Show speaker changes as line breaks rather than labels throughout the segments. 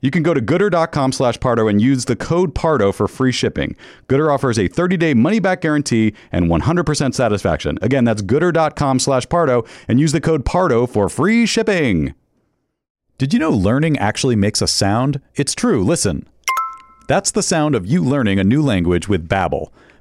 You can go to gooder.com slash Pardo and use the code Pardo for free shipping. Gooder offers a 30-day money-back guarantee and 100% satisfaction. Again, that's gooder.com slash Pardo and use the code Pardo for free shipping. Did you know learning actually makes a sound? It's true. Listen. That's the sound of you learning a new language with Babbel.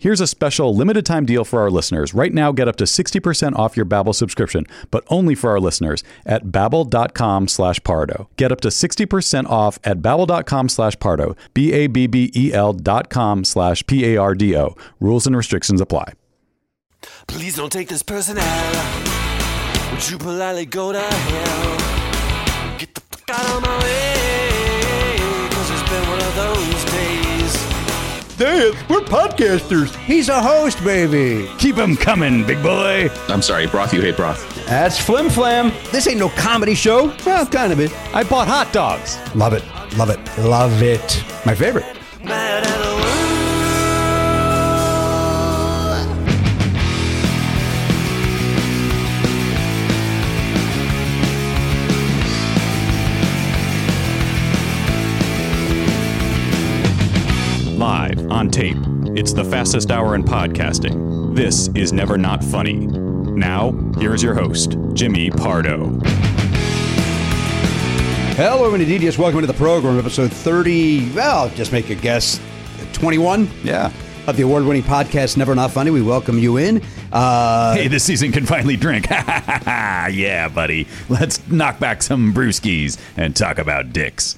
Here's a special limited time deal for our listeners. Right now, get up to 60% off your Babbel subscription, but only for our listeners at babbel.com slash pardo. Get up to 60% off at babbel.com slash pardo, B-A-B-B-E-L E dot com slash P-A-R-D-O. Rules and restrictions apply.
Please don't take this person out. Would you politely go to hell? Get the fuck out of my way, cause it's been one of those days.
Dance. We're podcasters.
He's a host, baby.
Keep them coming, big boy.
I'm sorry, broth you hate broth.
That's flim flam. This ain't no comedy show. Well, kind of it.
I bought hot dogs.
Love it. Love it. Love it. My favorite.
Mad at the world.
Live on tape. It's the fastest hour in podcasting. This is Never Not Funny. Now, here's your host, Jimmy Pardo.
Hello, and indeed, yes, welcome to the program, episode 30. Well, just make a guess. 21?
Yeah.
of the award winning podcast Never Not Funny. We welcome you in. Uh,
Hey, this season can finally drink. yeah, buddy. Let's knock back some brewskis and talk about dicks.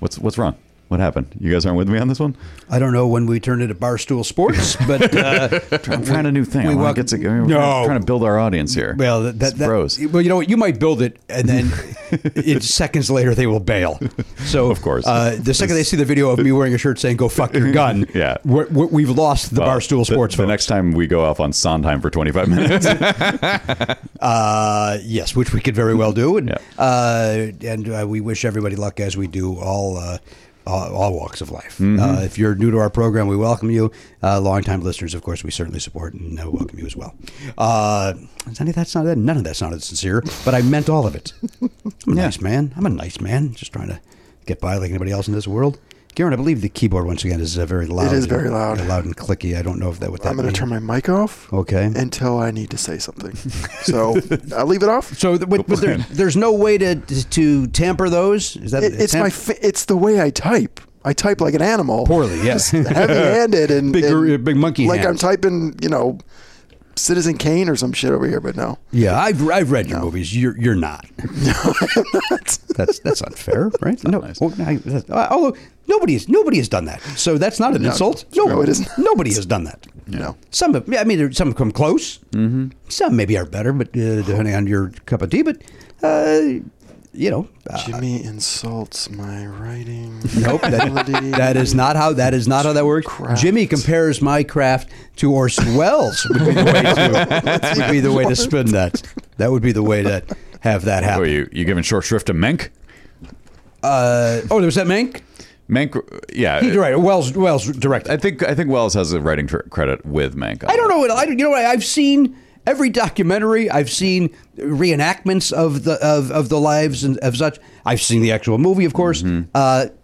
What's what's wrong? What happened? You guys aren't with me on this one?
I don't know when we turned into Barstool Sports, but. Uh,
I'm trying a new thing.
We
I wanna
welcome-
get to, we're
No.
trying to build our audience here.
Well, that,
It's
that, that-
bros.
Well, you know what? You might build it, and then it, seconds later they will bail. So,
Of course.
uh, the second they see the video of me wearing a shirt saying "Go fuck your gun,"
Yeah.
we're, we're, we've lost the
Well,
barstool
Uh, the-
sports.
The,
folks.
next time we go off on Sondheim for 25 minutes.
uh, yes, which we could very well do, and
Yeah.
uh, and uh, we wish everybody luck as we do all. Uh, all all walks of life. Uh, if you're new to our program, we welcome you. Uh, longtime listeners, of course, we certainly support and uh, welcome you as well. Uh, is any of that sounded, none of that sounded sincere, but I meant all of it. I'm a nice man. I'm a nice man. Just trying to get by like anybody else in this world. Garen, I believe the keyboard once again is uh, very loud.
is very loud.
Loud and clicky. I don't know if that what that
I'm going to
means.
turn my mic off
Okay.
until I need to say something. So I'll leave it off.
So, th- but, but there, there's no way to to tamper those. Is that
It, it's
tam-
my. Fa- it's the way I type. I type like an animal.
poorly? Yes.
heavy-handed and
Big gor-
and
big monkey
Like I'm
hands.
typing, you know, Citizen Kane or some shit over here, but no.
yeah, I've I've read your movies. You're you're not. No, I'm not. That's that's unfair, right? no.
nice.
well, I- that's- uh, although nobody has nobody has done that, so that's not an insult.
no, it isn't.
Nobody has done that.
No.
Some, of, yeah, I mean, there- some come close. Mm-hmm. Some maybe are better, but uh, depending on your cup of tea. But uh, you know, uh,
Jimmy insults my writing.
Nope, that,
ability.
that is not how that is not how that works.
Craft.
Jimmy compares my craft to Orson Welles would be the way to, would be the way to spin that. That would be the way to have that
oh,
happen.
you you giving short shrift to Menk?
Uh, oh, there was that Mank.
Menk, yeah.
He directed Wells. Wells
I
directed.
think I think Wells has a writing tr- credit with Mank.
I don't know. what- I you know what I've seen. Every documentary I've seen reenactments of the of, of the lives and of such. I've seen the actual movie, of course. Uh,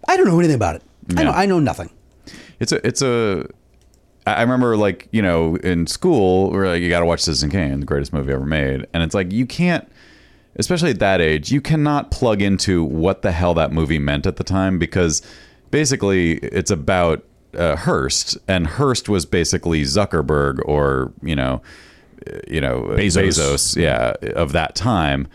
I don't know anything about it. I, know,
Yeah.
I know nothing.
It's a it's a. I I remember like you know in school we we're like you got to watch Citizen Kane, the greatest movie ever made, and it's like you can't. Especially at that age, you cannot plug into what the hell that movie meant at the time because basically it's about uh, Hearst, and Hearst was basically Zuckerberg or you know, uh, you know
Bezos.
Bezos, yeah, of that time.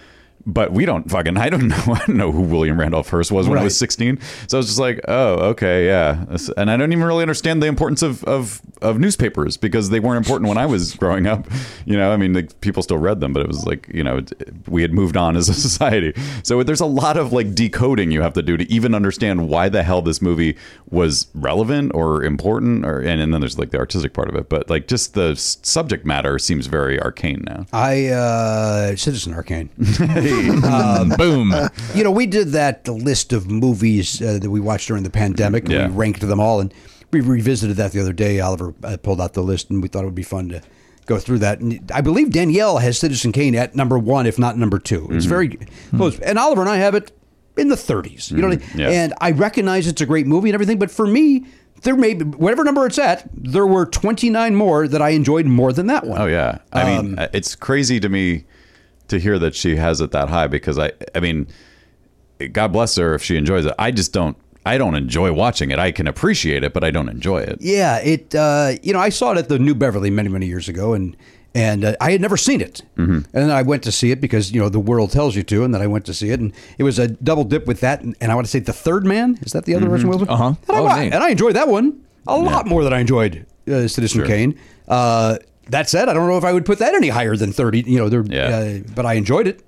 But we don't fucking. I don't know. I don't know who William Randolph Hearst was when I
Right.
was 16. So I was just like, oh, okay, yeah. This- And I don't even really understand the importance of, of, of newspapers because they weren't important when I was growing up. You know, I mean, like, people still read them, but it was like, you know, it- we had moved on as a society. So there's a lot of like decoding you have to do to even understand why the hell this movie was relevant or important. Or and, and then there's like the artistic part of it. But like just the s- subject matter seems very arcane now.
I uh, Citizen Arcane.
Boom.
you know, we did that the list of movies uh, that we watched during the pandemic. and
Yeah.
We ranked them all, and we revisited that the other day. Oliver uh, pulled out the list, and we thought it would be fun to go through that. And I believe Danielle has Citizen Kane at number one, if not number 2 It's
Mm-hmm.
very close. And Oliver and I have it in the 30s. You know, what I mean?
Hmm. Mm-hmm. Yeah.
and I recognize it's a great movie and everything, but for me. There may be whatever number it's at. There were twenty nine more that I enjoyed more than that one.
Oh yeah, I
Um,
mean it's crazy to me to hear that she has it that high because I I mean, God bless her if she enjoys it. I just don't I don't enjoy watching it. I can appreciate it, but I don't enjoy it.
Yeah, it. Uh, you know, I saw it at the New Beverly many, many years ago, and and uh, I had never seen it. Mm-hmm. And then I went to see it because you know the world tells you to, and then I went to see it, and it was a double dip with that, and, and I want to say the Third Man is that the other Orson Welles one?
Uh-huh.
And, I
Oh,
wa-
neat.
and I enjoyed that one a lot more than I enjoyed uh, Citizen Kane. Uh, that said, I don't know if I would put that any higher than thirty. You know, there.
Yeah.
Uh, but I enjoyed it.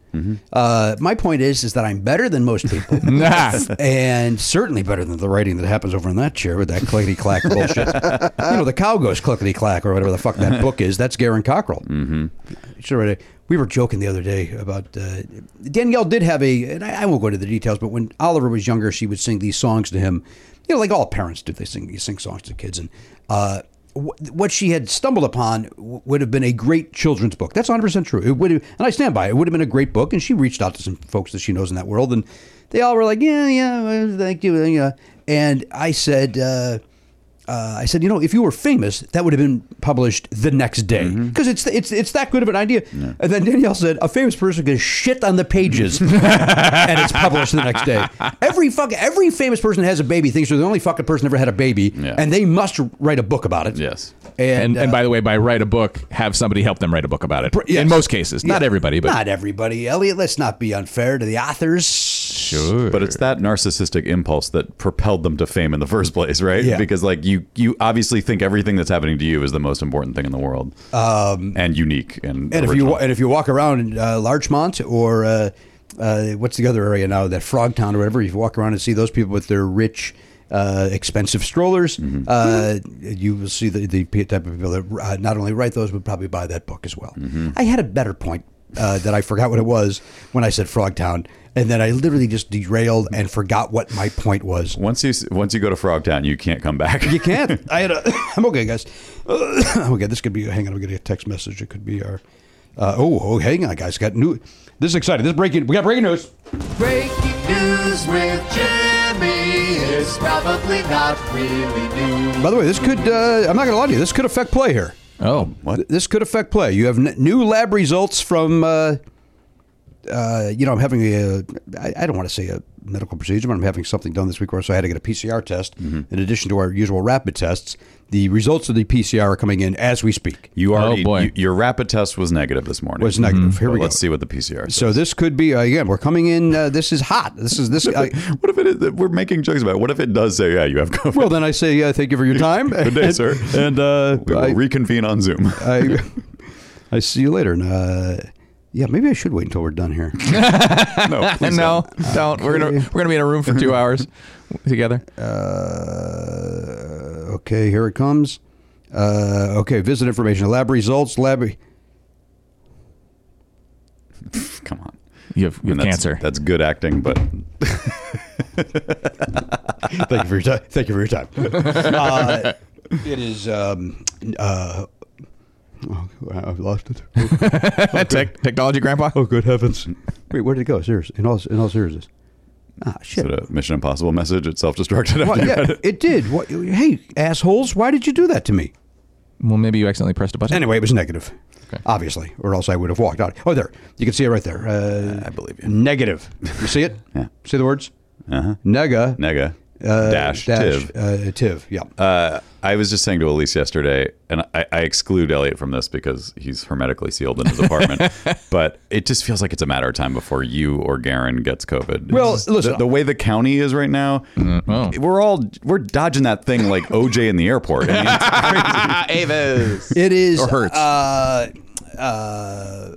Uh, my point is, is that I'm better than most people
Nah.
and certainly better than the writing that happens over in that chair with that clickety clack bullshit. you know, the cow goes clickety clack or whatever the fuck that book is. That's Garen Cockrell. Mm-hmm. Sure, right. we were joking the other day about uh, Danielle did have a, and I, I won't go into the details, but when Oliver was younger, she would sing these songs to him. You know, like all parents do, they sing you sing songs to kids, and uh, wh- what she had stumbled upon w- would have been a great children's book. That's 100 percent true. It would, have, and I stand by it. It would have been a great book, and she reached out to some folks that she knows in that world, and they all were like, "Yeah, yeah, well, thank you." Yeah. And I said, uh, uh, I said, you know, if you were famous, that would have been published the next day
Mm-hmm.
because it's it's it's that good of an idea. And then Danielle said, a famous person can shit on the pages, and it's published the next day. Every fuck every famous person that has a baby thinks they're the only fucking person that ever had a baby,
Yeah.
and they must write a book about it.
Yes.
and
And, and
uh,
by the way, by write a book, have somebody help them write a book about it.
yes.
In most cases, not
yeah,
everybody, but
not everybody, Elliot. Let's not be unfair to the authors.
sure.
But it's that narcissistic impulse that propelled them to fame in the first place, right?
Yeah.
Because like you, you obviously think everything that's happening to you is the most important thing in the world, um, and unique, and,
And if you
original.
wa- and if you walk around uh, Larchmont or uh, uh, what's the other area now that Frog Town or whatever, you walk around and see those people with their rich. Uh, expensive strollers. Uh, you will see the, the pe- type of people that uh, not only write those, but probably buy that book as well. I had a better point uh, that I forgot what it was when I said Frog Town, and then I literally just derailed and forgot what my point was.
once you once you go to Frogtown, you can't come back.
You can't. I had a. I'm okay, guys. I'm okay. This could be. Hang on. I'm getting a text message. It could be our. Uh, oh, oh, hang on, guys. Got new. This is exciting. This is breaking. We got breaking news.
Breaking news with Jimmy is probably not really news.
By the way, this could. Uh, I'm not gonna lie to you. This could affect play here.
oh,
What? This could affect play. You have n- new lab results from. Uh, uh, you know, I'm having a. I, I don't want to say a medical procedure, but I'm having something done this week where so I had to get a PCR test
Mm-hmm.
in addition to our usual rapid tests. The results of the PCR are coming in as we speak.
You already,
Oh, boy. Mm-hmm.
you- your rapid test was negative this morning.
Was negative. Here
But
we go.
Let's see what the PCR. Says.
So this could be uh, again. We're coming in. Uh, this is hot. This is this. I,
what if it? Is, that we're making jokes about. It. What if it does say, "Yeah, you have COVID"?
well, then I say uh, thank you for your time.
Good day, sir.
And uh,
we will
I,
reconvene on Zoom.
I, I see you later. And, uh, yeah, maybe I should wait until we're done here.
no, please
no, don't. We're gonna we're gonna be in a room for two hours together.
Uh, okay, here it comes. Uh, okay, visit information, lab results, lab.
don't. Come on.
You have, you
And
have
that's-
cancer.
That's good acting, but
thank you for your time. Thank you for your time. uh, it is. Um, uh, oh, I've lost it.
Tech, technology, grandpa.
Oh, good heavens! Wait, where did it go? Serious. In all, in all seriousness. Ah, shit.
is it a Mission Impossible message? It self-destructed.
Why-
after you read
yeah,
it?
it did. What, hey, assholes! Why did you do that to me?
Well, maybe you accidentally pressed a button.
Anyway, it was negative, obviously, or else I would have walked out. Oh, there. You can see it right there. Uh,
I believe you.
negative. You see it?
Yeah.
See the words?
Uh-huh.
Nega.
Nega
uh,
dash, tiv.
Uh, tiv. Yeah.
Uh, I was just saying to Elise yesterday, and I, I exclude Elliot from this because he's hermetically sealed in his apartment. but it just feels like it's a matter of time before you or Garen gets COVID. It's
Well,
just-
listen- Mm-hmm.
the, the way the county is right now,
Oh.
we're all we're dodging that thing like OJ in the airport. I mean, it's-
Ah,
Avis.
it is.
or Hertz.
Uh, uh,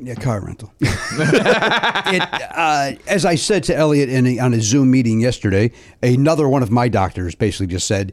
yeah, car rental. it, uh, as I said to Elliot in a, on a Zoom meeting yesterday, another one of my doctors basically just said,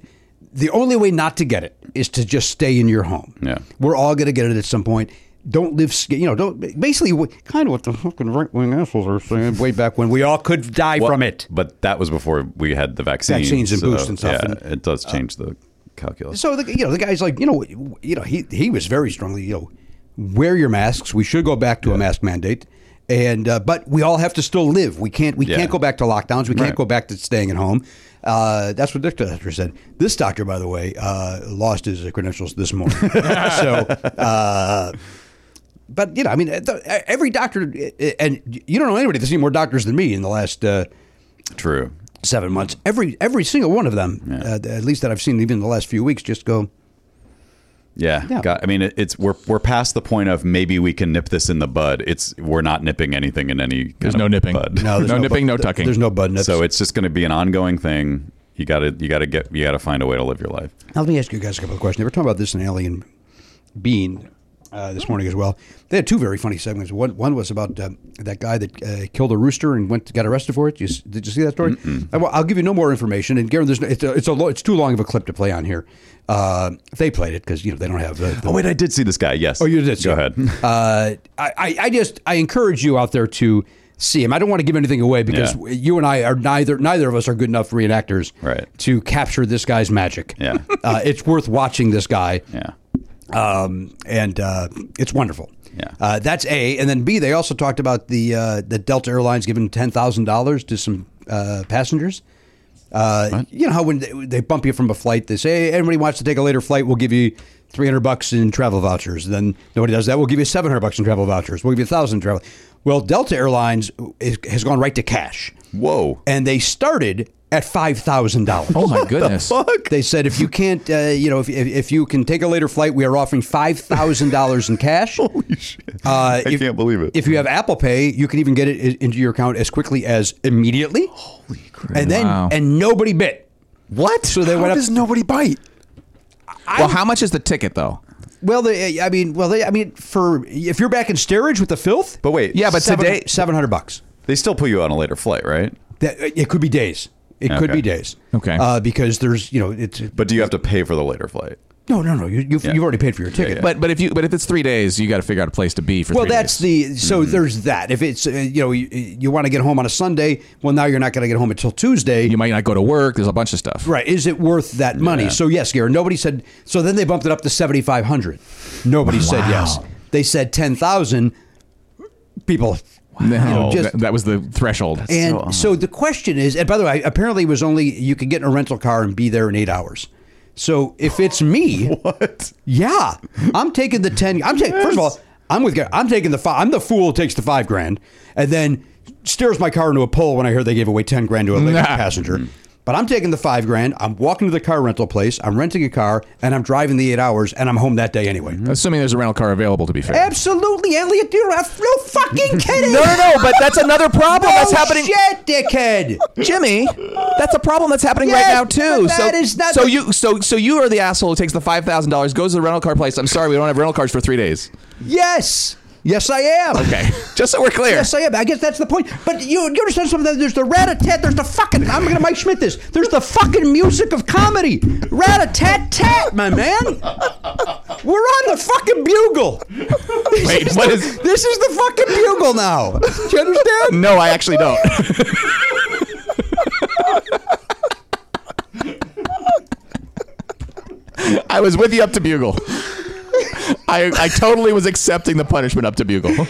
the only way not to get it is to just stay in your home.
Yeah.
We're all going to get it at some point. Don't live, sca- you know, don't basically what- kind of what the fucking right wing assholes are saying way back when we all could die from it.
But that was before we had the vaccine.
Vaccines and boosts and stuff,
Yeah,
and- uh,
it does change the calculus.
So the, you know the guy's like you know you know he he was very strongly you know wear your masks. We should go back to a mask mandate, and uh, but we all have to still live. We can't we
Yeah.
can't go back to lockdowns. We can't
Right.
go back to staying at home. Uh, that's what this doctor said. This doctor, by the way, uh, lost his credentials this morning. so, uh, but you know, I mean, the- every doctor, and you don't know anybody that's seen more doctors than me in the last. Uh,
True.
seven months. Every every single one of them, uh, at least that I've seen, even in the last few weeks, just go.
Yeah,
Yeah.
God, I mean, it, it's we're we're past the point of maybe we can nip this in the bud. It's we're not nipping anything in any. Kind
There's
of
no nipping.
Bud.
No, there's No no nipping, bu- no tucking.
There's no bud nips.
So it's just going to be an ongoing thing. You got to you got to get you got to find a way to live your life.
Now, let me ask you guys a couple of questions. They were talking about this in Alien Bean uh, this morning as well. They had two very funny segments. One one was about um, that guy that uh, killed a rooster and went got arrested for it. You, s- did you see that story? I, will give you no more information. And Garen, there's no, it's a, it's a lo- it's too long of a clip to play on here. Uh, they played it because you know they don't have. Uh, the,
Oh wait, I did see this guy. Yes.
Oh, you did. see
Go
it.
ahead.
Uh, I, I I just I encourage you out there to see him. I don't want to give anything away because
Yeah.
you and I are neither neither of us are good enough reenactors
Right.
to capture this guy's magic.
Yeah.
uh, it's worth watching this guy.
Yeah.
Um, and uh, it's wonderful.
Yeah.
Uh, that's A, and then B. They also talked about the uh, the Delta Airlines giving ten thousand dollars to some uh, passengers Uh, you know how when they, they bump you from a flight, they say, hey, anybody wants to take a later flight, we'll give you 300 bucks in travel vouchers. Then nobody does that. We'll give you 700 bucks in travel vouchers. We'll give you 1,000 travel. Well, Delta Airlines is, has gone right to cash.
Whoa.
And they started at $5,000.
Oh my goodness.
Fuck.
They said if you can't, uh, you know, if, if, if you can take a later flight, we are offering five thousand dollars in cash. Holy
shit.
Uh,
Oh, I can't believe it.
If you have Apple Pay, you can even get it i- into your account as quickly as immediately. Holy crap! And then
Wow.
and nobody bit. What? So they
How
went up.
does nobody bite?
well, how much is the ticket though?
well, they, I mean, well, they, I mean, for if you're back in steerage with the filth,
But wait.
Yeah, but today-
seven hundred bucks.
they still put you on a later flight, right?
That it could be days. It could
Okay.
be days.
Okay.
Uh, because there's, you know, it's
But do you have to pay for the later flight?
no, no, no. You, you've,
Yeah.
you've already paid for your ticket.
yeah.
But but if you but if it's three days, you got to figure out a place to be for.
Well,
three
that's
days.
the so there's that. If it's uh, you know you, you want to get home on a Sunday, well now you're not going to get home until Tuesday.
you might not go to work. There's a bunch of stuff.
Right? Is it worth that money? So yes, Gary. Nobody said. So then they bumped it up to seventy five hundred. Nobody said yes. They said ten thousand people.
No,
you know, just-
that, that was the threshold.
And so, the question is, and by the way, apparently it was only you could get in a rental car and be there in eight hours. So if it's me,
What?
Yeah, I'm taking the ten. I'm taking first of all. I'm with. Gary. I'm taking the five. I'm the fool who takes the five grand and then steers my car into a pole when I hear they gave away ten grand to a lady passenger. But I'm taking the five grand. I'm walking to the car rental place. I'm renting a car and I'm driving the eight hours and I'm home that day anyway.
Assuming there's a rental car available, to be fair.
Absolutely, Elliot. You're a- no fucking kidding.
No, no, no, but that's another problem that's
No
happening-
Shit, dickhead.
Jimmy, that's a problem that's happening right
Yes,
now too.
but that
so,
is not-
so you so so you are the asshole who takes the five thousand dollars, goes to the rental car place. I'm sorry, we don't have rental cars for three days.
Yes, yes, I am.
Okay, just so we're clear.
Yes, I am. I guess that's the point. But you, you understand something? There's the rat a tat. There's the fucking. I'm gonna Mike Schmidt this. There's the fucking music of comedy. Rat a tat tat, my man. We're on the fucking bugle. This
Wait,
is
what
the,
is-
This is the fucking bugle now. Do you understand?
no, I actually don't. I was with you up to bugle. I I totally was accepting the punishment up to bugle.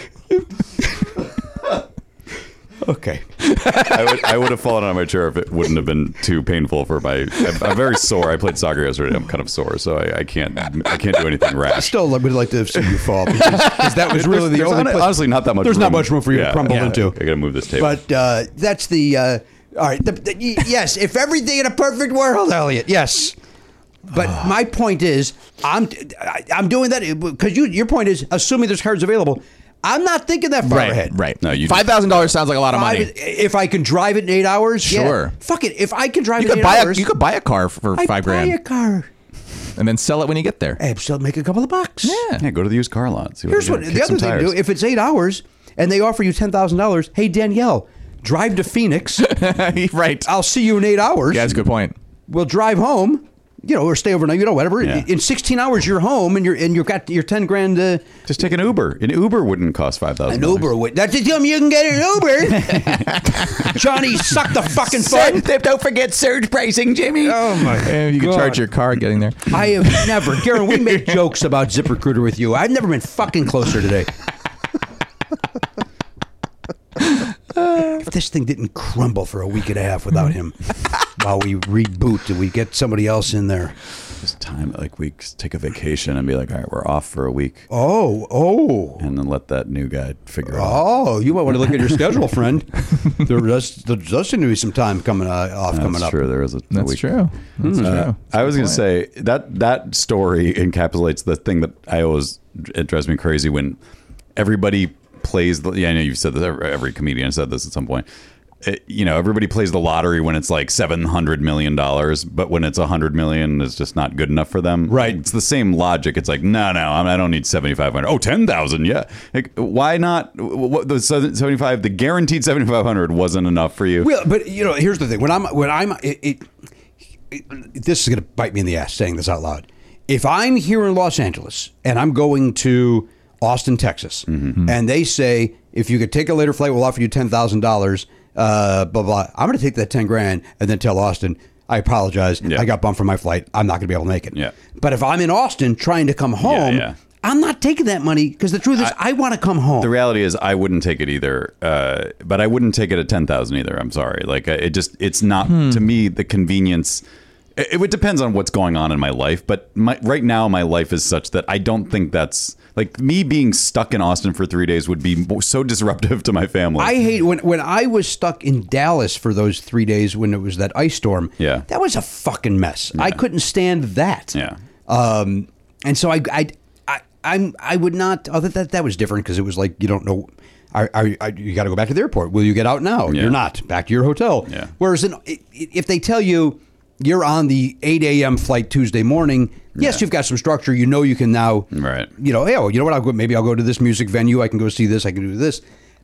Okay.
I would, I would have fallen out of my chair if it wouldn't have been too painful for my. I'm, I'm very sore. I played soccer yesterday. I'm kind of sore, so I, I can't. I can't do anything rash.
Still would like to have seen you fall because 'cause that was really the
There's
only.
hon-
place-
honestly not that much.
There's
room.
not much room for you
Yeah,
to crumble
yeah.
into.
I gotta move this table.
But uh, that's the uh, all right. The, the, y- yes, if everything in a perfect world, Elliot. Yes, but my point is, I'm I, I'm doing that because you. Your point is, assuming there's cards available, I'm not thinking that far ahead.
right.
No, you just-
five thousand dollars sounds like a lot of
Five-
money.
if I can drive it in eight hours, yeah.
Sure.
Fuck it. If I can drive
You
it in
could
eight
buy a
hours,
you could buy a car for
I'd
five
buy a
grand
car.
and then sell it when you get there.
I'd still make a couple of bucks.
Yeah.
yeah, go to the used car lot. See what
Here's
they do.
what
Kick
the other
some
thing to
tires.
do: if it's eight hours and they offer you ten thousand dollars, hey Danielle, drive to Phoenix.
right.
I'll see you in eight hours.
Yeah, that's a good point.
will drive home, you know, or stay overnight, you know, whatever.
Yeah.
In 16 hours, you're home and you're and you've got your 10 grand. Uh,
Just take an Uber. An Uber wouldn't cost five thousand.
an Uber. would- That's to tell me you can get an Uber. Johnny, suck the fucking phone.
Don't forget surge pricing, Jimmy.
Oh, my
you can
God.
charge your car getting there.
I have never, Garen. We make jokes about ZipRecruiter with you. I've never been fucking closer today. if this thing didn't crumble for a week and a half without him, while we reboot and we get somebody else in there.
Just time like we just take a vacation and be like, all right, we're off for a week,
Oh, oh.
and then let that new guy figure out.
Oh, you might want to look at your schedule, friend. There does there does seem to be some time coming uh, off coming
That's
up.
true. There is a, a
That's
week.
true. That's
Uh,
true.
I was going to say that that story encapsulates the thing that I always it drives me crazy when everybody plays. The, yeah, I know you've said this. Every, every comedian said this at some point. It- you know, everybody plays the lottery when it's like seven hundred million dollars, but when it's a hundred million, it's just not good enough for them.
Right.
It's the same logic. It's like, no, no, I'm- I don't need seventy five hundred. Oh, ten thousand, yeah. Like, why not? What the seventy five? The guaranteed seventy five hundred wasn't enough for you.
Well, but you know, here's the thing. When I'm when I'm it, it, it- this is going to bite me in the ass saying this out loud. If I'm here in Los Angeles and I'm going to Austin, Texas,
Mm-hmm.
and they say if you could take a later flight, we'll offer you ten thousand dollars. Uh, blah blah. I'm going to take that ten grand and then tell Austin. I apologize.
Yeah.
I got bumped from my flight. I'm not going to be able to make it.
Yeah.
But if I'm in Austin trying to come home,
yeah.
I'm not taking that money because the truth is, I, want to come home.
The reality is, I wouldn't take it either, uh, but I wouldn't take it at ten thousand either. I'm sorry, like uh, it just it's not
Hmm.
to me the convenience. It, it would depends on what's going on in my life, but my, right now my life is such that I don't think that's like me being stuck in Austin for three days would be mo- so disruptive to my family.
I hate when when I was stuck in Dallas for those three days when it was that ice storm.
Yeah.
that was a fucking mess. I couldn't stand that.
Yeah.
um, and so I I I I'm, I would not. Other that that was different because it was like you don't know. Are, are, are, you got to go back to the airport. Will you get out now?
Yeah.
You're not. Back to your hotel.
Yeah.
Whereas in, i- i- if they tell you you're on the 8 a.m. flight Tuesday morning, yes, you've got some structure. You know you can now
Right.
you know, hey, oh, you know what? I'll go. Maybe I'll go to this music venue. I can go see this. I can do this.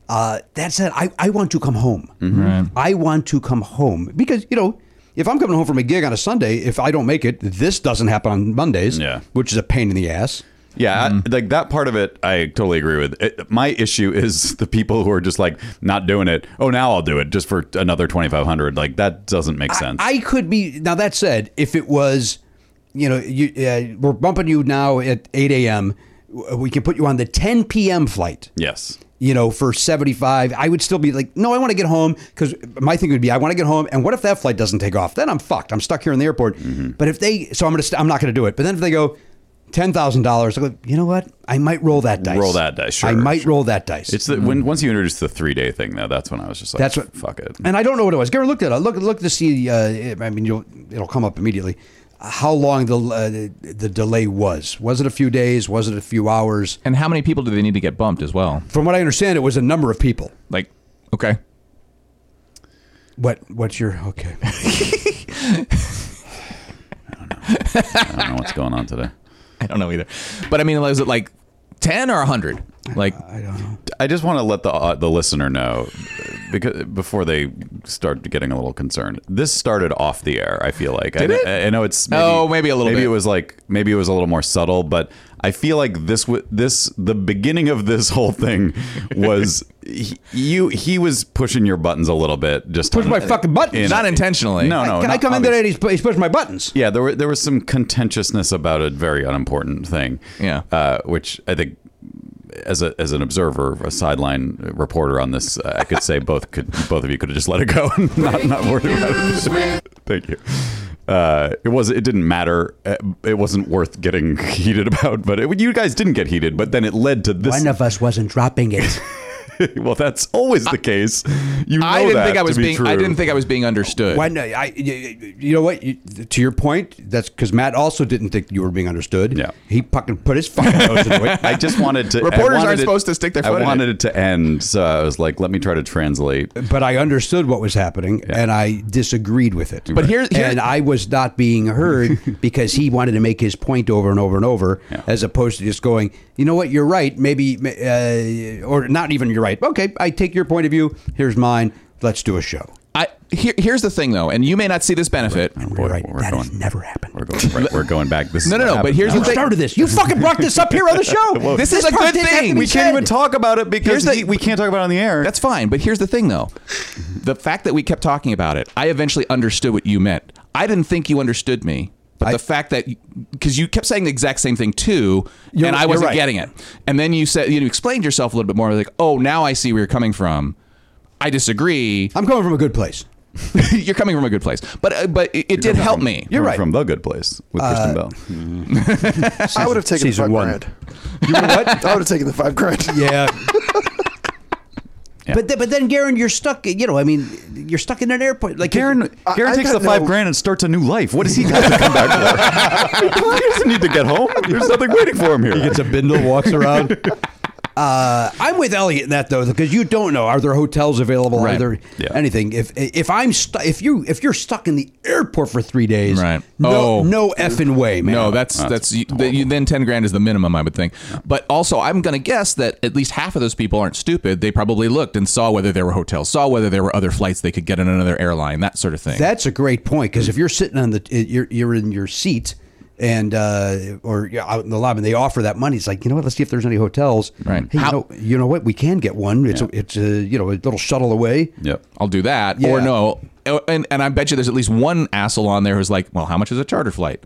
Uh, that said, I, I want to come home.
Mm-hmm.
I want to come home because you know, if I'm coming home from a gig on a Sunday, if I don't make it, this doesn't happen on Mondays.
Yeah.
which is a pain in the ass.
Yeah,
Hmm.
I- like that part of it, I totally agree with. It, my issue is the people who are just like not doing it. Oh, now I'll do it just for another twenty five hundred. Like that doesn't make sense.
I could be now. That said, if it was, you know, you uh, we're bumping you now at 8 a.m. w- We can put you on the 10 p.m. flight.
yes.
you know, for 75, I would still be like, no, I want to get home because my thing would be, I want to get home. And what if that flight doesn't take off? Then I'm fucked. I'm stuck here in the airport.
Mm-hmm.
But if they, so I'm going to, st- I'm not going to do it. But then if they go, $10,000, I go, you know what? I might roll that dice.
Roll that dice,
I
sure,
might
sure.
roll that dice.
It's the, when once you introduced the three day thing though, that's when I was just like,
Mm. That's what-
fuck it.
and I don't know what it was. Gary looked at it. Look, look to see. Uh, I mean, you'll, it'll come up immediately. How long the uh, the the delay was? Was it a few days? Was it a few hours?
And how many people do they need to get bumped as well?
From what I understand, it was a number of people.
Like, okay.
What? What's your okay?
I don't know what's going on today.
I don't know either. But I mean, was it like 10 or 100? Like,
I don't know.
I just want to let the uh, the listener know because before they start getting a little concerned. This started off the air. I feel like I,
it?
I know it's maybe,
Oh, maybe a little
Maybe
bit.
it was like maybe it was a little more subtle, but I feel like this wa- this the beginning of this whole thing was he, you he was pushing your buttons a little bit. Just
Push
on-
my fucking buttons.
not intentionally.
No, Oh, no.
Can I
not
come in
obvious-
there and he's, he's pushing my buttons?
Yeah, there were there was some contentiousness about a very unimportant thing.
Yeah.
uh, which I think, as a as an observer, a sideline reporter on this, uh, I could say both could both of you could have just let it go and not not worry about it. Thank you. Uh, it was. It didn't matter. Uh, It wasn't worth getting heated about. But it, you guys didn't get heated. But then it led to this.
One of us wasn't dropping it.
well, that's always the case. You know
I didn't
that
think I
to
was
be
being,
True.
I didn't think I was being understood.
Why not? I, you, you know what? You, to your point, that's because Matt also didn't think you were being understood.
Yeah.
He fucking put his fucking nose into it.
I just wanted to. I
Reporters
wanted
aren't
it-
supposed to stick their foot in
I
it.
wanted it to end, so I was like, "Let me try to translate."
But I understood what was happening and I disagreed with it.
But here's- here's-
and I was not being heard because he wanted to make his point over and over and over as opposed to just going, you know what, you're right. Maybe, uh, or not even you're right. Okay, I take your point of view. Here's mine. Let's do a show.
I, here, here's the thing, though, and you may not see this benefit.
You're right.
we're
That has
going-
never happened.
We're going, right, we're going back. This is
No, no,
what
no, but
happens
here's
now.
You
the thing.
started this. You fucking brought this up here on the show.
This is a
part
good
didn't have to
thing.
be
We
can't
said.
even talk about it because
Here's the-
he- we can't talk about it on the air.
That's fine, but here's the thing, though. The fact that we kept talking about it, I eventually understood what you meant. I didn't think you understood me, but the fact that because you kept saying the exact same thing too,
You're-
and I
you're
wasn't
right.
getting it, and then you said you explained yourself a little bit more, like, "Oh, now I see where you're coming from." I disagree.
I'm coming from a good place.
you're coming from a good place, but uh, but it, it did help me.
You're
We're
right.
from the good place with Kristen Bell.
I would have taken the
Season
five
one.
grand. You what? I would have taken the five grand.
Yeah. But th- but then, Garen, you're stuck. You know, I mean, you're stuck in an airport. Like
Garen,
I-
Garen
I
takes the
got
five
no-
grand and starts a new life. What does he got to come back for? he doesn't need to get home. There's nothing waiting for him here.
gets a bindle, walks around. Uh, I'm with Elliot in that though, because you don't know are there hotels available,
Right.
are there
Yeah.
anything? If if I'm stu- if you if you're stuck in the airport for three days,
Right.
No,
Oh.
no effing way, man.
No, that's that's, you, that you, then ten grand is the minimum, I would think. But also, I'm going to guess that at least half of those people aren't stupid. They probably looked and saw whether there were hotels, saw whether there were other flights they could get in another airline, that sort of thing.
That's a great point because if you're sitting on the you're you're in your seat and uh, or you're out in the lobby and they offer that money, it's like you know what? Let's see if there's any hotels.
Right.
Hey,
How-
you, know, you know what? We can get one. It's a, it's a you know a little shuttle away.
Yep.
I'll do that,
Yeah.
or oh, no, and and I bet you there's at least one asshole on there who's like, well, how much is a charter flight?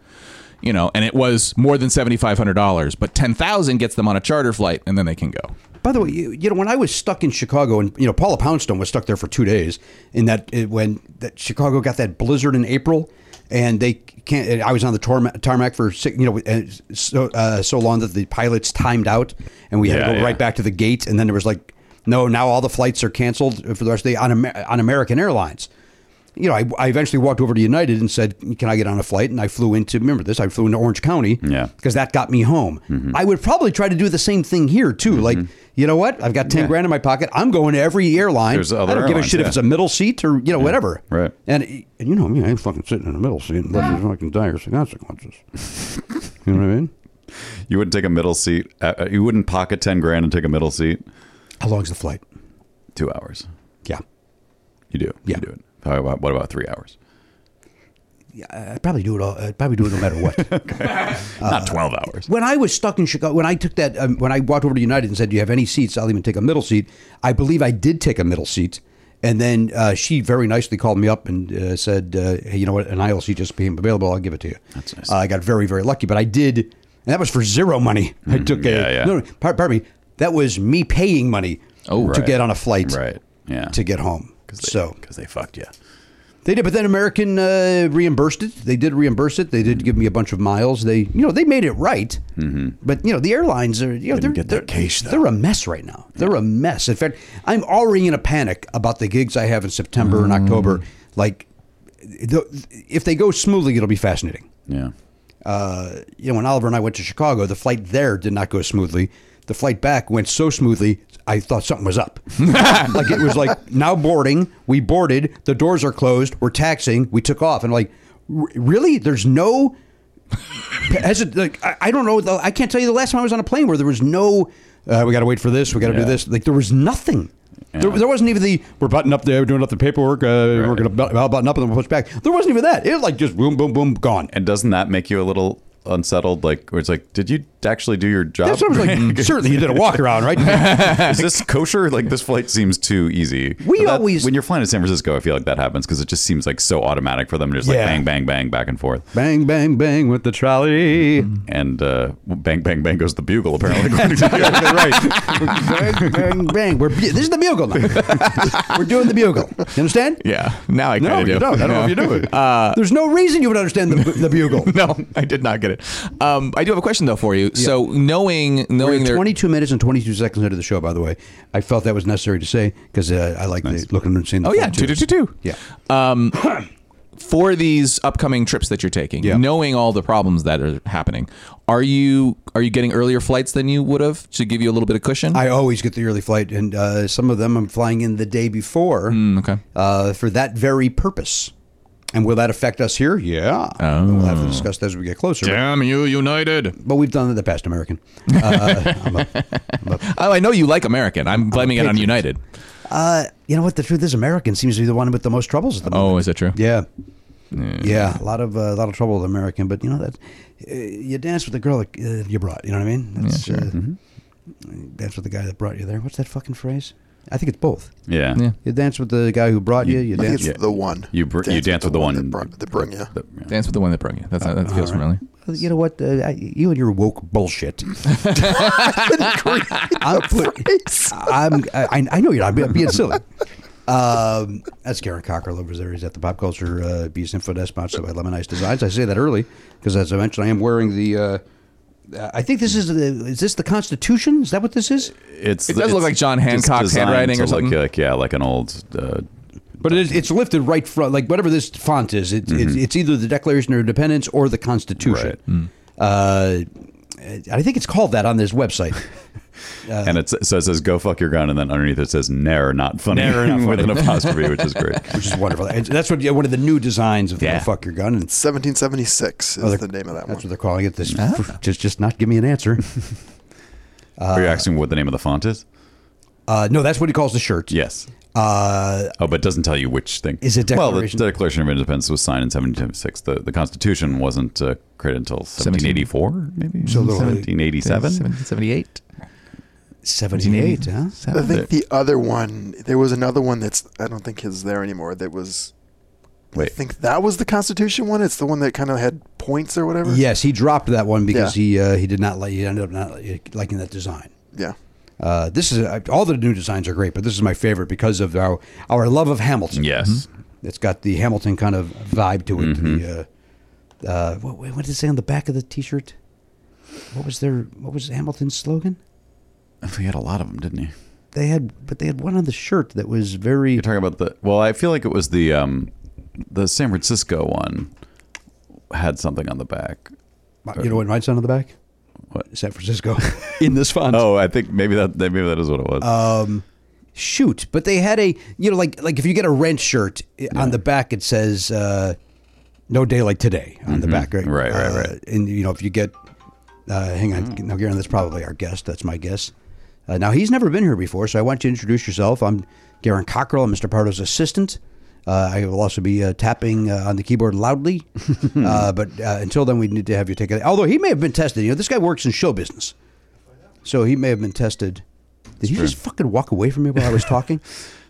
you know, and it was more than seventy five hundred dollars. But ten thousand gets them on a charter flight, and then they can go.
By the way, you, you know, when I was stuck in Chicago, and you know, Paula Poundstone was stuck there for two days, in that it, when that Chicago got that blizzard in April, and they can't. and I was on the tarmac, tarmac for six, you know, and so uh, so long that the pilots timed out, and we had
Yeah,
to go
yeah.
right back to the gate, and then there was like, no, now all the flights are canceled for the rest of the day on, Amer- on American Airlines. You know, I, I eventually walked over to United and said, "Can I get on a flight?" And I flew into remember this. I flew into Orange County,
Yeah. Mm-hmm.
because that got me home. I would probably try to do the same thing here too. Like, you know what? I've got ten grand in my pocket. I'm going to every airline.
There's other
I don't give a
airlines,
shit if
yeah.
it's a middle seat or you know whatever.
right.
And, and you know me, I ain't fucking sitting in the middle seat unless there's fucking dire consequences. you know what I mean?
You wouldn't take a middle seat. Uh, uh, you wouldn't pocket ten grand and take a middle seat.
How long's the flight?
Two hours.
Yeah,
You do.
Yeah.
You do it. How about, what about three hours?
I'd probably do it. All, I'd probably do it no matter what.
Not twelve hours.
When I was stuck in Chicago, when I took that, um, when I walked over to United and said, "Do you have any seats?" I'll even take a middle seat. I believe I did take a middle seat, and then uh, she very nicely called me up and uh, said, uh, "Hey, you know what? An aisle seat just became available. I'll give it to you." That's nice. Uh, I got very, very lucky, but I did, and that was for zero money. I took
Mm, yeah,
a
yeah.
no, no, par- pardon me, that was me paying money
Oh,
to
right.
get on a flight,
Right. Yeah.
to get home. so
because they fucked you.
they did, but then American uh, reimbursed it. They did reimburse it. They did give me a bunch of miles. They, you know, they made it right. Mm-hmm. But you know, the airlines are, you know, they're
get
they're,
that cash, though.
they're a mess right now. They're a mess. In fact, I'm already in a panic about the gigs I have in September
Mm.
and October. Like, the, if they go smoothly, it'll be fascinating.
Yeah.
Uh, you know, when Oliver and I went to Chicago, the flight there did not go smoothly. The flight back went so smoothly, I thought something was up. like it was like now boarding, we boarded, the doors are closed, we're taxing, we took off, and like "R- really, there's no. As it, like, I, I don't know, though, I can't tell you the last time I was on a plane where there was no. Uh, we got to wait for this. We got to
Yeah.
do this. Like there was nothing. There,
Yeah.
there wasn't even the we're buttoning up there, doing up the paperwork. Uh, We're gonna bu- button up and then we'll push back. There wasn't even that. It was like just boom, boom, boom, gone.
And doesn't that make you a little unsettled? Like, where it's like, did you actually do your job?
That's what I was like. "Mm, Certainly, you did a walk around, right?
Is this kosher? Like, this flight seems too easy.
We
But that-
always-
when you're flying to San Francisco, I feel like that happens because it just seems like so automatic for them. Just like
Yeah.
bang, bang, bang, back and forth,
bang, bang, bang with the trolley.
and uh, bang, bang, bang goes the bugle. Apparently, according to you.
right. bang, bang, bang. We're, this is the bugle now. We're doing the bugle. You understand?
Yeah. Now I kind
No,
of do.
you don't. I don't know if you do it.
Uh,
There's no reason you would understand the, the bugle.
No, I did not get it. Um, I do have a question though for you. So knowing knowing
We're
their
22 minutes and 22 seconds into the show, by the way. I felt that was necessary to say because uh, I like the looking and seeing the
oh yeah two
photos.
two two two
Yeah.
um, for these upcoming trips that you're taking,
Yeah.
knowing all the problems that are happening, are you are you getting earlier flights than you would have to give you a little bit of cushion?
I always get the early flight, and uh, some of them I'm flying in the day before
Hmm.
okay.
uh, for that very purpose. And will that affect us here? Yeah. We'll have to discuss that as we get closer.
Damn you, United!
But we've done it in the past, American. Uh, I'm a- I'm a-
Oh, I know you like American. I'm blaming it on
patriot.
United.
uh, you know what? The truth is, American seems to be the one with the most troubles at the moment.
Oh, is that true?
Yeah. yeah, a lot of uh, a lot of trouble with American. But you know that uh, you dance with the girl that, uh, you brought. You know what I mean? That's, yeah, sure. Dance with the guy that brought you there. What's that fucking phrase? I think it's both.
yeah.
Yeah.
You dance with the guy who brought you. You
I think
dance.
it's the one.
You br- you dance with the one
that brought, that brought you.
that- yeah.
Dance with the one that brought you. That's that feels familiar.
You know what? Uh, I, you and your woke bullshit. I'm, put- I'm, I, I know you're not. I'm being- I'm being silly. Um, that's Karen Cockrell over there. He's at the Pop Culture uh, Beast Info Desk, sponsored by Lemon Ice Designs. I say that early because, as I mentioned, I am wearing the. Uh, I think this is the. Is this the Constitution? Is that what this is?
It's
It does
it's
look like John
just
Hancock's
designed
handwriting
to
or something.
Look like yeah, like an old. Uh,
But it is, Mm-hmm. it's lifted right from like whatever this font is. It, it's it's either the Declaration of Independence or the Constitution. Uh, I think it's called that on this website. Uh.
and it's, so it says "Go fuck your gun," and then underneath it says "Ne'er not funny"
Ne'er not
with
funny.
an apostrophe, which is great.
which is wonderful. And that's what yeah, one of the new designs of
Yeah.
the fuck your gun. And
1776 is
Oh, they're-
the name of
that's
that
what
one.
they're calling it. This just just not give me an answer.
Are you asking what the name of the font is?
Uh, no, that's what he calls the shirt.
Yes.
Uh,
Oh, but it doesn't tell you which thing.
Is it
Well, the
Declaration-
Declaration of Independence was signed in 1776. The, the Constitution wasn't uh, created until 1784, maybe?
So little.
1787?
1778.
Seventy-eight. Huh?
I think the other one, there was another one that's, I don't think is there anymore, that was, I
Wait.
think that was the Constitution one. It's the one that kind of had points or whatever.
Yes, he dropped that one because
Yeah.
he uh, he did not like. He ended up not like- liking that design.
Yeah.
Uh, this is uh, all the new designs are great, but this is my favorite because of our our love of Hamilton.
Yes.
it's got the Hamilton kind of vibe to it.
Mm-hmm.
The, uh, uh, what, what did it say on the back of the T-shirt? What was their What was Hamilton's slogan?
He had a lot of them, didn't he?
They had, but they had one on the shirt that was very.
You're talking about the well. I feel like it was the um, the San Francisco one had something on the back.
You know what mine's on the back?
What?
San Francisco in this font.
Oh, I think maybe that maybe that is what it was.
Uh, shoot but they had a you know like like if you get a rent shirt i- on the back it says uh no day like today on the back right
Mm-hmm. Right, right,
Uh,
right. Mm.
and you know if you get uh hang on now Garen, that's probably our guest that's my guess uh, now he's never been here before so i want you to introduce yourself i'm Garen Cockrell I'm Mr. Pardo's assistant uh, I will also be uh, tapping uh, on the keyboard loudly, uh, but uh, until then, we need to have you take it. Although he may have been tested, you know, this guy works in show business. So he may have been tested. Did you just fucking walk away from me while I was talking?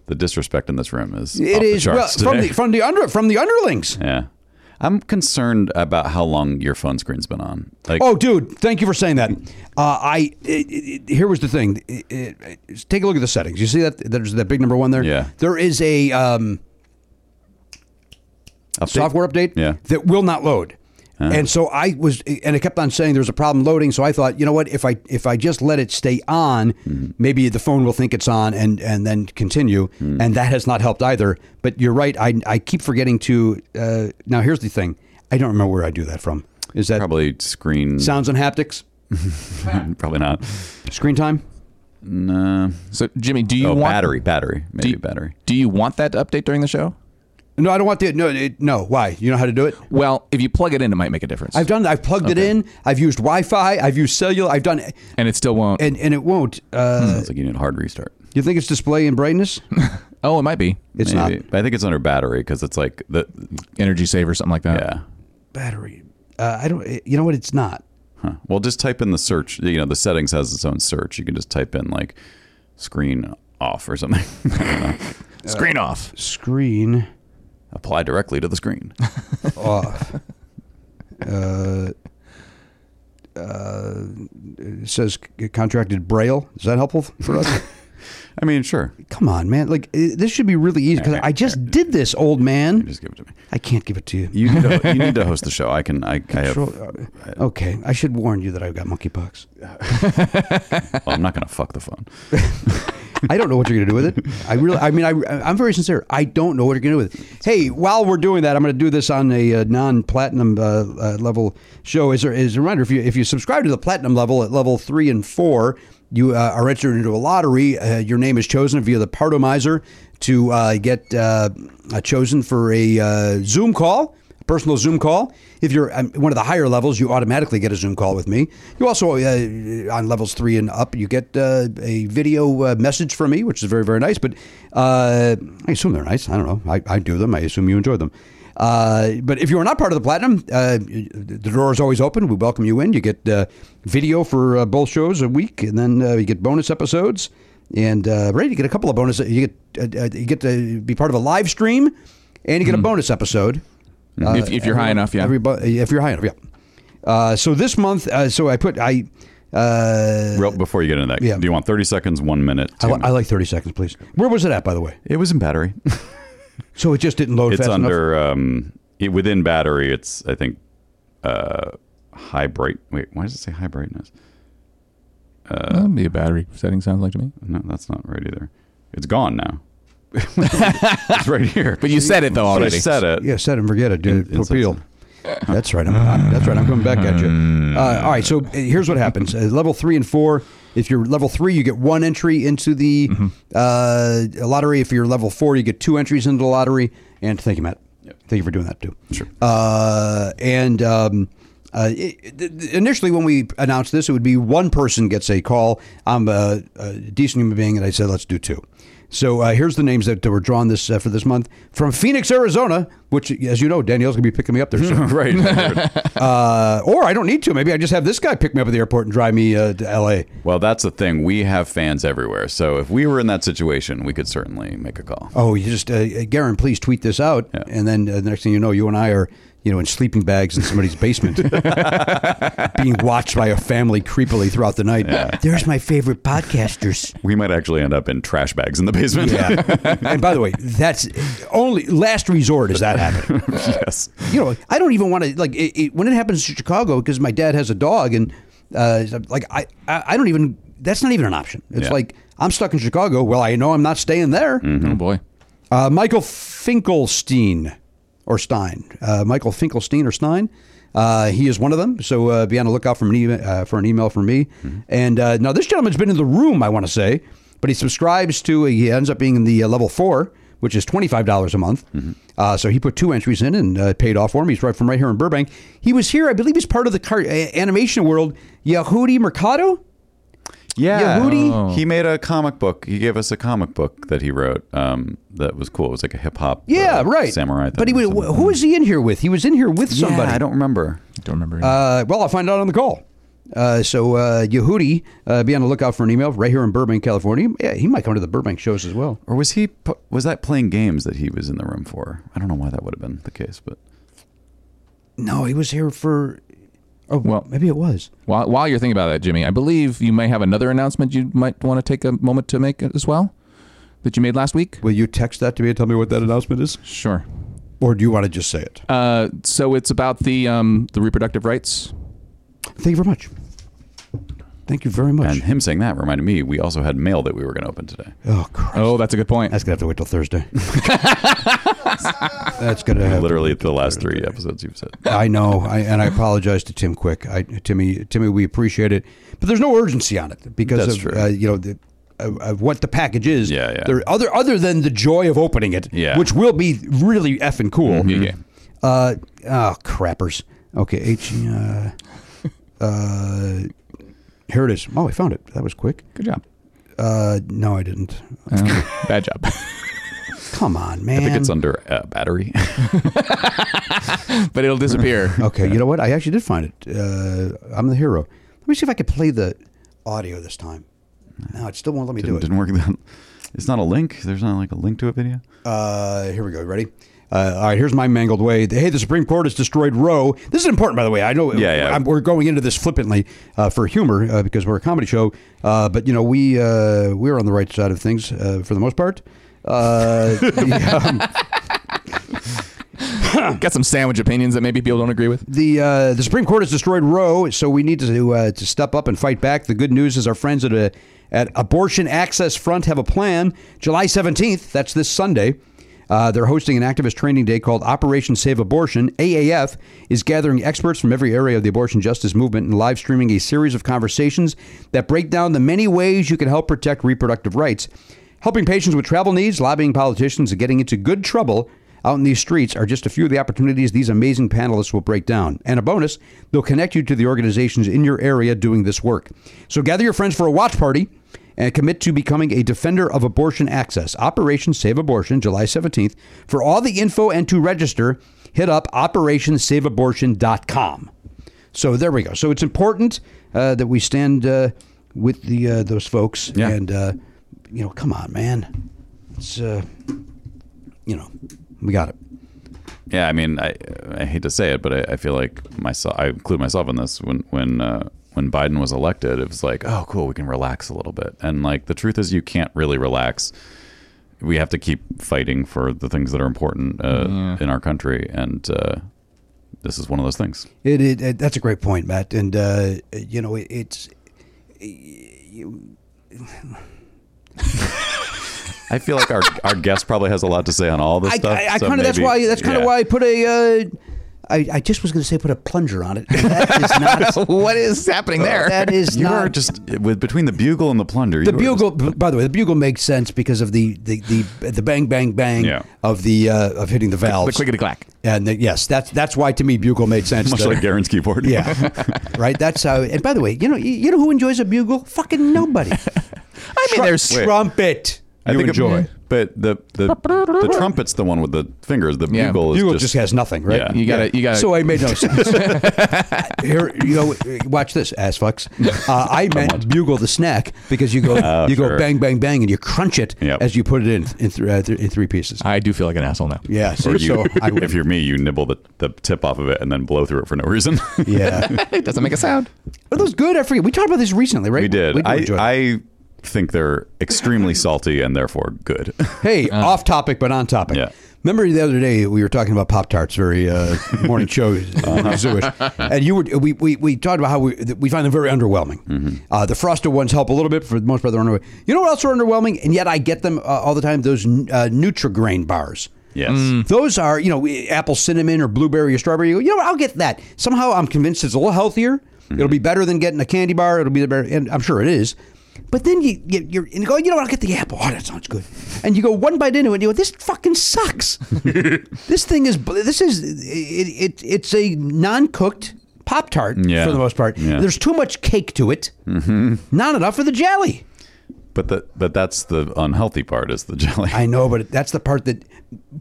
the disrespect in this room is
It
off the
is well,
charts
from
today.
the from the under from the underlings.
yeah. I'm concerned about how long your phone screen's been on. Like,
Oh, dude, thank you for saying that. Uh, I it, it, it- here was the thing. It- it- it- take a look at the settings. You see that there's that big number one there.
Yeah.
there is a um,
update-
software update
Yeah. Ah.
that will not load. And so I was, and it kept on saying there was a problem loading. So I thought, you know what? If I if I just let it stay on,
Mm-hmm.
maybe the phone will think it's on and and then continue.
Mm.
And that has not helped either. But you're right. I I keep forgetting to. Uh, now here's the thing. I don't remember where I do that from. Is that
Probably screen.
sounds and haptics,
Probably not.
screen time?
No.
So, Jimmy, do you
oh,
want
battery, battery,
Do
maybe
you,
battery.
Do you want that to update during the show?
No, I don't want the no it, no. Why? You know how to do it?
Well, if you plug it in, it might make a difference.
I've done. I've plugged it in. I've used Wi-Fi. I've used cellular. I've done,
and it still won't.
and and it won't. Uh,
Sounds like you need a hard restart.
You think it's display and brightness?
oh, it might be
It's not.
Maybe. But I think it's under battery because it's like the
energy save or something like that.
yeah.
battery. Uh, I don't. You know what? It's not.
Huh. Well, just type in the search. You know, the settings has its own search. You can just type in like screen off or something. I don't know.
Screen off.
Screen
Apply directly to the screen.
off. uh, uh, it says c- contracted Braille. Is that helpful for us?
I mean, sure.
Come on, man. Like i this should be really easy because I just did this, old man.
Just give it to me.
I can't give it to you.
You need to, you need to host the show. I can. I, I have.
Control-
Well,
uh, okay, I should warn you that I've got monkeypox.
I'm not gonna fuck the phone.
I don't know what you're going to do with it. I really, I mean, I, I'm very sincere. I don't know what you're going to do with it. Hey, while we're doing that, I'm going to do this on a uh, non-platinum uh, uh, level show. Is there is a reminder if you if you subscribe to the platinum level at level three and four, you uh, are entered into a lottery. Uh, your name is chosen via the Pardomizer to uh, get uh, uh, chosen for a uh, Zoom call personal Zoom call. If you're um, one of the higher levels, you automatically get a Zoom call with me. You also, uh, on levels three and up, you get uh, a video uh, message from me, which is very, very nice. But uh, I assume they're nice. I don't know. I, I do them. I assume you enjoy them. Uh, but if you are not part of the platinum, uh, the door is always open. We welcome you in. You get uh, video for uh, both shows a week, and then uh, you get bonus episodes. And uh, right, you get a couple of bonus. You get uh, uh, you get to be part of a live stream, and you get a bonus episode. Uh,
if, if you're high enough, yeah.
Everybody, if you're high enough, yeah. Uh, so this month, uh, so I put I. Uh,
Real, before you get into that,
yeah.
do you want 30 seconds, one minute?
I,
two
li- I
minutes?
like thirty seconds, please. Where was it at, by the way?
it was in battery.
So it just didn't load
it's
fast enough.
under um, it, within battery. It's I think uh, high bright. Wait, why does it say high brightness?
That'd be uh, a battery setting sounds like to me.
No, that's not right either. It's gone now. it's right here.
But you said it though
But I
already.
said it.
Yeah, set and forget it, dude.
it's-
Repeal. That's right. I'm, I'm- that's right. I'm coming back at you.
Mm-hmm.
Uh, all right. So uh, here's what happens. Uh, level three and four. If you're level three, you get one entry into the
Mm-hmm.
uh, lottery. If you're level four, you get two entries into the lottery. And thank you, Matt. Thank you for doing that too. Sure. Uh, and um, uh, it, it- initially, when we announced this, it would be one person gets a call. I'm a, a decent human being, and I said, let's do two. So uh, here's the names that were drawn this uh, for this month from Phoenix, Arizona, which, as you know, Danielle's gonna be picking me up there soon.
right.
Uh, or I don't need to. Maybe I just have this guy pick me up at the airport and drive me uh, to L.A.
well, that's the thing. We have fans everywhere. So if we were in that situation, we could certainly make a call.
Oh, you just, uh, Garen, please tweet this out,
Yeah.
and then uh, the next thing you know, you and I are you know, in sleeping bags in somebody's basement, being watched by a family creepily throughout the night. There's my favorite podcasters.
We might actually end up in trash bags in the basement.
Yeah. and by the way, that's only last resort is that happening.
yes.
You know, I don't even want to like it, it, when it happens to Chicago because my dad has a dog and uh, like I, I I don't even that's not even an option. It's
Yeah. Mm.
like I'm stuck in Chicago. Well, I know I'm not staying there.
Oh boy.
Uh, Michael Finkelstein or Stein. Uh, Michael Finkelstein or Stein. Uh, he is one of them. So uh, be on the lookout for an, email uh, for an email from me.
Mm-hmm.
And uh, now this gentleman's been in the room, I want to say, but he subscribes to, he ends up being in the uh, level four, which is $25 a month.
Mm-hmm.
Uh, so he put two entries in and uh, it paid off for him. He's right from right here in Burbank. He was here, I believe he's part of the car- a- animation world, Yehudi Mercado.
Yeah.
Yehudi?
He made a comic book. He gave us a comic book that he wrote. Um, that was cool. It was like a hip hop.
Yeah,
uh,
right.
Samurai.
But he
thing or
was,
something.
who was he in here with? He was in here with
Yeah,
somebody.
I don't remember.
Don't remember.
Uh, well, I'll find out on the call. Uh, so, uh, Yehudi, uh, be on the lookout for an email right here in Burbank, California. Yeah, he might come to the Burbank shows as well.
Or was he? pu- Was that playing games that he was in the room for? I don't know why that would have been the case, but
No, he was here for. Oh, well,
Well-
maybe it was.
while, while you're thinking about that, Jimmy, I believe you may have another announcement you might want to take a moment to make as well that you made last week.
Will you text that to me and tell me what that announcement is?
Sure.
Or do you want to just say it?
Uh, so it's about the um, the reproductive rights.
Thank you very much. Thank you very much.
and him saying that reminded me we also had mail that we were going to open today.
oh, Christ.
Oh, that's a good point.
That's going to have to wait till Thursday. That's going to have
Literally the last three episodes you've said.
I know, I, and I apologize to Tim Quick. I, Timmy, Timmy, we appreciate it, but there's no urgency on it because
That's
of
true.
uh, you know the, of, of what the package is.
Yeah, yeah.
There other other than the joy of opening it,
Yeah. Mm-hmm.
which will be really effing cool.
Yeah.
Uh, oh crappers. Okay, H. Uh, uh, here it is. Oh, I found it. That was quick.
Good job.
Uh, no, I didn't.
Oh, bad job.
Come on, man.
I think it's under uh, battery.
but it'll disappear.
Okay, you know what? I actually did find it. Uh, I'm the hero. Let me see if I could play the audio this time. No, it still won't let me
didn't,
do it.
didn't work. That. It's not a link. There's not like a link to a video.
Uh, here we go. Ready? Uh, all right, here's my mangled way. Hey, the Supreme Court has destroyed Roe. This is important, by the way. I know
Yeah, yeah.
I'm, we're going into this flippantly uh, for humor uh, because we're a comedy show, uh, but you know we uh, we're on the right side of things uh, for the most part. Uh, the, um,
Got some sandwich opinions that maybe people don't agree with.
the uh, the Supreme Court has destroyed Roe, so we need to uh, to step up and fight back. The good news is our friends at uh at Abortion Access Front have a plan. July seventeenth, that's this Sunday. Uh, they're hosting an activist training day called Operation Save Abortion. AAF is gathering experts from every area of the abortion justice movement and live streaming a series of conversations that break down the many ways you can help protect reproductive rights. Helping patients with travel needs, lobbying politicians, and getting into good trouble out in these streets are just a few of the opportunities these amazing panelists will break down. And a bonus, they'll connect you to the organizations in your area doing this work. So gather your friends for a watch party and commit to becoming a defender of abortion access. Operation Save Abortion, July 17th. For all the info and to register, hit up operationsaveabortion.com. So there we go. So it's important uh, that we stand uh, with the uh, those folks.
Yeah.
And, uh, you know, come on, man. It's, uh, you know, we got it.
Yeah, I mean, I I hate to say it, but I, I feel like myself. I include myself in this when when uh, when Biden was elected. It was like, oh, cool, we can relax a little bit. And like the truth is, you can't really relax. We have to keep fighting for the things that are important uh, in our country, and uh, this is one of those things.
It, it, it- that's a great point, Matt. And uh, you know, it, it's
I feel like our our guest probably has a lot to say on all this
I,
stuff.
I, I
so
kind of that's
maybe-
why that's kind of
yeah.
why I put a. Uh, I, I just was going to say put a plunger on it. That is not.
What is happening there?
that is
you
not.
are just with between the bugle and the plunder.
the bugle, b- by the way, the bugle makes sense because of the the the, the bang bang bang
Yeah.
of the uh, of hitting the
The
valves.
clickety clack.
and the, yes, that's that's why to me bugle made sense.
much
The-
like Garen's keyboard.
yeah, right. That's how. And by the way, you know you, you know who enjoys a bugle? Fucking nobody.
I mean, there's
Trumpet.
I
You
think it-
enjoy.
But the the, the trumpet's the one with the fingers. The
Yeah.
bugle is
Bugle
just,
just, has nothing, right?
Yeah.
You gotta, you gotta.
So I made no sense. Here, you know, watch this, ass fucks. Uh, I meant bugle the snack because you go, you go
Oh, sure.
bang, bang, bang, and you crunch it
Yep.
as you put it in in, th- uh, th- in three pieces.
I do feel like an asshole now.
yeah, so,
or you,
so I would.
if you're me, you nibble the, the tip off of it and then blow through it for no reason.
Yeah,
It doesn't make a sound.
are those good? I forget. We talked about this recently, right?
we did. I,
enjoy them.
I think they're extremely salty and therefore good.
Hey, off topic but on topic.
Yeah.
Remember the other day we were talking about Pop Tarts, very uh, morning show, zooish, and you were we, we, we talked about how we that we find them very underwhelming. Uh, the frosted ones help a little bit for the most part. They're underwhelming. You know what else are underwhelming? And yet I get them uh, all the time. Those uh, Nutrigrain bars.
yes.
Those are, you know, we- apple cinnamon or blueberry or strawberry. You go, you know what? I'll get that. Somehow I'm convinced it's a little healthier. It'll be better than getting a candy bar. It'll be the better, and I'm sure it is. But then you get you're and you go, you know what? I'll get the apple. Oh, that sounds good. And you go one bite into it, and you go, this fucking sucks. this thing is bl- this is it, it it's a non cooked pop tart
Yeah.
for the most part.
Yeah. Mm-hmm.
There's too much cake to it. Not enough for the jelly.
But the, but that's the unhealthy part is the jelly.
I know, but that's the part that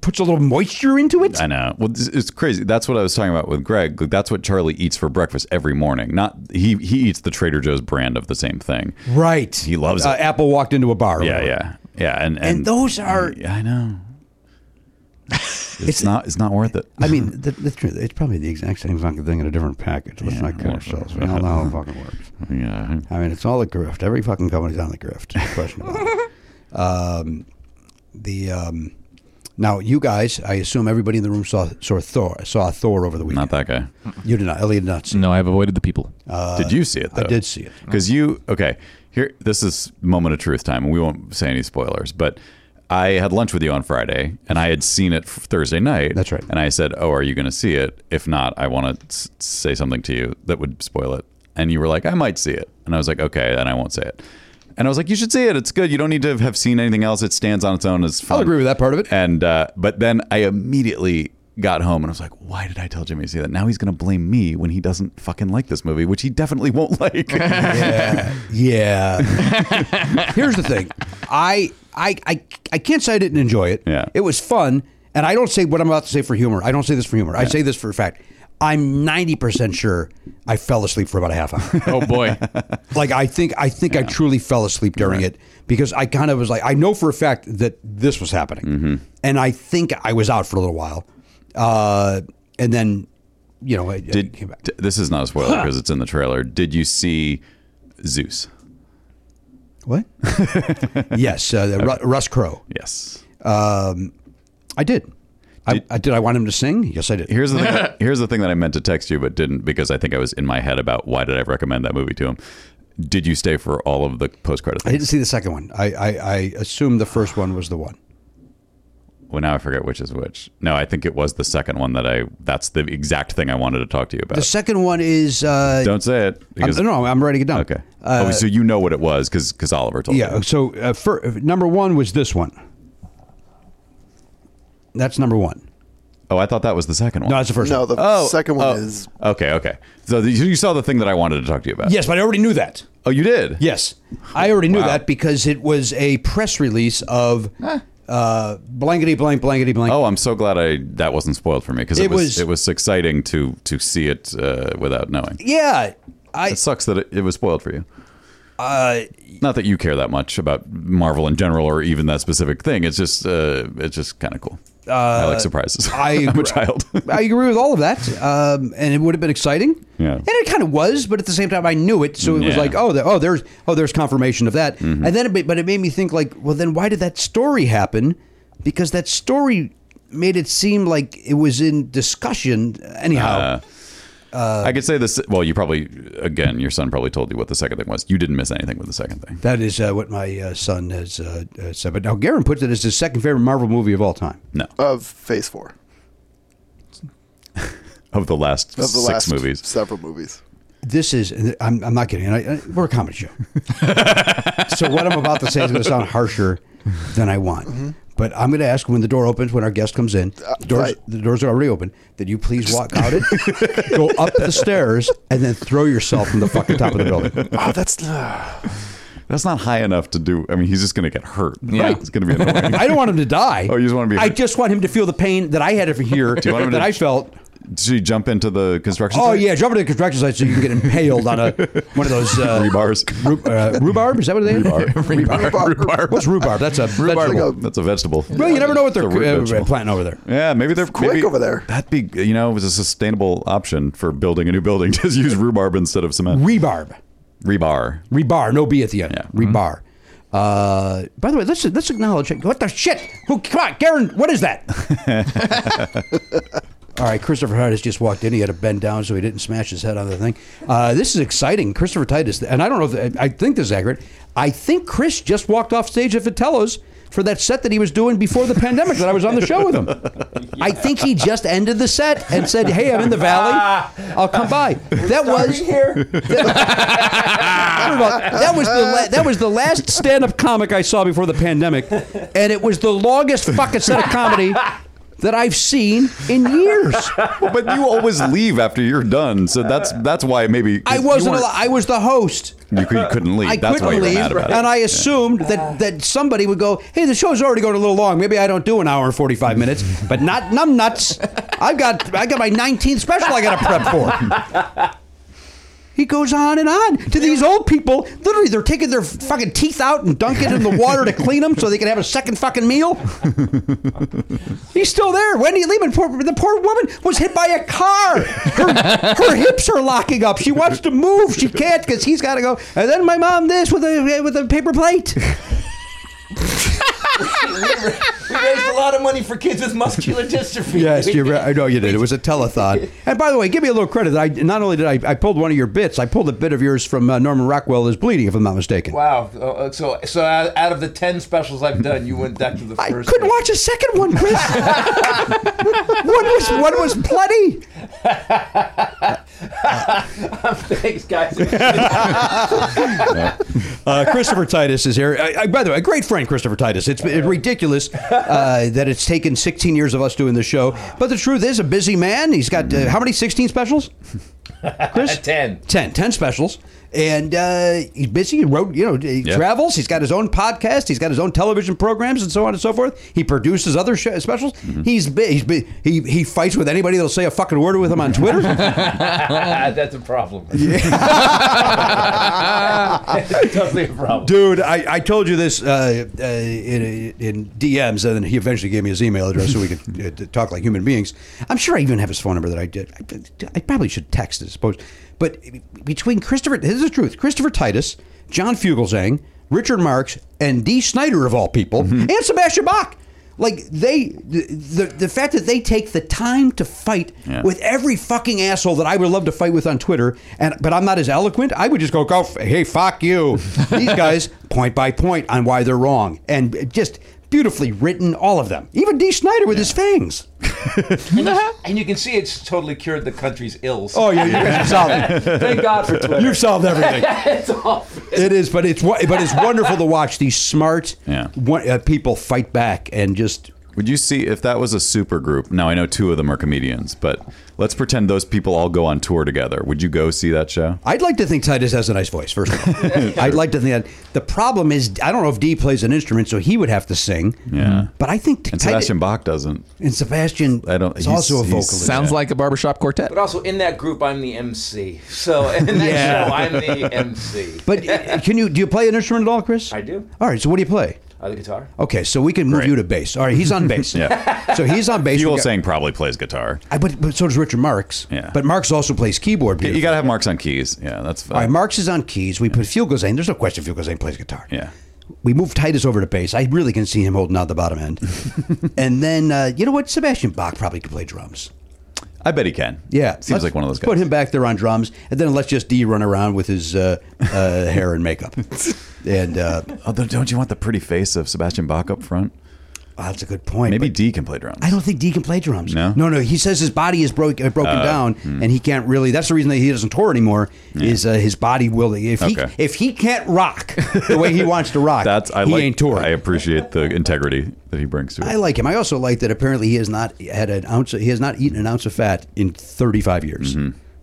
puts a little moisture into it.
I know. Well, it's, it's crazy. That's what I was talking about with Greg. Like, That's what Charlie eats for breakfast every morning. Not he he eats the Trader Joe's brand of the same thing.
Right.
He loves it.
Uh, Apple walked into a bar. or
Yeah,
whatever.
yeah, yeah. And and,
And those are,
Yeah, I know. It's, not. It's not worth it.
I mean, the, the truth, it's probably the exact same fucking thing in a different package. Let's not kid ourselves. We all know how it fucking works.
Yeah.
I mean, it's all a grift. Every fucking company's on the grift. No question about it. Um, the um, now you guys, I assume everybody in the room saw saw Thor saw Thor over the weekend.
Not that guy.
You did not. Elliot did not see.
No, I've avoided the people.
did you see it?
Uh, I
Though?
did see it.
Because you okay? Here, this is moment of truth time, and we won't say any spoilers. But I had lunch with you on Friday, and I had seen it f- Thursday night.
That's right.
And I said, "Oh, are you going to see it? If not, I want to s- say something to you that would spoil it." And you were like, "I might see it," and I was like, "Okay," and I won't say it. And I was like, "You should see it. It's good. You don't need to have seen anything else. It stands on its own. It's fun."
I'll agree with that part of it.
And uh, but then I immediately got home and I was like, why did I tell Jimmy to see that? Now he's gonna blame me when he doesn't fucking like this movie, which he definitely won't like.
Yeah. yeah. Here's the thing. I I I I can't say I didn't enjoy it.
Yeah.
It was fun, and I don't say what I'm about to say for humor. I don't say this for humor. I say this for a fact. I'm 90% sure I fell asleep for about a half hour.
Oh boy.
like I think I think I truly fell asleep during it because I kind of was like I know for a fact that this was happening.
Mm-hmm.
And I think I was out for a little while. Uh, and then you know, I, I came
Did
back.
d- this is not a spoiler because it's in the trailer. Did you see Zeus?
What? yes, uh, the Ru- Russ Crowe.
Yes.
I did. I,
Did-
I did. I want him to sing. Yes, I did.
Here's the thing that, here's the thing that I meant to text you but didn't because I think I was in my head about why did I recommend that movie to him. Did you stay for all of the post credit?
I didn't see the second one. I, I, I assumed the first one was the one.
Well, now I forget which is which. No, I think it was the second one that I. That's the exact thing I wanted to talk to you about.
The second one is. Uh,
Don't say Uh, it.
I'm,
Because,
no, I'm writing it down.
Okay.
Uh,
oh, so you know what it was because Oliver told
yeah.
you.
So uh, fir- number one was this one. That's number one.
Oh, I thought that was the second one.
No, that's the first.
No,
one.
the
oh,
second one
oh.
is
Okay, okay. So the, you saw the thing that I wanted to talk to you about.
yes, but I already knew that.
Oh, you did.
Yes, I already knew that because it was a press release of uh, blankety blank blankety blank.
Oh, I'm so glad I that wasn't spoiled for me because it,
It
was,
was-
it was exciting to to see it uh, without knowing.
yeah. I
It sucks that it, it was spoiled for you. Uh, not that you care that much about Marvel in general or even that specific thing. It's just uh, it's just kind of cool. Uh, I like surprises.
I
am
agree.
a child.
I agree with all of that, um, and it would have been exciting.
Yeah.
and it kind of was, but at the same time, I knew it, so it was
Yeah. Mm-hmm.
like, oh, the, oh, there's, oh, there's confirmation of that, and then, it, ma- but it made me think, like, well, then why did that story happen? Because that story made it seem like it was in discussion. Anyhow,
Uh. I could say this. Well, you probably again, your son probably told you what the second thing was. You didn't miss anything with the second thing.
that is uh, what my uh, son has uh, uh, said. But now, Garen puts it as his second favorite Marvel movie of all time.
No,
of Phase Four
of the last
of the
six
last
movies.
several movies.
This is, I'm, I'm not kidding. And I, I- we're a comedy show. so what I'm about to say is going to sound harsher than I want.
Mm-hmm.
But I'm going to ask when the door opens, when our guest comes in,
Uh,
doors,
right.
the doors are already open, that you please walk out it, go up the stairs, and then throw yourself from the fucking top of the building.
Oh, that's
That's not high enough to do. I mean, he's just going to get hurt.
Yeah.
It's going to be annoying.
I don't want him to die.
Oh, you just want to be
I
hurt.
just want him to feel the pain that I had over here
you want him
that
to-
I felt.
Should he jump into the construction?
Oh
site?
yeah, jump into the construction site so you can get impaled on a one of those uh,
Rebars.
Rub, uh, rhubarb? Is that what they are?
Rhubarb. Rhubarb.
What's rhubarb? That's a
Rhubarb.
vegetable.
Like
That's a vegetable.
Well, you never know what
It's
they're
a root
uh,
vegetable.
planting over there.
Yeah, maybe they're
quick
maybe
over there.
That'd be you know, it was a sustainable option for building a new building. Just use rhubarb instead of cement.
Rebarb,
Rebar.
rebar, no b at the end.
Yeah.
Rebar. Uh, by the way, let's let's acknowledge it. What the shit? Who? Come on, Garen. What is that? All right, Christopher Titus just walked in. He had to bend down so he didn't smash his head on the thing. Uh, this is exciting, Christopher Titus. And I don't know if I think this is accurate. I think Chris just walked off stage at Vitello's for that set that he was doing before the pandemic that I was on the show with him. I think he just ended the set and said, "Hey, I'm in the valley. I'll come by." That was here. I don't know. That was the la- that was the last stand-up comic I saw before the pandemic, and it was the longest fucking set of comedy that I've seen in years.
Well, but you always leave after you're done, so that's that's why maybe
I
you
wasn't.
weren't-
al- I was the host.
You, cou- you couldn't leave.
I
that's why
couldn't
you were
leave,
mad about
and
it.
I assumed that that somebody would go, "Hey, the show's already going a little long. Maybe I don't do an hour and forty-five minutes." But not numb nuts. I've got I got my nineteenth special I got to prep for. He goes on and on to these old people. Literally, they're taking their fucking teeth out and dunking in the water to clean them so they can have a second fucking meal. He's still there. Wendy Lehman, poor, the poor woman, was hit by a car. Her, her hips are locking up. She wants to move. She can't because he's got to go. And then my mom this with a with a paper plate.
We raised a lot of money for kids with muscular dystrophy.
right. I know you did. It was a telethon. And by the way, give me a little credit. I not only did I, I pulled one of your bits. I pulled a bit of yours from uh, Norman Rockwell is bleeding, if I'm not mistaken.
Wow. Uh, So, so out out of the ten specials I've done, you went back to the
I
first.
couldn't
one.
watch a second one, Chris. one was one was plenty.
Thanks, guys.
Uh, Christopher Titus is here. I, I, by the way, a great friend, Christopher Titus. It's, it's ridiculous uh, that it's taken 16 years of us doing this show. But the truth is, a busy man. He's got uh, how many 16 specials? Chris?
Ten.
10. 10 specials. And uh, he's busy. He wrote, you know, he
Yeah.
travels. He's got his own podcast. He's got his own television programs and so on and so forth. He produces other sh- specials. He's, bi- he's bi- he, he fights with anybody that'll say a fucking word with him on Twitter.
That's a problem. It's totally a
Oh.
problem.
Dude, I, I told you this uh, uh, in, in DMs, and then he eventually gave me his email address so we could uh, t- talk like human beings. I'm sure I even have his phone number that I did. I, I probably should text it, I suppose. But between Christopher, this is the truth Christopher Titus, John Fugelsang, Richard Marks, and Dee Snyder, of all people, and Sebastian Bach. Like they, the, the the fact that they take the time to fight
Yeah.
with every fucking asshole that I would love to fight with on Twitter, and but I'm not as eloquent. I would just go, go, f- hey, fuck you. These guys, point by point on why they're wrong, and just beautifully written, all of them. Even D. Snyder with his fangs.
And you can see it's totally cured the country's ills.
Oh yeah, you guys have solved it.
thank God for Twitter.
You've solved everything.
it's all.
It is, but it's wo- but it's wonderful to watch these smart
Yeah.
one- uh, people fight back and just.
Would you see if that was a super group? Now I know two of them are comedians, but let's pretend those people all go on tour together. Would you go see that show?
I'd like to think Titus has a nice voice. First of all, I'd like to think that the problem is I don't know if D plays an instrument, so he would have to sing.
Yeah.
But I think
And
Titus-
Sebastian Bach doesn't.
And Sebastian
I don't-
is
he's-
also a
he's
vocalist.
sound-
Sounds like a barbershop quartet.
But also in that group, I'm the MC. So in that show, I'm the MC.
But uh, can you do you play an instrument at all, Chris?
I do.
All right. So what do you play?
Uh, the guitar.
Okay, so we can move you to bass. All right, he's on bass.
Yeah.
So he's on bass.
Huel
We got-
Sang probably plays guitar.
I, but, but so does Richard Marks.
Yeah.
But Marks also plays keyboard.
You
beautifully.
got to have marks on keys. Yeah, that's fine.
All right, Marks is on keys. We put Fugelsang. There's no question Fugelsang plays guitar.
Yeah.
We move Titus over to bass. I really can see him holding out the bottom end. and then, uh, you know what? Sebastian Bach probably could play drums.
I bet he can.
Yeah.
Seems
let's
like one of those guys.
Put him back there on drums, and then let's just D run around with his uh, uh, hair and makeup. And uh,
Although, don't you want the pretty face of Sebastian Bach up front?
oh, that's a good point.
Maybe
but
D can play drums.
I don't think D can play drums.
No? hmm.
no, no. He says his body is broke, uh, broken down, and he can't really. That's the reason that he doesn't tour anymore. Is uh, his body will? If he
Okay.
if he can't rock the way he wants to rock,
That's I
he
like.
ain't touring.
I appreciate the integrity that he brings to it.
I like him. I also like that apparently he has not had an ounce. Of, he has not eaten an ounce of fat in 35 years.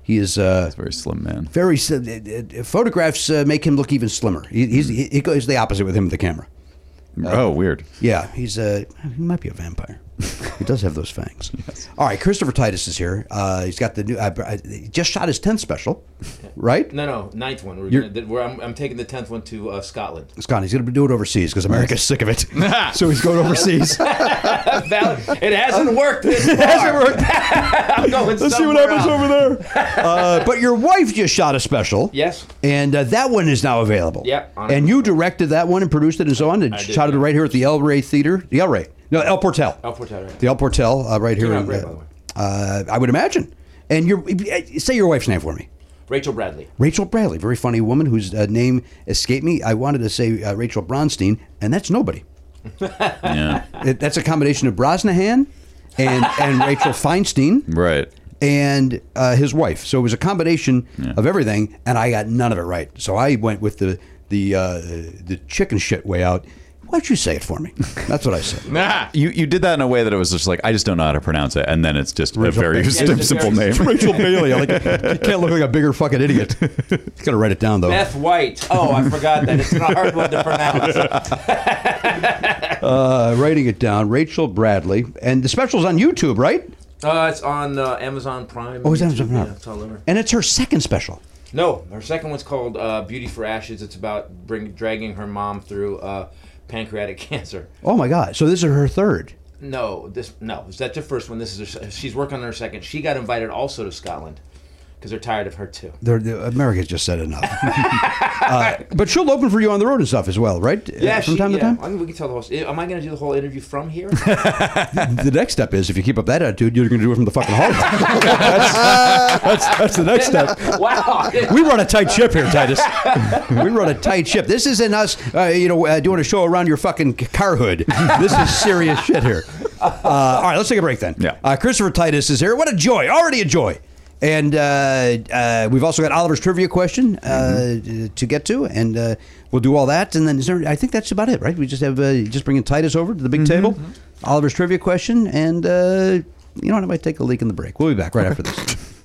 He is uh,
Very slim man.
very s- uh, uh, photographs uh, make him look even slimmer. He, he's he, he goes the opposite with him with the camera.
oh, weird.
Yeah, he's a he might be a vampire. he does have those fangs. All right, Christopher Titus is here. Uh, he's got the new. Uh, uh, he just shot his tenth special, right?
No, no, ninth one. We're
You're-
gonna, th- we're, I'm, I'm taking the tenth one to uh, Scotland.
Scott, he's going to do it overseas because America's sick of it. so he's going overseas.
Valid. It hasn't worked. This far. I'm going
Let's see what
somewhere
happens
else.
over there.
Uh, but your wife just shot a special.
Yes.
And uh, that one is now available.
Yeah, on-
And you directed that one and produced it and so on and
did,
shot it
yeah.
right here at the El Rey Theater. The El Rey. No, El Portel.
El Portel, right.
The El Portel uh, right here.
not
in,
great,
uh,
by the way.
uh, I would imagine. And your uh, say your wife's name for me.
Rachel Bradley.
Rachel Bradley, very funny woman whose uh, name escaped me. I wanted to say uh, Rachel Bronstein, and that's nobody.
yeah.
It, that's a combination of Brosnahan and, and Rachel Feinstein
Right.
and uh, his wife. So it was a combination of everything, and I got none of it right. So I went with the the uh, the chicken shit way out. Why'd you say it for me? That's what I said.
Nah.
You you did that in a way that it was just like I just don't know how to pronounce it, and then it's just a very
Bailey.
sim-
Yeah, it's a
simple
very-
name.
Rachel Bailey. I like you can't look like a bigger fucking idiot. Gotta write it down though.
Beth White. Oh, I forgot that. It's not a hard one to pronounce.
Uh, writing it down. Rachel Bradley, and the special's on YouTube, right?
Uh, it's on uh, Amazon Prime.
Oh, is that
YouTube.
something
Yeah, it's all over.
And it's her second special.
No, her second one's called uh, Beauty for Ashes. It's about bring, dragging her mom through uh, pancreatic cancer.
Oh my God! So this is her third.
No, this no. That's her first one. This is her, she's working on her second. She got invited also to Scotland because they're tired of her too.
They're, the- America's just said enough. uh, but she'll open for you on the road and stuff as well, right? Uh, from
she-
time
yeah.
to
I
time.
mean, we can tell the whole. eh, Am I going to do the whole interview from here?
The next step is if you keep up that attitude, you're going to do it from the fucking hall. that's, that's, that's the next step.
wow.
We run a tight ship here, Titus. we run a tight ship. This isn't us, uh, you know, uh, doing a show around your fucking c- car hood. This is serious shit here. Uh, all right, let's take a break then.
Yeah.
Uh, Christopher Titus is here. What a joy! Already a joy. And uh, uh, we've also got Oliver's trivia question uh, to get to, and uh, we'll do all that. And then is there, I think that's about it, right? We just have uh, just bringing Titus over to the big table, Oliver's trivia question, and uh, you know what? I might take a leak in the break. We'll be back right after this.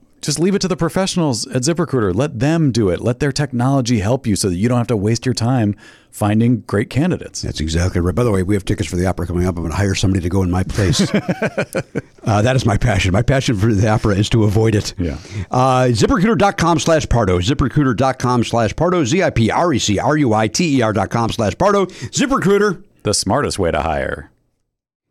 just leave it to the professionals at ZipRecruiter. Let them do it. Let their technology help you so that you don't have to waste your time finding great candidates.
That's exactly right. By the way, we have tickets for the opera coming up. I'm going to hire somebody to go in my place. uh, that is my passion. My passion for the opera is to avoid it.
Yeah.
Uh, ZipRecruiter.com slash Pardo. ZipRecruiter.com slash Pardo. Z I P R E C R U I T E R dot com slash Pardo. ZipRecruiter.
The smartest way to hire.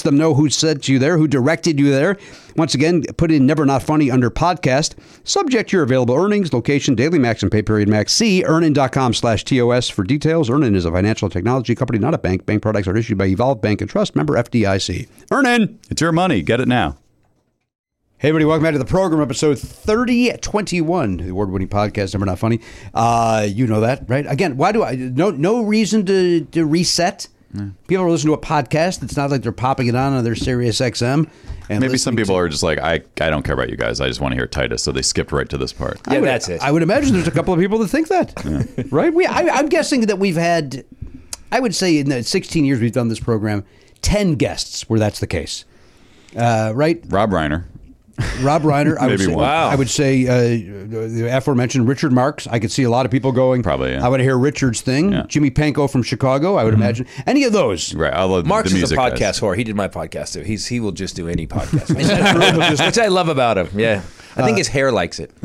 them know who sent you there, who directed you there. Once again, put in Never Not Funny under podcast. Subject to your available earnings, location, daily max, and pay period max. See earnin.com slash TOS for details. Earnin is a financial technology company, not a bank. Bank products are issued by Evolve Bank and Trust, member FDIC. Earnin!
It's your money. Get it now.
Hey, everybody, welcome back to the program, episode 3021, the award winning podcast, Never Not Funny. Uh, you know that, right? Again, why do I, no no reason to, to reset? People are listening to a podcast. It's not like they're popping it on on their Sirius XM. And
Maybe some
listening to-
people are just like, I, I don't care about you guys. I just want to hear Titus. So they skipped right to this part.
Yeah,
I would,
that's it.
I would imagine there's a couple of people that think that, right? We, I, I'm guessing that we've had, I would say in the 16 years we've done this program, 10 guests where that's the case, uh, right?
Rob Reiner.
Rob Reiner, I would
Maybe
say,
one.
I would say uh, the aforementioned Richard Marks. I could see a lot of people going.
Probably, yeah.
I would hear Richard's thing.
Yeah. Mm-hmm.
Jimmy Panko from Chicago. I would imagine any of those.
Right. I love
Mark's
the
is a
music.
podcast
guys.
whore. He did my podcast too. He's he will just do any podcast, which I love about him. Yeah, I
Uh,
think his hair likes it.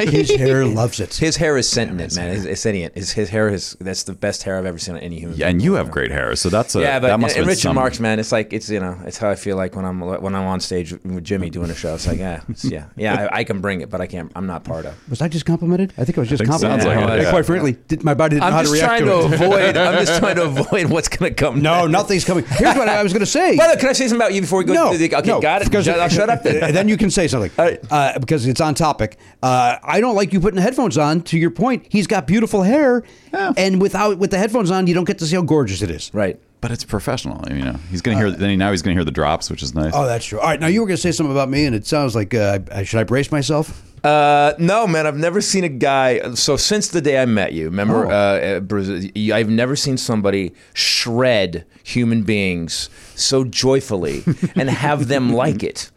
His hair loves it.
His hair is sentient, man. It's, it's sentient. It's, his hair is that's the best hair I've ever seen on any human.
Yeah, and you have great hair. So that's a,
yeah, but
that must have
and, and
been
Richard
some-
Marks, man, it's like it's you know it's how I feel like when I'm when I'm on stage with Jimmy doing a show. It's like yeah, it's- yeah, yeah. I, I can bring it, but I can't. I'm not part of.
Was I just complimented? I think I was just
think it sounds
complimented.
like it,
And
yeah.
Quite frankly, did, my body didn't know how
I'm
to
just
react
trying
to
to
it.
avoid. I'm just trying to avoid what's going to come.
No,
next.
nothing's coming. Here's what I was going to say.
By the way, can I say something about you before we go?
no,
to the, okay,
no,
got it.
because-
Shut, I'll shut up then.
and then you can say something
All right.
uh, because it's on topic. Uh, I don't like you putting headphones on. To your point, he's got beautiful hair, and without with the headphones on, you don't get to see how gorgeous it is.
right.
But it's professional. You know, he's gonna hear. then he- now he's gonna hear the drops, which is nice.
Oh, that's true. All right, now you were going to say something about me, and it sounds like uh, I- should I brace myself?
Uh, no, man, I've never seen a guy. So since the day I met you, remember,
Oh.
uh, uh, Bruce, you- I've never seen somebody shred human beings so joyfully and have them like it.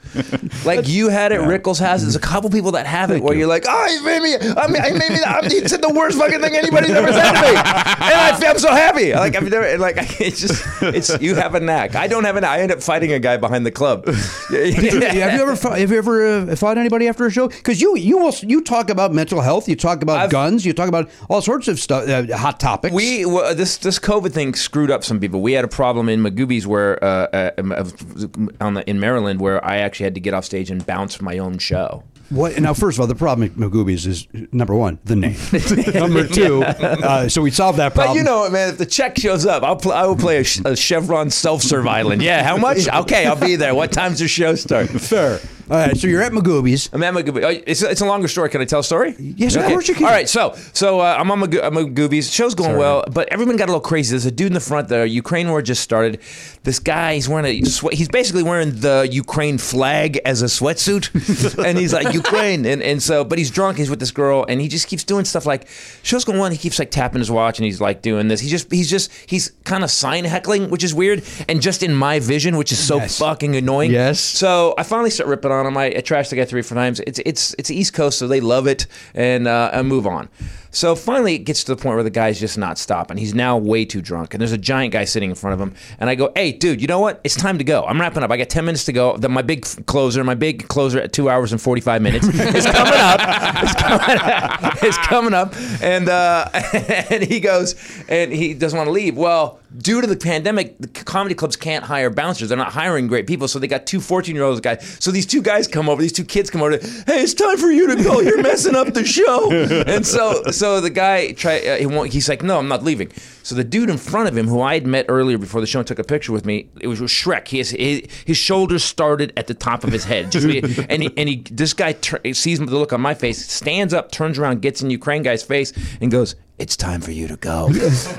Like you had it, Rickles has. it. There's a couple people that have it where you. are like, oh, he made me. I mean, I made me. I'm, he said the worst fucking thing anybody's ever said to me, and I, feel- I'm so happy. Like I've never. Like I- it's just. It's you have a knack. I don't have a knack. I end up fighting a guy behind the club.
Yeah, have you ever fou- have you ever uh, fought anybody after a show? Because you you will you talk about mental health, you talk about
I've-
guns, you talk about all sorts of stuff, uh, hot topics.
We well, this this COVID thing screwed up some people. We had a problem in Magoobies where uh, uh, on the, in Maryland where I actually had to get off stage and bounce my own show.
What now? First of all, the problem with Magoobies is number one, the name. number two, uh, so we solved that
But
problem.
you know, it, man, if the check shows up, I'll pl- I will play a, sh- a Chevron self serve island. Yeah, how much? Okay, I'll be there. What time's the show start?
fair. All right, so you're at Magoobies.
I'm at Magoobies. Oh, It's, it's a longer story. Can I tell a story?
Yes, of course you can.
All right, so so uh, I'm on Magoo- I'm at Magoobies. Show's going well, but everyone got a little crazy. There's a dude in the front there. Ukraine war just started. This guy, he's wearing a sweat. He's basically wearing the Ukraine flag as a sweatsuit, and he's like Ukraine, and and so but he's drunk. He's with this girl, and he just keeps doing stuff like show's going well. And he keeps like tapping his watch, and he's like doing this. He just he's just he's kind of sign heckling, which is weird, and just in my vision, which is so fucking annoying.
Yes.
So I finally start ripping on him. I, I trash the guy three or four times. It's it's it's East Coast, so they love it, and uh, I move on. So finally, it gets to the point where the guy's just not stopping. He's now way too drunk, and there's a giant guy sitting in front of him. And I go, "Hey, dude, you know what? It's time to go. I'm wrapping up. I got 10 minutes to go. The, my big f- closer, my big closer at two hours and 45 minutes is coming up. It's coming up. It's coming up." And uh, and he goes, and he doesn't want to leave. Well, due to the pandemic, the comedy clubs can't hire bouncers. They're not hiring great people. So they got two 14 year olds guys. So these two guys come over, these two kids come over, hey, it's time for you to go. You're messing up the show. And so, so so the guy try uh, he won't, he's like, no, I'm not leaving. So the dude in front of him, who I had met earlier before the show and took a picture with me, it was Shrek. He has, his, his shoulders started at the top of his head, Just be- and he, and he this guy tur- sees the look on my face, stands up, turns around, gets in Ukraine guy's face, and goes. It's time for you to go.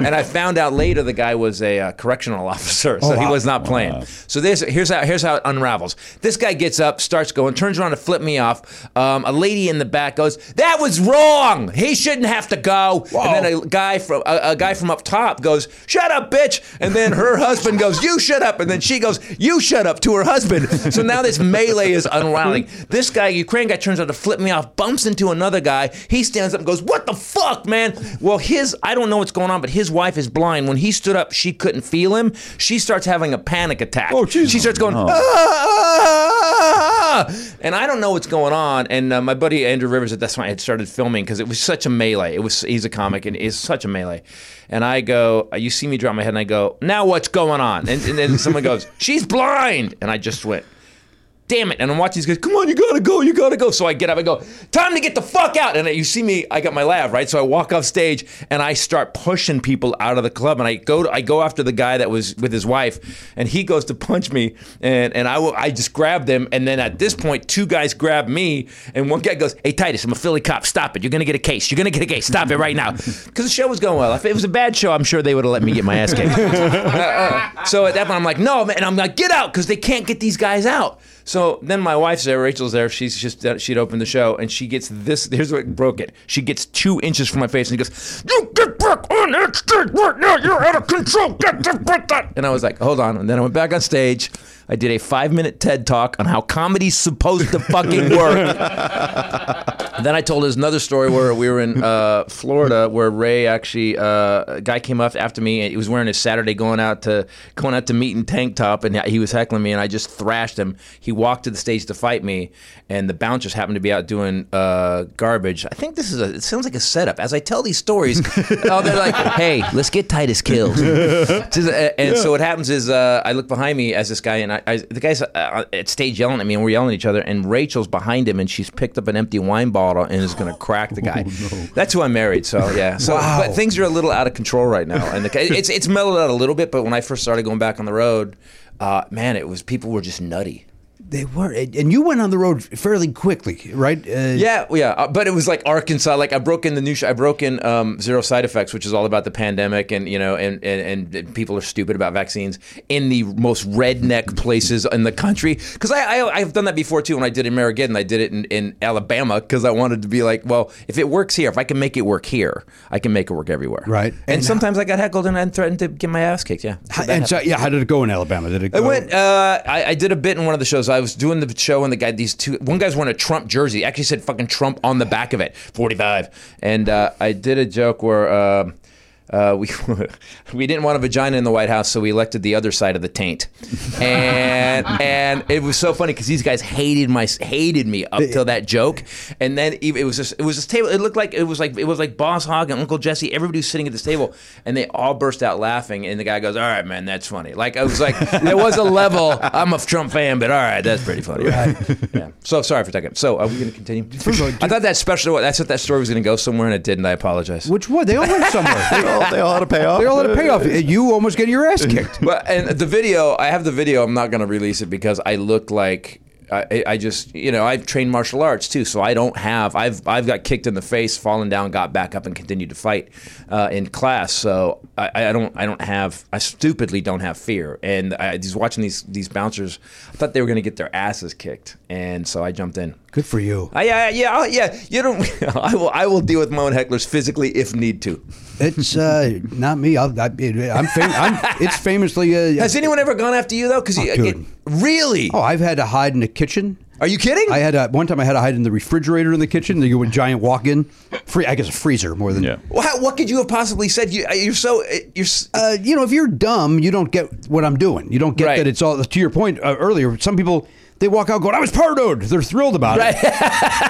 and I found out later the guy was a uh, correctional officer, so he was not playing. So this here's how here's how it unravels. This guy gets up, starts going, turns around to flip me off. Um, a lady in the back goes, "That was wrong. He shouldn't have to go." And then a guy from a, a guy from up top goes, "Shut up, bitch!" And then her husband goes, "You shut up!" And then she goes, "You shut up!" to her husband. So now this melee is unraveling. This guy, Ukraine guy, turns out to flip me off, bumps into another guy. He stands up and goes, "What the fuck, man?" Well, his I don't know what's going on, but his wife is blind. When he stood up, she couldn't feel him. She starts having a panic attack. Oh, Jesus. She starts going, "Ah!" and I don't know what's going on. And uh, my buddy Andrew Rivers at that point had started filming because it was such a melee. It was he's a comic and it's such a melee. And I go, uh, you see me drop my head, and I go, now what's going on? And, and then someone goes, she's blind, and I just went damn it. And I'm watching these guys, come on, you gotta go, you gotta go. So I get up and go, time to get the fuck out. And you see me, I got my lav, right? So I walk off stage and I start pushing people out of the club. And I go to, I go after the guy that was with his wife and he goes to punch me. And, and I, will, I just grab them. And then at this point, two guys grab me. And one guy goes, hey, Titus, I'm a Philly cop. Stop it. You're gonna get a case. You're gonna get a case. Stop it right now. Because the show was going well. If it was a bad show, I'm sure they would have let me get my ass kicked. So at that point, I'm like, no, man. And I'm like, get out because they can't get these guys out. So then my wife's there, Rachel's there. She's just uh, she'd opened the show, and she gets this. Here's what broke it. She gets two inches from my face, and he goes, "You get back on that stage right now. You're out of control. Get the fuck out." And I was like, "Hold on." And then I went back on stage. I did a five-minute TED talk on how comedy's supposed to fucking work. And then I told us another story where we were in uh, Florida, where Ray actually uh, a guy came up after me and he was wearing his Saturday going out to going out to meet in tank top, and he was heckling me, and I just thrashed him. He walked to the stage to fight me, and the bouncers happened to be out doing uh, garbage. I think this is a. It sounds like a setup. As I tell these stories, oh, they're like, "Hey, let's get Titus killed." Just, uh, and so what happens is uh, I look behind me as this guy and I, I the guy's uh, at stage yelling at me and we're yelling at each other and Rachel's behind him and she's picked up an empty wine bottle and is going to crack the guy. That's who I married. So yeah. So but things are a little out of control right now and the, guy- it's it's mellowed out a little bit. But when I first started going back on the road, uh, man, it was people were just nutty.
They were, and and you went on the road fairly quickly, right? Uh,
Yeah, yeah, uh, but it was like Arkansas. Like I broke in the new, sh- I broke in um, Zero Side Effects, which is all about the pandemic, and you know, and, and and people are stupid about vaccines in the most redneck places in the country. Because I, I I've done that before too. When I did it in Marigeddon, I did it in, in Alabama because I wanted to be like, well, if it works here, if I can make it work here, I can make it work everywhere.
Right.
And, sometimes I got heckled and I threatened to get my ass kicked. Yeah. So
how-
that
and so,
happened.
yeah, how did it go in Alabama? Did it
I
go?
went. Uh, I, I did a bit in one of the shows. I was doing the show, and the guy, these two, one guy's wearing a Trump jersey. It actually said "fucking Trump" on the back of it. Forty-five. And uh, I did a joke where uh, uh, we we didn't want a vagina in the White House, so we elected the other side of the taint. And and it was so funny because these guys hated my hated me up till that joke, and then even- it was just it was this table. It looked like it was like it was like Boss Hogg and Uncle Jesse. Everybody was sitting at this table, and they all burst out laughing. And the guy goes, "All right, man, that's funny." Like I was like, there was a level. I'm a Trump fan, but all right, that's pretty funny. Yeah. So sorry for taking. So are we going to continue? I thought that special. That's what that story was going to go somewhere, and it didn't. I apologize.
Which one? They all went somewhere.
They all, they all had a payoff.
they all had a payoff. You almost get your ass kicked.
well, and the video, I have the video. I'm not going to release it because I look like I, I just, you know, I've trained martial arts too, so I don't have. I've I've got kicked in the face, fallen down, got back up, and continued to fight uh, in class. So I, I don't I don't have. I stupidly don't have fear. And I, just watching these these bouncers, I thought they were going to get their asses kicked, and so I jumped in.
Good for you.
I, yeah, yeah, I'll- yeah. You don't. I will. I will deal with my own hecklers physically if need to.
It's uh, not me. I'll, I, I'm, fam- I'm. It's famously. Uh,
Has anyone ever gone after you though? Because
dude.
really,
Oh, I've had to hide in the kitchen.
are you kidding?
I had a, one time I had to hide in the refrigerator in the kitchen. There you would giant walk in, free. I guess a freezer more than.
Yeah.
Well, how, what could you have possibly said?
uh,
You, you're so you're. s-
Uh, you know, if you're dumb, you don't get what I'm doing. You don't get
Right.
that it's all. To your point uh, earlier, some people they walk out going, "I was pardoed." They're thrilled about it.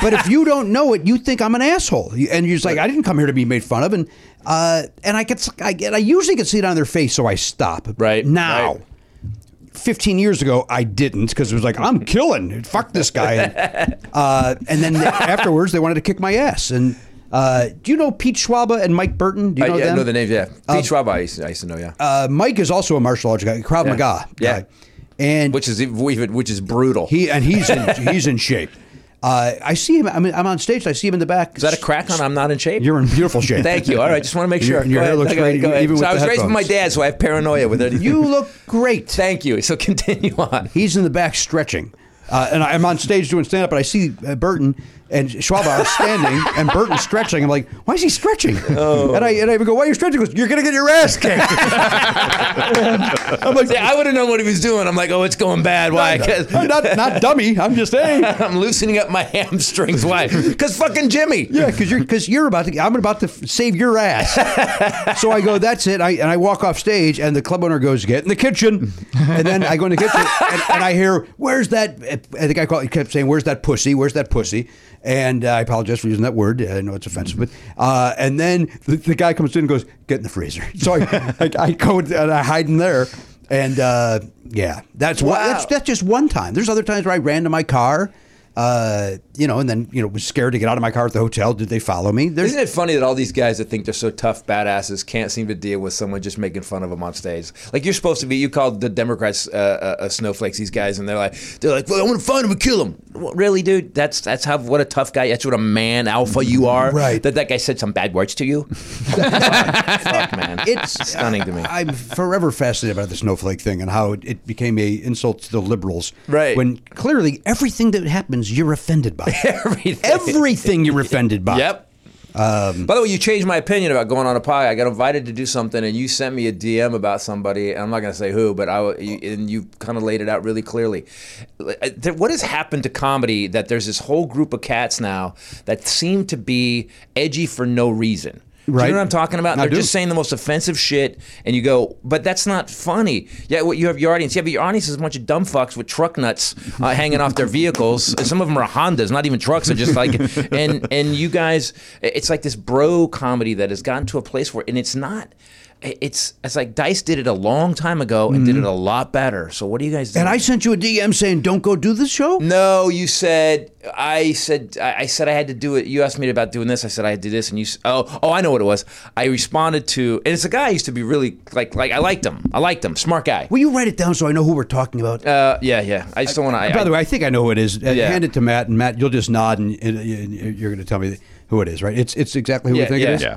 but if you don't know it, you think I'm an asshole, You- and you're just like, "I didn't come here to be made fun of." And uh, and I get, I get, I usually can see it on their face, so I stop.
Right,
now.
right.
15 years ago, I didn't because it was like, I'm killing. Fuck this guy. And, uh, and then afterwards, they wanted to kick my ass. And Uh, do you know Pete Schwaba and Mike Burton? Do you
I,
know
yeah, I
them?
know the names. Yeah, Pete Schwab. I used, to, I used to know. Yeah,
Uh, Mike is also a martial arts guy, Krav Maga
Yeah.
guy, and
which is even- even- which is brutal.
he and he's in, he's in shape. Uh, I see him. I mean, I'm on stage. I see him in the back.
is that a crack on? I'm not in shape.
You're in beautiful shape.
Thank you. All right, just want to make
Your-
sure.
your
Go
hair
ahead,
looks
go ahead,
great,
go ahead.
even
so
with
I
the
was raised by my
headphones.
dad, so I have paranoia with everything.
You look great.
Thank you. So continue on.
He's in the back stretching. Uh, and I'm on stage doing stand up, and I see uh, Burton and Schwab are standing, and Burton stretching. I'm like, why is he stretching?
Oh.
And, I, and I even go, why are you stretching? He goes, you're going to get your ass kicked.
I'm like, yeah, I would have known what he was doing. I'm like, oh, it's going bad. Why? 'Cause
I'm not, not dummy. I'm just saying.
I'm loosening up my hamstrings. Why? Because fucking Jimmy.
Yeah, because you're because you're about to. I'm about to f- save your ass. so I go. That's it. I and I walk off stage, and the club owner goes, "Get in the kitchen." And then I go in the kitchen, and, and I hear, "Where's that?" And the guy called, kept saying, "Where's that pussy? Where's that pussy?" And uh, I apologize for using that word. I know it's offensive, but uh, and then the, the guy comes in and goes, "Get in the freezer." So I I, I go and I hide in there. And uh, yeah, that's one, that's that's just one time. There's other times where I ran to my car, uh, you know, and then you know was scared to get out of my car at the hotel. Did they follow me? There's,
Isn't it funny that all these guys that think they're so tough badasses can't seem to deal with someone just making fun of them on stage? Like you're supposed to be. You called the Democrats uh, uh, uh, snowflakes. These guys, and they're like, they're like, well, I want to find him and kill him. Well, really, dude? That's that's how what a tough guy. That's what a man alpha you are.
Right.
That that guy said some bad words to you. fuck, fuck, man. It's stunning to me.
I'm forever fascinated by the snowflake thing and how it, it became a insult to the liberals.
Right.
When clearly everything that happens, you're offended by.
Everything.
Everything you're offended by.
Yep.
Um,
By the way, you changed my opinion about going on a pie. I got invited to do something, and you sent me a DM about somebody. And I'm not going to say who, but I w- you- and you kind of laid it out really clearly. Like, I- there- What has happened to comedy that there's this whole group of cats now that seem to be edgy for no reason? Do
Right.
you know what I'm talking about?
I
They're
do.
just saying the most offensive shit, and you go, "But that's not funny." Yeah, what you have your audience. Yeah, but your audience is a bunch of dumb fucks with truck nuts uh, hanging off their vehicles. And some of them are Hondas, not even trucks. They're just like, and and you guys, it's like this bro comedy that has gotten to a place where, and it's not. It's it's like Dice did it a long time ago and did it a lot better. So what do you guys? Doing?
Mm-hmm. And I sent you a DM saying, "Don't go do this show."
No, you said I said I I said I had to do it. You asked me about doing this. I said I had to do this, and you s- oh oh I know what it was. I responded to, and it's a guy I used to be really like like I liked him. I liked him, smart guy.
Will you write it down so I know who we're talking about?
Uh, yeah, yeah. I just don't want to.
By the way, I think I know who it is. Uh,
Yeah.
Hand it to Matt, and Matt, you'll just nod, and, and- and you're going to tell me who it is, right? It's it's exactly who we
Yeah,
think
yeah.
it is.
Yeah.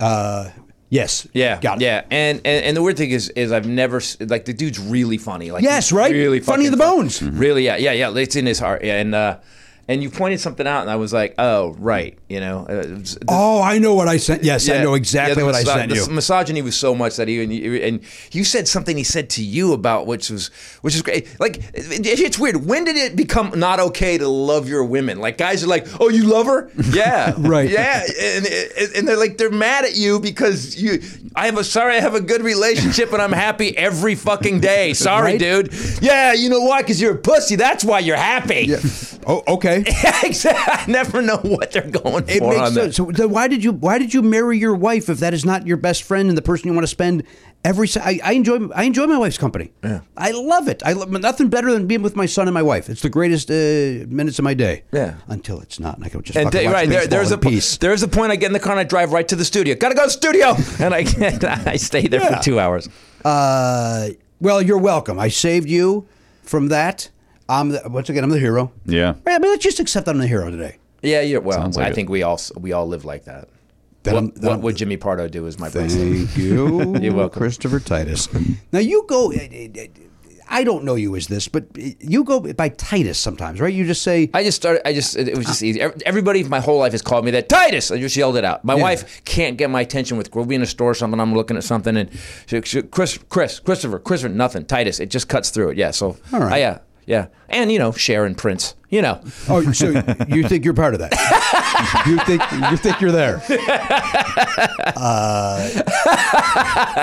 Uh, yes.
Yeah,
Got it.
Yeah, and, and and the weird thing is, is I've never s- like the dude's really funny. Like
Yes,
he's
right?
really
Funny
fucking
to the
fun-
bones.
Really, yeah, yeah, yeah. It's in his heart. Yeah, and uh, and you pointed something out, and I was like, oh right, you know. uh, it's-
Oh, I know what I sent. Yes, I
Yeah.
know
Yeah,
exactly
the
what
miso-
I sent
the
you.
Misogyny was so much that he and you, and you said something he said to you about which was which is great. Like it- it- it's weird. When did it become not okay to love your women? Like guys are like, oh, you love her? Yeah,
Right.
Yeah, and, and and they're like they're mad at you because you. I have a sorry. I have a good relationship and I'm happy every fucking day. Sorry,
Right?
dude. Yeah, you know why? Because you're a pussy. That's why you're happy.
Oh, okay.
Exactly. I never know what they're going
It
for
makes
on that.
sense. So then why did you why did you marry your wife if that is not your best friend and the person you want to spend every? se- I, I enjoy I enjoy my wife's company. Yeah. I love it. I love nothing better than being with my son and my wife. It's the greatest uh, minutes of my day.
Yeah.
Until it's not, and I can just
And
fucking
th-
watch
right there,
baseball
there's
in
a po-
peace.
there's a point I get in the car and I drive right to the studio. Gotta go to the studio, and I get, I stay there for two hours.
Uh, well, you're welcome. I saved you from that. I'm the, once again I'm the hero.
Yeah.
Right, I mean, let's just accept I'm the hero today.
Yeah, you're well.
Sounds
I
like
think we all s- we all live like that.
That
what,
I'm- that
what
I'm-
would Jimmy Pardo do? Is my bracelet.
Thank you.
You're welcome.
Christopher Titus. Now you go. eh, I don't know you as this, but you go by Titus sometimes, right? You just say.
I just started. I just it, it was just easy. Ev- Everybody, my whole life has called me that Titus. I just yelled it out. My wife can't get my attention with. We'll be in a store or something. I'm looking at something and she, she, Chris, Chris, Christopher, Christopher, nothing. Titus. It just cuts through it. Yeah. So
All right.
I, yeah, yeah, and you know Sharon Prince. You know.
oh, so you think you're part of that? you think you think you're there?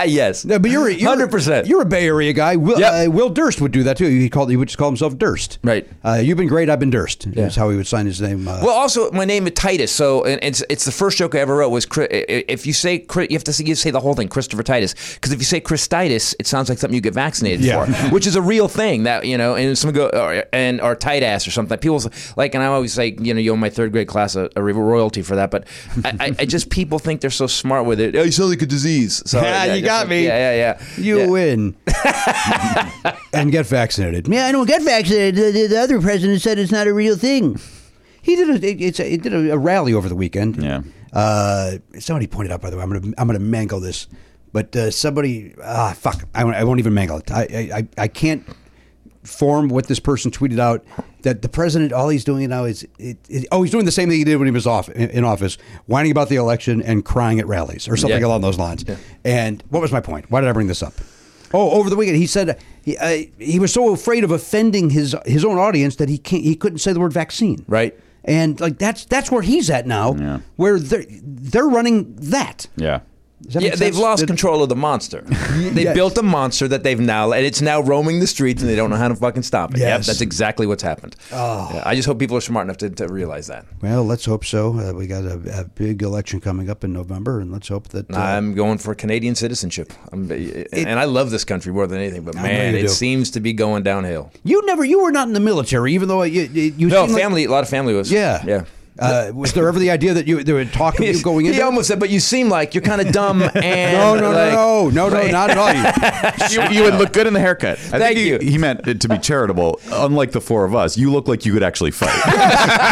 yes. Uh,
No, but you're a- you're-
100%.
You're a Bay Area guy. Will,
Yep.
uh, Will Durst would do that too. He called. He would just call himself Durst.
Right.
Uh, you've been great. I've been Durst. That's how he would sign his name. Uh,
Well, also my name is Titus, so and it's it's the first joke I ever wrote was Chri- if you say Chri- you have to say, you say the whole thing Christopher Titus because if you say Chris Titus, it sounds like something you get vaccinated
Yeah.
for, which is a real thing that you know. And some go or, and or tight ass or something. people s- like, and I always say, you know, you owe my third grade class a, a royalty for that. But I, I, I just people think they're so smart with it. Oh, you sound like a disease. So,
Yeah, you
just
got
like-
me.
Yeah, yeah, yeah.
You win. and get vaccinated.
Yeah, I don't get vaccinated. The, the, the other president said it's not a real thing.
He did a, it- it's a, he did a, a rally over the weekend.
Yeah.
Uh, somebody pointed out, by the way, I'm gonna I'm gonna mangle this, but uh, somebody ah fuck, I, won't- I won't even mangle it. I, I I- I can't form what this person tweeted out that the president all he's doing now is it, it- oh he's doing the same thing he did when he was off in, in office, whining about the election and crying at rallies or something
Yeah.
along those lines. And what was my point? Why did I bring this up? Oh, over the weekend he said he, uh, he was so afraid of offending his his own audience that he can't he couldn't say the word vaccine.
Right.
And like that's that's where he's at now,
Yeah.
where they're they're running that.
Yeah.
Does that
yeah,
make
they've
sense?
lost
That-
control of the monster. they
Yes.
built a monster that they've now, and it's now roaming the streets, and they don't know how to fucking stop it. Yep,
Yes. Oh.
that's exactly what's happened. Yeah, I just hope people are smart enough to, to realize that.
Well, let's hope so. Uh, we got a, a big election coming up in November, and let's hope that. Uh,
I'm going for Canadian citizenship, I'm, eh, and I love this country more than anything. But
know
man,
you
it
do.
seems to be going downhill.
you never, you were not in the military, even though you you you
No,
seem like-
family, a lot of family was.
yeah,
yeah.
Uh, was there ever the idea that you they were talking you going in?
he
there?
almost said, "But you seem like you're kind of dumb." And
no, no,
like-
no, no, no, no, not at all.
you, you would look good in the haircut.
I
Thank
think he,
you.
He meant it to be charitable. Unlike the four of us, you look like you could actually fight.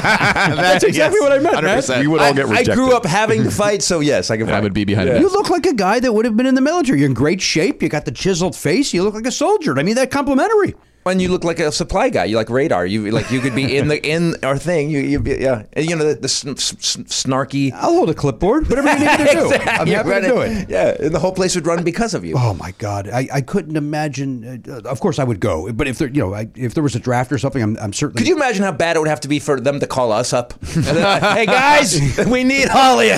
That's
exactly what I meant, man.
we would all
I,
get
I
rejected.
grew up having to fight, so yes, I can. Fight.
I would be behind
You
it.
look like a guy that would have been in the military. You're in great shape. You got the chiseled face. You look like a soldier. I mean, that complimentary.
And you look like a supply guy. You like radar. You like you could be in the in our thing. You you be, yeah. And, you know the, the sn- sn- snarky.
I'll hold a clipboard. Whatever you need me to do, I'm
You
happy
run
to do it.
Yeah, and the whole place would run because of you.
Oh my God, I, I couldn't imagine. Uh, of course, I would go, but if there, you know, I, if there was a draft or something, I'm, I'm certainly.
Could you imagine how bad it would have to be for them to call us up? And then, uh, hey guys, we need Holly.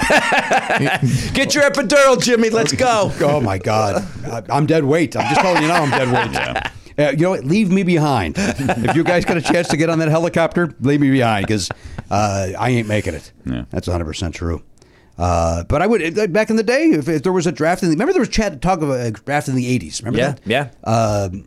Get your epidural, Jimmy. Let's go.
Oh my God, I, I'm dead weight. I'm just telling you now, I'm dead weight. Uh, you know what? Leave me behind. if you guys got a chance to get on that helicopter, leave me behind because uh, I ain't making it. That's 100 percent true. Uh, but I would uh, back in the day if, if there was a draft in the remember there was chat talk of a draft in the 80s. Remember
Yeah,
that?
yeah.
Um,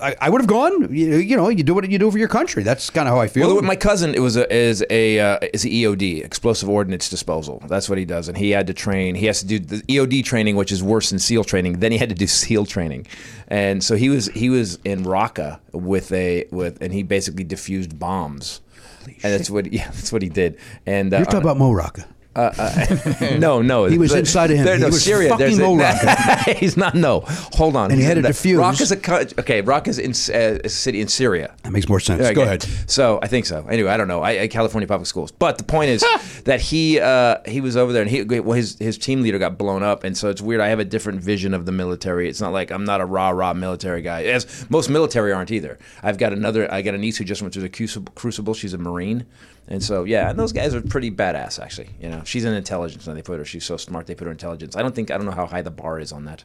I, I would have gone. You, you know, you do what you do for your country. That's kind of how I feel.
Well, my cousin it was a, is a uh, is a EOD, explosive ordnance disposal. That's what he does, and he had to train. He has to do the EOD training, which is worse than SEAL training. Then he had to do SEAL training, and so he was he was in Raqqa with a with, and he basically diffused bombs. and that's what yeah, that's what he did. And uh,
You're talking about Mo Rocca.
no, no.
He was
But
inside of him.
there-
He
no,
was
Syria,
fucking
there's a-
Mo Rocca.
he's not. No, hold
And
on.
he
He's
had
in
to
the-
diffuse.
Raqa's a co- okay. Raqa's in uh, a city in Syria.
That makes more sense. Go
Okay.
ahead.
So I think so. Anyway, I don't know. I, I California public schools. But the point is that he uh, he was over there, and he well his his team leader got blown up, and so it's weird. I have a different vision of the military. It's not like I'm not a rah rah military guy, as most military aren't either. I've got another. I got a niece who just went through the crucible. crucible. She's a marine, and so yeah, and those guys are pretty badass actually. You know, she's in intelligence, and they put her. She's so smart. They put her in intelligence. I don't think I don't know how high the bar is on that.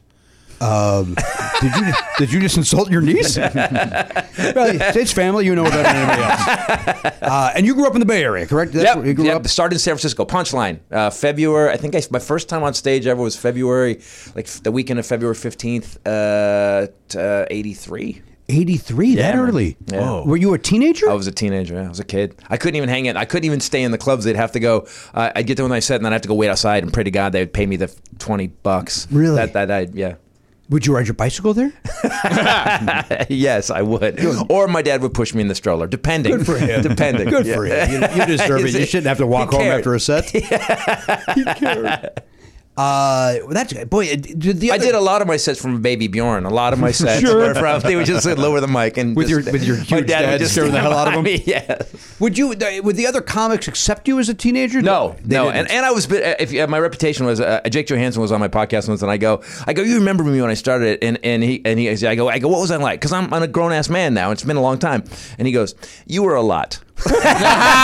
Did you did you just insult your niece? well, it's it's family. You know better than anybody else. Uh, and you grew up in the Bay Area, correct? That's where you
yep,
grew
yep.
up.
Started in San Francisco. Punchline. Uh, February. I think I, my first time on stage ever was February, like f- the weekend of February fifteenth, uh, t- uh, eighty three.
Eighty three. That early. Oh.
Yeah. Oh. Whoa.
Were you a teenager?
I was a teenager. yeah, I was a kid. I couldn't even hang in. I couldn't even stay in the clubs. They'd have to go. Uh, I'd get there when I said, and then I'd have to go wait outside and pray to God they would pay me the f- twenty bucks.
Really?
That that I yeah.
Would you ride your bicycle there?
yes, I would. Or my dad would push me in the stroller, depending.
Good for him.
depending.
Good for you.
Yeah.
You, you deserve it. You shouldn't have to walk
He
home
cared.
after a set. Uh, well, that's boy. uh, Did the
I
other,
did a lot of my sets from Baby Bjorn. A lot of my sets were from. They would just say, lower the mic and
With
just-
your- with your
my
huge
dad would
dad
just
staring the hell out of 'em?
Yeah.
Would you? Would the other comics accept you as a teenager?
No,
They
no,
didn't.
and, and I was. If uh, my reputation was, uh, Jake Johansson was on my podcast once, and I go, I go, you remember me when I started it? And and he and he, I go, I go, what was I like? Because I'm, I'm a grown ass man now. It's been a long time. And he goes, you were a lot.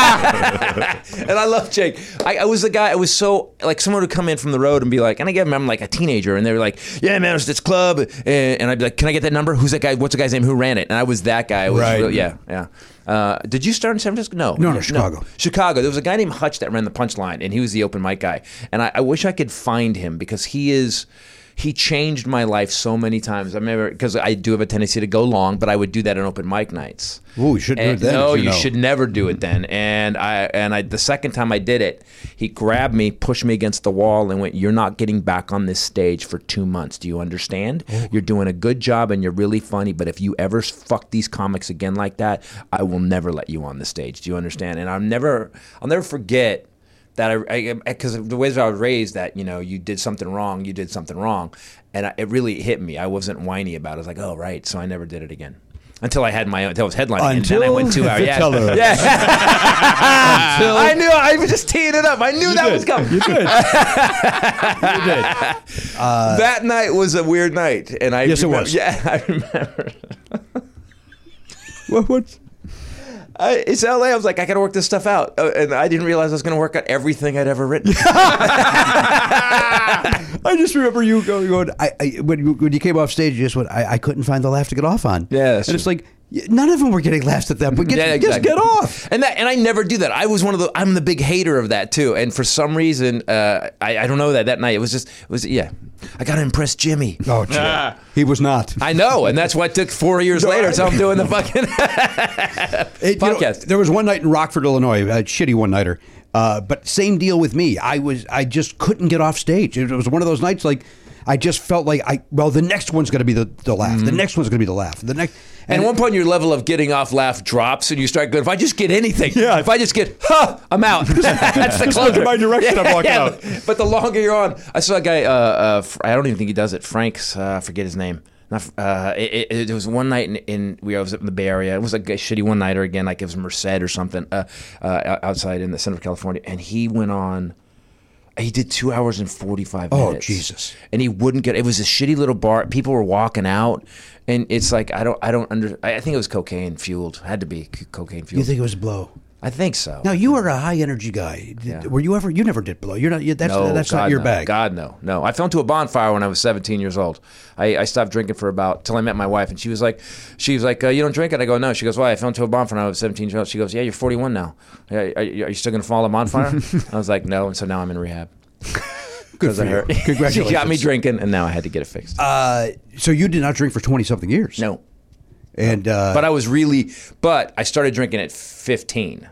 and I love Jake. I, I was the guy. I was so like someone would come in from the road and be like, and I get I'm like a teenager, and they were like, yeah, man, it was this club, and, and I'd be like, can I get that number? Who's that guy? What's the guy's name? Who ran it? And I was that guy. I was
Right.
real- yeah, yeah. Uh, did you start in San Francisco? No,
No, no, Chicago.
Chicago. There was a guy named Hutch that ran the punchline, and he was the open mic guy. And I, I wish I could find him because he is He changed my life so many times. I remember because I do have a tendency to go long, but I would do that in open mic nights.
Ooh, you shouldn't do
And-
it then,
No,
as you
you
know.
should never do it then. And I and I the second time I did it, he grabbed me, pushed me against the wall, and went, "You're not getting back on this stage for two months. Do you understand?
Oh.
You're doing a good job and you're really funny, but if you ever fuck these comics again like that, I will never let you on the stage. Do you understand?" And I'll never, I'll never forget that I because the ways I was raised that you know you did something wrong, you did something wrong, and I, it really hit me. I wasn't whiny about. it. I was like, "Oh right," so I never did it again. Until I had my own, until I was headlining, and then I
Until
went two hours.
the
Yeah,
teller.
yeah. I knew. I was just teeing it up. I knew that was coming. You did. that night was a weird night, and I
Uh, Yes, it
remember-
was.
Yeah, I remember. what? What? I, it's LA. I was like, I gotta work this stuff out, uh, and I didn't realize I was gonna work out everything I'd ever written.
I just remember you going, going I, I, when, you, when you came off stage, you just went, I, I couldn't find the laugh to get off on.
Yeah, that's
And it's like, y- none of them were getting laughs at that point. Get,
Yeah,
Just
exactly.
get off.
And that, and I never do that. I was one of the. I'm the big hater of that too. And for some reason, uh, I, I don't know that that night it was just it was yeah. I gotta impress Jimmy.
Oh, gee. he was not.
Ah. I know, and that's what took four years later. So I'm doing the fucking.
It- you know,
Podcast.
there was one night in Rockford, Illinois, a shitty one nighter. Uh, but same deal with me. I was I just couldn't get off stage. It was one of those nights like I just felt like I well the next one's going to be the, the laugh. The next one's going to be the laugh. The next
Mm. And at one point, your level of getting off laugh drops, and you start going, if I just get anything, yeah. if I just get, huh, I'm out. That's the
Just look
closer.
in my direction, I'm walking out.
But the longer you're on, I saw a guy, uh, uh, Fr- I don't even think he does it, Frank's, uh, I forget his name. Not, Fr- uh, it, it, it was one night in, in we I was up in the Bay Area. It was like a shitty one nighter again, like it was Merced or something uh, uh, outside in the center of California. And he went on. He did two hours and forty five
Oh,
minutes.
Jesus.
And he wouldn't get. It was a shitty little bar. People were walking out, and it's like I don't. I don't under. I I think it was cocaine fueled. Had to be c- cocaine fueled.
you think it was blow.
I think so.
Now you are a high energy guy. Did-
Yeah.
Were you ever? You never did blow. You're not. You, that's
No,
that's
God,
not your
no.
bag.
God no, no. I fell into a bonfire when I was 17 years old. I, I stopped drinking for about till I met my wife, and she was like, she was like, uh, you don't drink it. I go, no. She goes, why? I fell into a bonfire when I was 17 years old. She goes, yeah, you're 41 now. Are, are- are you still gonna fall in a bonfire? I was like, no. And so now I'm in rehab. Because I hurt.
Congratulations.
she got me drinking, and now I had to get it fixed.
Uh, so you did not drink for twenty something years.
no,
And uh,
but I was really, but I started drinking at 15.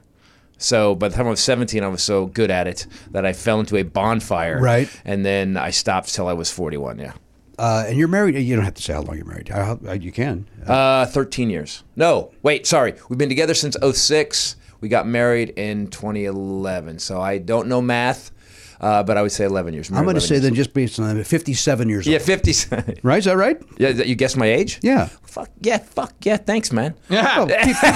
So by the time I was 17, I was so good at it that I fell into a bonfire.
Right.
And then I stopped till I was 41. Yeah.
uh, and you're married. You don't have to say how long you're married. How, how- you can.
Uh, 13 years. No, wait, sorry. We've been together since 06. We got married in 2011. So I don't know math, uh, but I would say 11 years.
I'm going to say
that.
then just based on that, 57 years
Yeah,
old.
50.
Right? Is that right?
yeah, that- you guessed my age?
Yeah.
Fuck yeah, fuck yeah. Thanks, man.
Well, pe- people,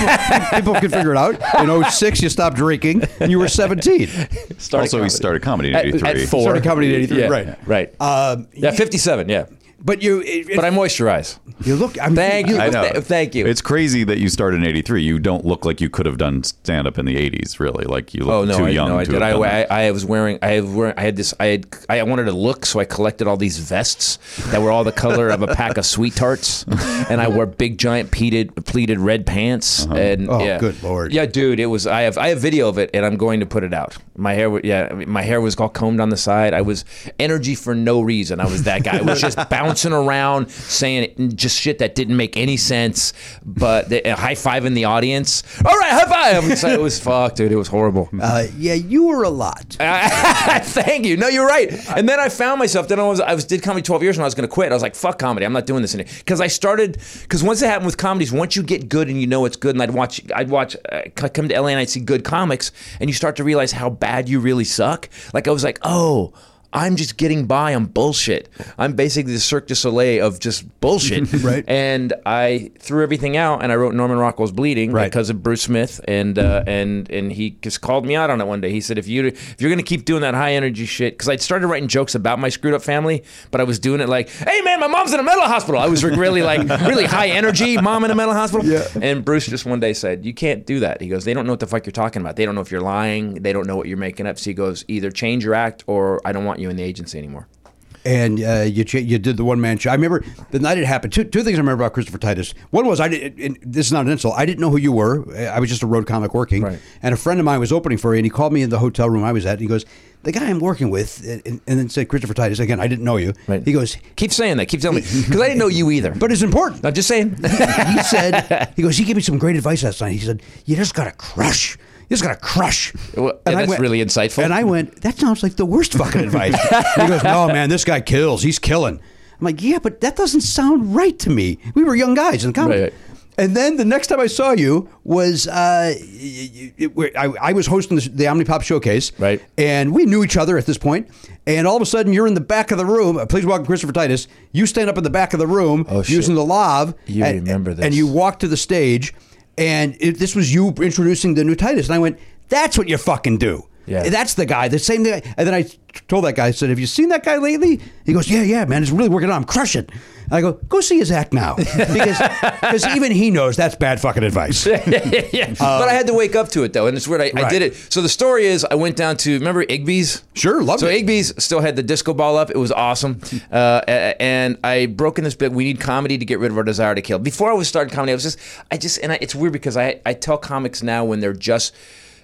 people can figure it out. In 06, you stopped drinking, and you were 17.
Started
also, he
comedy.
started comedy in
At-
'83.
at four.
Started comedy in 83.
Yeah,
Right.
Right.
Um,
yeah, 57. Yeah.
But you, it, it-
But I moisturize.
you look. I mean,
Thank
you,
you.
I know.
Th- thank you.
It's crazy that you started in '83. You don't look like you could have done stand up in the '80s. Really, like you look
Oh no,
too
I,
young.
no, I
to Have
did. I,
done that.
I, I was wearing. I was wearing. I had this. I had. I wanted to look, so I collected all these vests that were all the color of a pack of sweet tarts, and I wore big, giant pleated, pleated red pants.
Uh-huh.
And
Oh,
yeah.
good Lord.
Yeah, dude, it was. I have. I have video of it, and I'm going to put it out. My hair. wa- Yeah, I mean, my hair was all combed on the side. I was energy for no reason. I was that guy. I was just bouncing around, saying just shit that didn't make any sense, but the, uh, high fiving the audience. All right, high five. So it was fucked, dude. It was horrible.
Uh, yeah, you were a lot.
Ah. Thank you. No, you're right. And then I found myself. Then I was I was did comedy 12 years and I was going to quit. I was like, fuck comedy. I'm not doing this anymore. Because I started. Because once it happened with comedies, once you get good and you know it's good, and I'd watch I'd watch uh, c- come to LA and I'd see good comics, and you start to realize how bad you really suck. Like I was like, oh. I'm just getting by on bullshit. I'm basically the Cirque du Soleil of just bullshit.
Right.
And I threw everything out, and I wrote Norman Rockwell's Bleeding
Right.
because of Bruce Smith, and uh, and and he just called me out on it one day. He said, if you if you're gonna keep doing that high energy shit, because I'd started writing jokes about my screwed up family, but I was doing it like, hey man, my mom's in a mental hospital. I was really like really high energy, mom in a mental hospital. Yeah. And Bruce just one day said, you can't do that. He goes, they don't know what the fuck you're talking about. They don't know if you're lying. They don't know what you're making up. So he goes, either change your act or I don't want you in the agency anymore.
and uh, you cha- you did the one man show. I remember the night it happened. Two, two things I remember about Christopher Titus. One was I did. And this is not an insult. I didn't know who you were. I was just a road comic working,
Right.
and a friend of mine was opening for you. And he called me in the hotel room I was at, and he goes, the guy I'm working with, and, and and then said Christopher Titus again. I didn't know you. He goes,
keep saying that, keep telling me, because I didn't know you either.
But it's important.
I'm just saying.
he said, he goes, he gave me some great advice last night. He said, you just got to crush. You just got to crush.
Well, yeah, that's really insightful.
And I went, that sounds like the worst fucking advice. he goes, no, man, this guy kills. He's killing. I'm like, yeah, but that doesn't sound right to me. We were young guys in comedy.
Right.
And then the next time I saw you was uh, y- y- it- where- I, I was hosting the, the Omnipop showcase,
Right.
And we knew each other at this point. And all of a sudden, you're in the back of the room. uh, Please welcome Christopher Titus. You stand up in the back of the room
Oh, shit.
using the lav.
You
and,
remember
And
this.
you walked to the stage, and it, this was you introducing the new Titus. And I went, "That's what you fucking do."
Yeah.
That's the guy, the same guy. And then I told that guy, I said, Have you seen that guy lately? He goes, Yeah, yeah, man, it's really working out. I'm crushing. And I go, Go see his act now. Because 'cause even he knows that's bad fucking advice.
yeah. but I had to wake up to it though, and it's weird. I, I
Right.
did it. So the story is, I went down to remember Igby's.
Sure, loved
so
it.
Igby's still had the disco ball up. It was awesome, uh, a- and I broke in this bit. We need comedy to get rid of our desire to kill. Before I was starting comedy, I was just, I just, and I, it's weird because I, I tell comics now when they're just.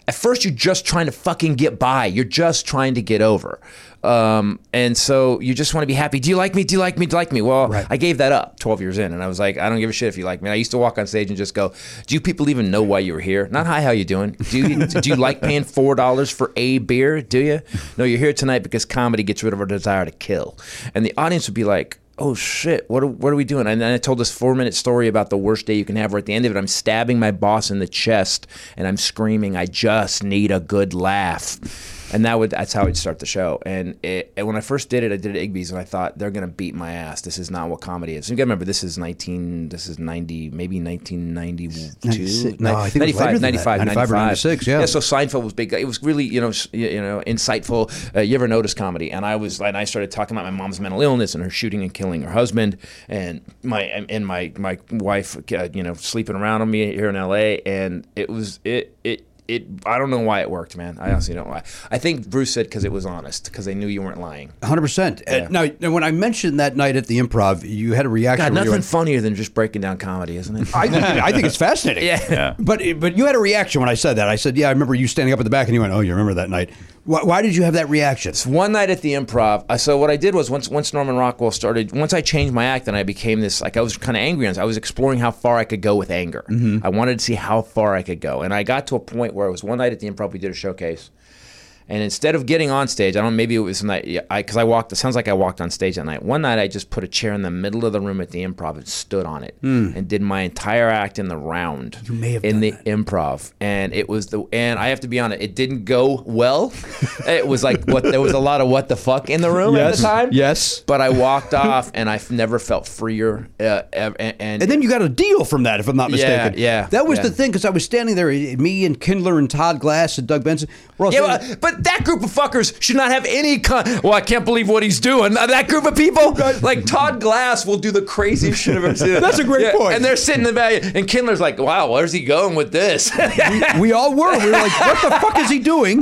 At first, you're just trying to fucking get by. You're just trying to get over, um, and so you just want to be happy. Do you like me? Do you like me? Do you like me? Well,
Right.
I gave that up 12 years in, and I was like, I don't give a shit if you like me. I used to walk on stage and just go, Do you people even know why you were here? Not hi, how you doing? Do you, do you like paying four dollars for a beer? Do you? No, you're here tonight because comedy gets rid of our desire to kill, and the audience would be like. Oh shit! What are, what are we doing? And then I told this four-minute story about the worst day you can have. Where at the end of it, I'm stabbing my boss in the chest and I'm screaming, "I just need a good laugh." and that would that's how I'd start the show. And, it, and when I first did it, I did it at Igby's, and I thought they're gonna beat my ass. This is not what comedy is. You gotta remember, this is nineteen, this is ninety, maybe nineteen ninety two,
Ninety-six. No, I think it was later than that. 95 or 96, yeah.
yeah. So Seinfeld was big. It was really you know s- y- you know insightful. Uh, you ever notice comedy? And I was and I started talking about my mom's mental illness and her shooting and killing her husband and my and my my wife uh, you know sleeping around on me here in L.A. And it was it it. It, I don't know why it worked, man. I honestly don't know why. I think Bruce said because it was honest, because they knew you weren't lying.
Hundred percent. Now, now, when I mentioned that night at the improv, you had a reaction.
God,
where you
nothing
went-
funnier than just breaking down comedy, isn't it?
I think, I think it's fascinating.
Yeah. Yeah.
But but you had a reaction when I said that. I said, yeah, I remember you standing up at the back, and you went, oh, you remember that night. Why, why did you have that reaction?
It's one night at the improv. Uh, so what I did was once once Norman Rockwell started, once I changed my act and I became this like I was kind of angry. And I was exploring how far I could go with anger. I wanted to see how far I could go, and I got to a point where it was one night at the improv. We did a showcase. And instead of getting on stage, I don't. Maybe it was the night because I, 'cause I walked. It sounds like I walked on stage that night. One night, I just put a chair in the middle of the room at the improv and stood on it and did my entire act in the round. You
Hmm. may have
in
done
the
that.
improv, and it was the. And I have to be honest, it didn't go well. it was like what there was a lot of what the fuck in the room at the time.
Yes.
But I walked off, and I've never felt freer. Uh, ev- and, and,
And then you got a deal from that, if I'm not
Yeah,
mistaken.
yeah,
That was
yeah.
the thing because I was standing there, eh, me and Kindler and Todd Glass and Doug Benson. We're all
Yeah,
standing-
well, but that group of fuckers should not have any. Con- well, I can't believe what he's doing. Uh, That group of people, like Todd Glass, will do the craziest shit I've ever seen.
That's a great point.
And they're sitting in the back, and Kindler's like, "Wow, where's he going with this?"
"Mm, we all were. We were like, "What the fuck is he doing?"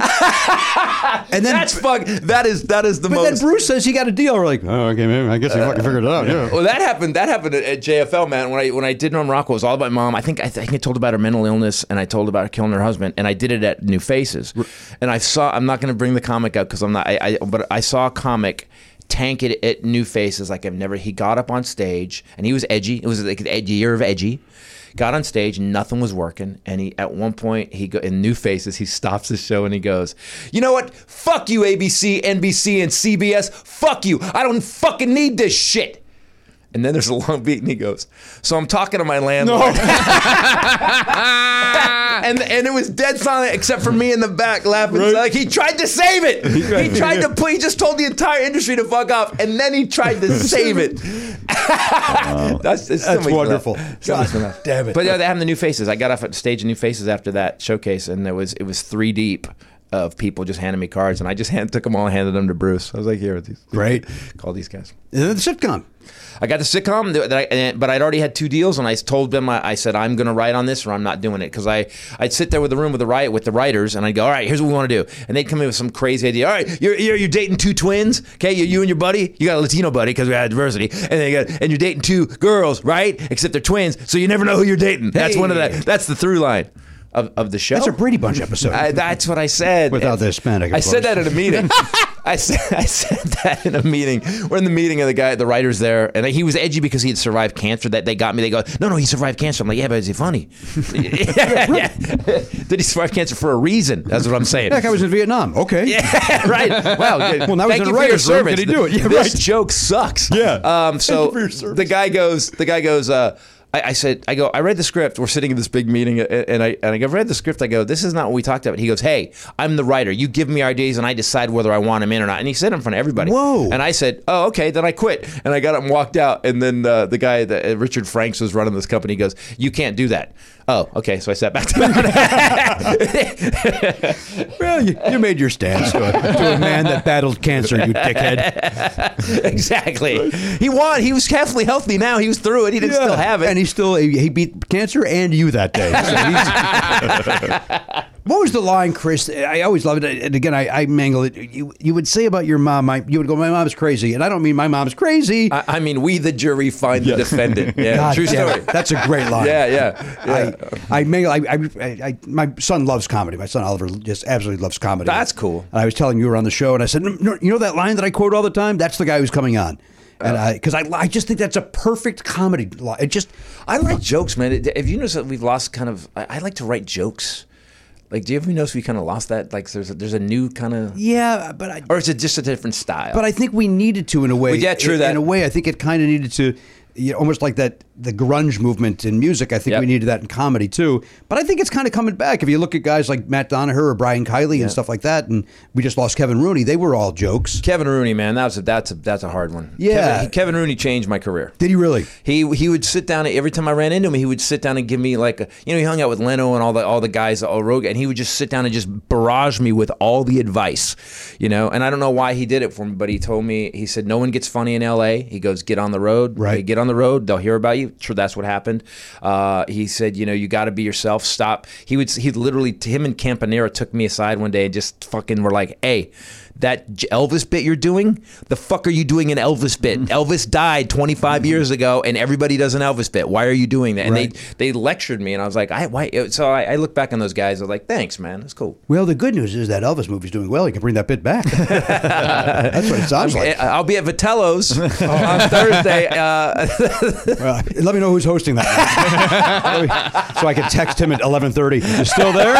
And then,
That's fuck. That is that is the
but then
most.
Bruce says he got a deal. We're like, "Oh, okay, man. I guess he fucking figured it out." Yeah.
well, Oh, that happened. That happened at, at JFL, man. When I when I did Norm Rockwell, it was all about my mom. I think I think I told about her mental illness, and I told about her killing her husband, and I did it at New Faces, and I saw. I'm not going to bring the comic up because I'm not. I, I but I saw a comic tank it at New Faces like I've never. He got up on stage, and he was edgy. It was like the ed- year of edgy. Got on stage, nothing was working, and he at one point he go in New Faces. He stops the show and he goes, "You know what? Fuck you, ABC, NBC, and CBS. Fuck you. I don't fucking need this shit." And then there's a long beat, and he goes, "So I'm talking to my landlord." and and it was dead silent except for me in the back laughing. So, Like he tried to save it. He tried to play. He just told the entire industry to fuck off, and then he tried to save it. that's
That's
it's somebody's
wonderful.
laugh.
God
Somebody's laugh.
damn it.
But yeah, they have the new faces. I got off at the stage of new faces after that showcase, and there was it was three deep. Of people just handing me cards, and I just hand, took them all and handed them to Bruce. I was like, "Here, these,
Great.
call these guys."
And then the sitcom.
I got the sitcom, that I, and- but I'd already had two deals, and I told them I, I said I'm going to write on this or I'm not doing it because I I'd sit there with the room with the riot with the writers, and I'd go, all right, here's what we want to do, and they'd come in with some crazy idea. All right, you're you're, you're dating two twins, okay? You, you and your buddy, you got a Latino buddy because we had diversity, and they got and you're dating two girls, right? Except they're twins, so you never know who you're dating. That's one of
Hey.
that. That's the through line. of, of the show.
That's a Brady Bunch episode.
I, that's what I said.
Without the Hispanic, of
I said
course.
that at a meeting. I said, I said that in a meeting. We're in the meeting, and the guy, the writer's there, and he was edgy because he had survived cancer. That they got me. They go, no, no, he survived cancer. I'm like, yeah, but is he funny? yeah, Did he survive cancer for a reason? That's what I'm saying.
That guy was in Vietnam. Okay.
Yeah, right. Wow. yeah,
Well, now he's in a
thank you for your
writer's room.
service.
Can he do it? Yeah,
this
right.
joke sucks.
Yeah.
Um. So
you for your
the guy goes. The guy goes. Uh. I, I said. I go. I read the script. We're sitting in this big meeting, a- and I and I go, read the script. I go. This is not what we talked about. He goes. Hey, I'm the writer. You give me ideas, and I decide whether I want him in or not. And he said in front of everybody.
Whoa.
And I said, Oh, okay. Then I quit. And I got up and walked out. And then uh, the guy, that, uh, Richard Franks, was running this company. He goes, You can't do that. Oh, okay. So I sat back down.
Well, you, you made your stance to a, to a man that battled cancer, you dickhead.
exactly. He won. He was halfly healthy now. He was through it. He didn't still have it.
And he still he beat cancer and you that day. So he's- what was the line, Chris? I always loved it. And again, I, I mangle it. You, you would say about your mom, I, you would go, "My mom's crazy," and I don't mean my mom's crazy.
I, I mean, we the jury find the defendant. Yeah,
God
true
damn it.
story.
That's a great line.
Yeah, yeah, yeah.
I, I, may, I, I, I, my son loves comedy. My son Oliver just absolutely loves comedy.
That's cool.
And I was telling you were on the show, and I said, "No, no, you know that line that I quote all the time? That's the guy who's coming on. And
Oh.
I, because I, I just think that's a perfect comedy line. It just,
I like jokes, man. It- Have you noticed that we've lost kind of? I, I like to write jokes. Like, do you ever notice we kind of lost that? Like, there's a, there's a new kind of,
yeah, but I,
or is it just a different style?
but I think we needed to in a way.
Well, yeah, true
in,
that.
In a way, I think it kind of needed to, you know, almost like that the grunge movement in music. I think
Yep.
we needed that in comedy too. But I think it's kind of coming back. If you look at guys like Matt Donaher or Brian Kiley and stuff like that, and we just lost Kevin Rooney. They were all jokes.
Kevin Rooney, man, that was a, that's a, that's a hard one.
Yeah.
Kevin, Kevin Rooney changed my career.
Did he really?
He he would sit down every time I ran into him. He would sit down and give me like a, you know he hung out with Leno and all the all the guys all Rogan and he would just sit down and just barrage me with all the advice, you know. And I don't know why he did it for me, but he told me he said no one gets funny in L.A. He goes get on the road,
Right.
Hey, get on the road. They'll hear about you. Sure, that's what happened. Uh, he said you know you got to be yourself. Stop. He would he literally him and Campanera took me aside one day and just fucking were like hey. That J- Elvis bit you're doing, the fuck are you doing an Elvis bit? Elvis died 25 years ago, and everybody does an Elvis bit. Why are you doing that? And
Right.
they they lectured me, and I was like, I why? So I, I look back on those guys. I was like, thanks, man, that's cool.
Well, the good news is that Elvis movie's doing well. You can bring that bit back. That's what it sounds like.
I- I'll be at Vitello's on Thursday. Uh,
Well, let me know who's hosting that, so I can text him at eleven thirty. You still there?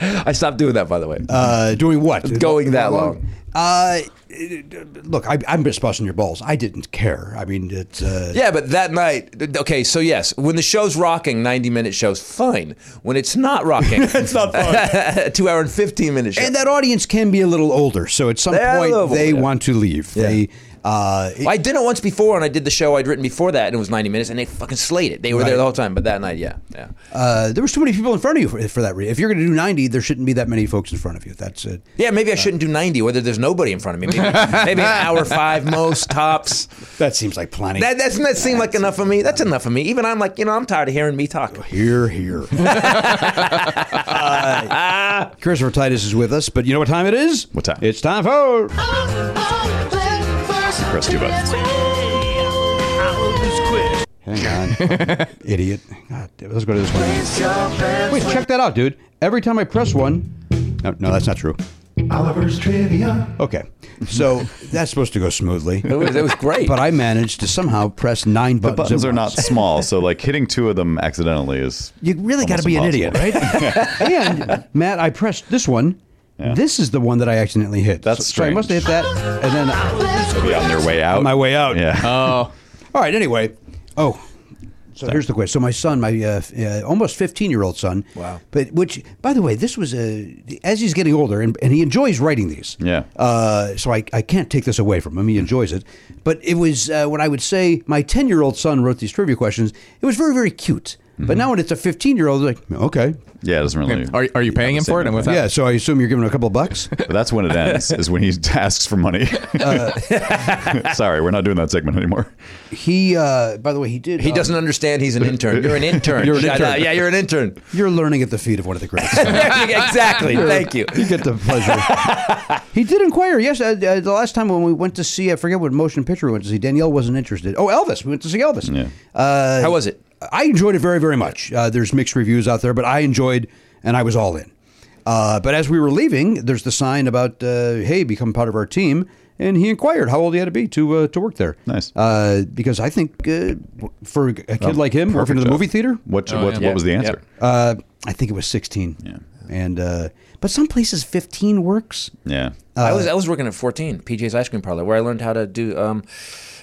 I stopped doing that, by the way.
Uh, doing what?
Going that
Uh, it- it- look, I, I'm just busting your balls. I didn't care. I mean, it's uh,
Yeah, but that night, okay, so yes, when the show's rocking, 90 minute show's fine. When it's not rocking, it's not fun. two hour and 15 minute show.
and that audience can be a little older. So at some
They're a
point,
little
they
older.
want to leave. They, uh, it-
I did it once before, and I did the show I'd written before that, and it was 90 minutes, and they fucking slayed it. They were there the whole time, but that night, yeah. yeah.
uh, there was too many people in front of you for, for that. Re- if you're going to do 90, there shouldn't be that many folks in front of you. That's it.
Yeah, maybe I shouldn't do 90, whether there's nobody in front of me. Maybe, maybe an hour five most, tops.
That seems like plenty.
That, that doesn't that seem like enough of me? That's enough of me. Even I'm like, you know, I'm tired of hearing me talk.
here, here. Uh, Christopher Titus is with us, but you know what time it is?
What time?
It's time for.
Press two buttons.
Hang on, idiot. God, damn it. let's go to this one. Wait, check that out, dude. Every time I press one, no, no, that's not true.
Oliver's trivia.
Okay, so that's supposed to go smoothly,
It was, it was great.
but I managed to somehow press nine buttons.
Buttons
at
are not
once.
small, so like hitting two of them accidentally is.
You really got to
almost
be an idiot,
impossible.
right? and Matt, I pressed this one. This is the one that I accidentally hit.
That's
so, so I must have hit that, and then uh,
Be on their way out.
on my way out.
Yeah.
All right. Anyway, oh, so here's the question. So my son, my uh, f- uh, almost 15 year old son.
Wow.
But which, by the way, this was a as he's getting older, and, and he enjoys writing these.
Yeah.
Uh, so I, I can't take this away from him. He enjoys it. But it was uh, when I would say my 10 year old son wrote these trivia questions. It was very very cute. But now when it's a 15 year old, like okay,
yeah, it doesn't really.
Are, are you paying him for it? And with that,
yeah. So I assume you're giving him a couple bucks.
But that's when it ends, is when he asks for money. Sorry, we're not doing that segment anymore.
he, uh, by the way, he did.
he
uh,
doesn't understand he's an intern. You're an intern.
You're an
Shut
intern.
up. Yeah, you're an intern.
You're learning at the feet of one of the greats.
exactly. Thank you.
You get the pleasure. he did inquire. Yes, uh, uh, the last time when we went to see, I forget what motion picture we went to see. Danielle wasn't interested. Oh, Elvis. We went to see Elvis.
Yeah.
Uh,
How was it?
I enjoyed it very, very much. Uh, there's mixed reviews out there, but I enjoyed and I was all in. Uh, but as we were leaving, there's the sign about, uh, hey, become part of our team. And he inquired how old he had to be to uh, to work there.
Nice.
Uh, because I think uh, for a kid
Oh,
like him working
perfect
in the
job.
movie theater,
What,
Oh,
what,
yeah.
what was the
Yeah.
answer?
uh, I think it was 16. Yeah. And uh, but some places 15 works.
Yeah.
uh,
I was I was working at 14 PJ's ice cream parlor where I learned how to do um,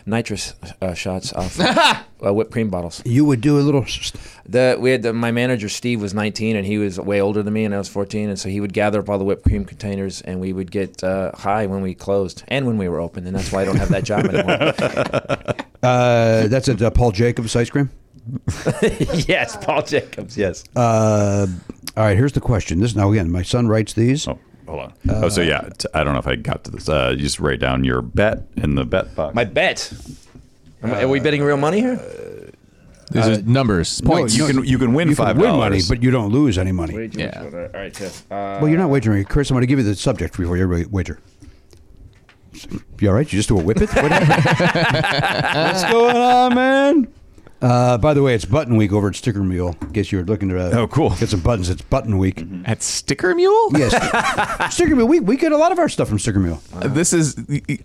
nitrous uh, shots off uh, whipped cream bottles.
You would do a little. s-
The we had the, my manager Steve was 19 and he was way older than me and I was 14 and so he would gather up all the whipped cream containers and we would get uh, high when we closed and when we were open and that's why I don't have that job anymore.
Uh, that's at uh, Paul Jacobs ice cream.
yes, Paul Jacobs. Yes.
Uh, all right, here's the question. This now again, my son writes these.
Oh, hold on. oh, so yeah, t- I don't know if I got to this. Uh, you just write down your bet in the bet box.
My bet. Am I- are we betting real money here?
These are numbers, points.
you can you can win
Uh, You
five
can win money,
dollars.
but you don't lose any money.
Yeah.
All right, Tiff.
Well, you're not wagering, Chris. I'm going to give you the subject before you wa- wager. You all right? You just do a whip it. What happened? What's going on, man? Uh, by the way, it's Button Week over at Sticker Mule. Guess you were looking to uh,
Oh, cool.
get some buttons. It's Button Week.
At Sticker Mule?
Yes, Sticker Mule. We, we get a lot of our stuff from Sticker Mule.
This is,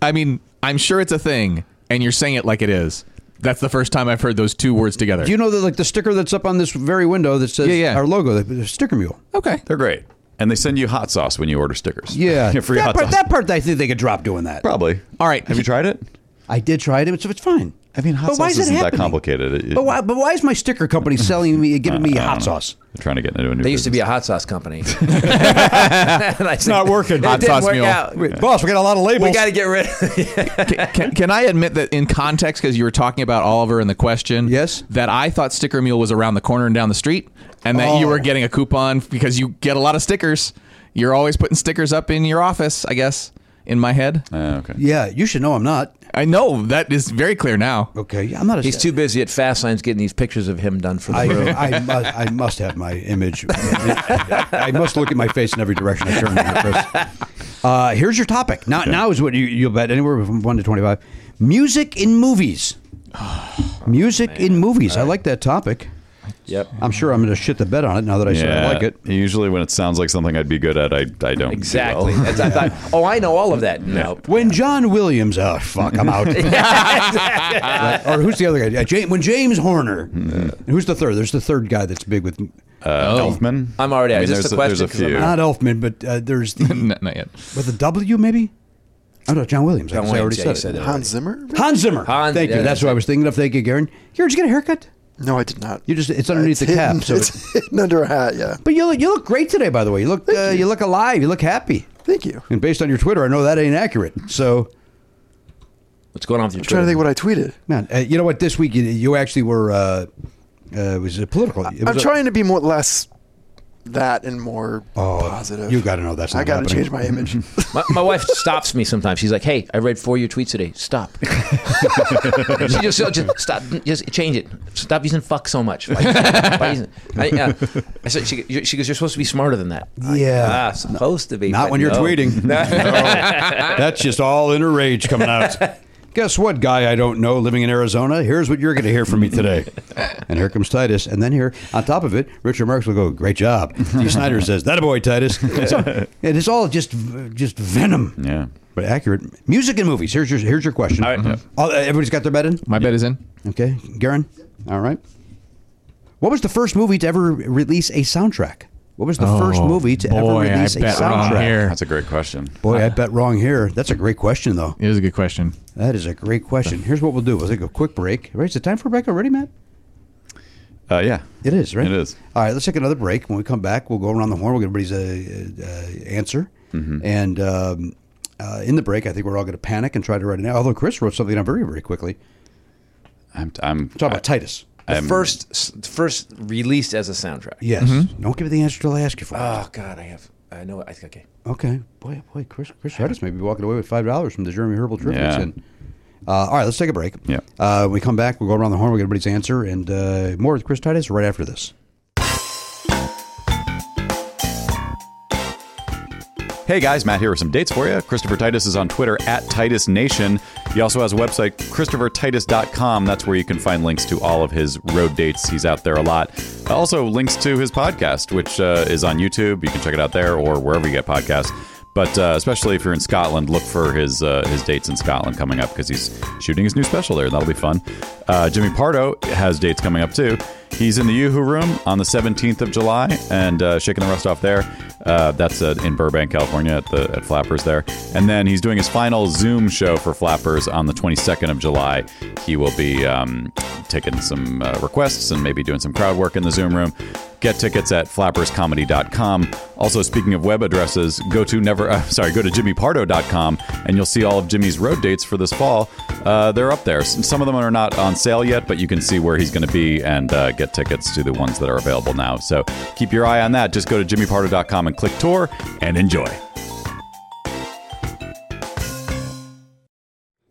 I mean, I'm sure it's a thing, and you're saying it like it is. That's the first time I've heard those two words together.
Do you know that like the sticker that's up on this very window that says
Yeah, yeah.
our logo, the the Sticker Mule?
okay.
They're great, and they send you hot sauce when you order stickers.
Yeah,
free
that
hot
part.
sauce.
That part, I think they could drop doing that.
Probably.
All right.
Have you tried it?
I did try it. It's, it's fine.
I mean, hot
But why is
sauce
it
isn't that
happening?
complicated. It- it-
But why? But why is my sticker company selling me, giving me
I don't
hot
know.
sauce?
They're trying to get into a new.
They used to be
business.
a hot sauce company. it's not working. It
Hot
didn't
sauce
work
mule.
out.
Wait, Boss, we got a lot of labels.
We got to get rid of
can, can, can I admit that in context, because you were talking about Oliver and the question?
Yes.
That I thought Sticker Mule was around the corner and down the street, and that you
Oh.
were getting a coupon because you get a lot of stickers. You're always putting stickers up in your office, I guess, in my head.
Ah, okay.
yeah, you should know I'm not.
I know that is very clear now.
Okay, yeah, I'm not. A,
He's too busy at Fast Lines getting these pictures of him done for the
I,
room.
I, must, I must have my image. I must look at my face in every direction I turn. Uh, Chris. Uh, here's your topic. Now, now is what you, you'll bet anywhere from one to twenty-five. Music in movies. Music in movies. I like that topic.
Yep.
I'm sure I'm going to shit the bed on it now that I said I like it.
Usually, when it sounds like something I'd be good at, I, I don't. do well.
Exactly. That's, I thought, oh, I know all of that. Nope.
When John Williams, oh fuck, I'm out. Right? Or who's the other guy? Uh, James, when James Horner.
Mm-hmm.
Who's the third? There's the third guy that's big with
Uh, Elfman.
I'm already out. Is this
there's
the
a- There's a
question? 'Cause I'm
few.
not Elfman, but uh, there's the
N- not yet.
with a W maybe. I don't know John Williams. I guess I already
yeah,
said,
you
it.
said that already.
Hans Zimmer?
Hans Zimmer.
Hans-
Thank
yeah,
you. That's
that's
what I was thinking of. Thank you, Garen. Here, did you get a haircut?
No, I did not.
You just—it's underneath
It's
the cap.
hidden-
So, it-
it's hidden under a hat. Yeah.
but you look, you look great today, by the way. You look uh, you look alive. You look happy.
Thank you.
And based on your Twitter, I know that ain't accurate. So
What's going on with your
I'm trying to think what I tweeted.
Man, uh, you know what? This week you, you actually were uh, uh, it was a political. it
I'm
was a-
trying to be more less that and more
Oh,
positive.
You got to know that's. Not
I got
happening.
to change my image.
my, my wife stops me sometimes. She's like, hey, I read four of your tweets today. Stop. she just, she'll just stop. Just change it. Stop using fuck so much. Why using- why using- I, uh, I said, she, she goes, you're supposed to be smarter than that. I-
Yeah.
ah, supposed to be.
Not
but
when you're
no.
tweeting. That's just all inner rage coming out. Guess what, guy I don't know living in Arizona? Here's what you're going to hear from me today. And here comes Titus. And then here, on top of it, Richard Marks will go, Great job. D. Snyder says, That a boy, Titus. So, it is all just just venom.
Yeah.
But accurate. Music and movies. Here's your, here's your question. Mm-hmm.
All right. Yeah.
All- everybody's got their bet in?
My bet is in.
Okay. Garen? All right. What was the first movie to ever release a soundtrack? What was the first movie to
Oh, boy,
ever
I
release
bet
a
wrong
soundtrack?
here.
That's a great question.
Boy, I bet wrong here. That's a great question, though.
It is a good question.
That is a great question. Here's what we'll do. We'll take a quick break. Right, is it time for a break already, Matt?
Uh, yeah.
It is, right?
It is.
All right, let's take another break. When we come back, we'll go around the horn. We'll get everybody's uh, uh, answer.
Mm-hmm.
And um, uh, in the break, I think we're all going to panic and try to write it out. Although Chris wrote something down very, very quickly.
I'm. I'm
Talk about Titus.
The
I'm-
first, first released as a soundtrack.
Yes.
mm-hmm.
Don't give me the answer till I ask you for it.
Uh,
Oh, God, I have. I know. I, okay.
Okay. Boy, boy, Chris, Chris Titus may be walking away with five dollars from the Jeremy Herbal trip.
Yeah.
in. Uh, all right, let's take a break.
Yeah.
Uh, when we come back, we'll go around the horn, we'll get everybody's answer, and uh, more with Chris Titus right after this.
Hey guys, Matt here with some dates for you. Christopher Titus is on Twitter at Titus Nation. He also has a website, ChristopherTitus.com. That's where you can find links to all of his road dates. He's out there a lot. Also, links to his podcast, which uh, is on YouTube. You can check it out there or wherever you get podcasts. But uh, especially if you're in Scotland, look for his uh, his dates in Scotland coming up because he's shooting his new special there. That'll be fun. Uh, Jimmy Pardo has dates coming up too. He's in the Yoo-Hoo Room on the 17th of July and uh, shaking the rust off there. Uh, that's uh, in Burbank, California, at the at Flappers there. And then he's doing his final Zoom show for Flappers on the 22nd of July. He will be um, taking some uh, requests and maybe doing some crowd work in the Zoom room. Get tickets at flapperscomedy.com. Also, speaking of web addresses, go to never uh, sorry, go to jimmypardo.com and you'll see all of Jimmy's road dates for this fall. Uh, they're up there. S- Some of them are not on sale yet, but you can see where he's going to be and uh, get tickets to the ones that are available now. So keep your eye on that. Just go to jimmypardo.com and click tour and enjoy.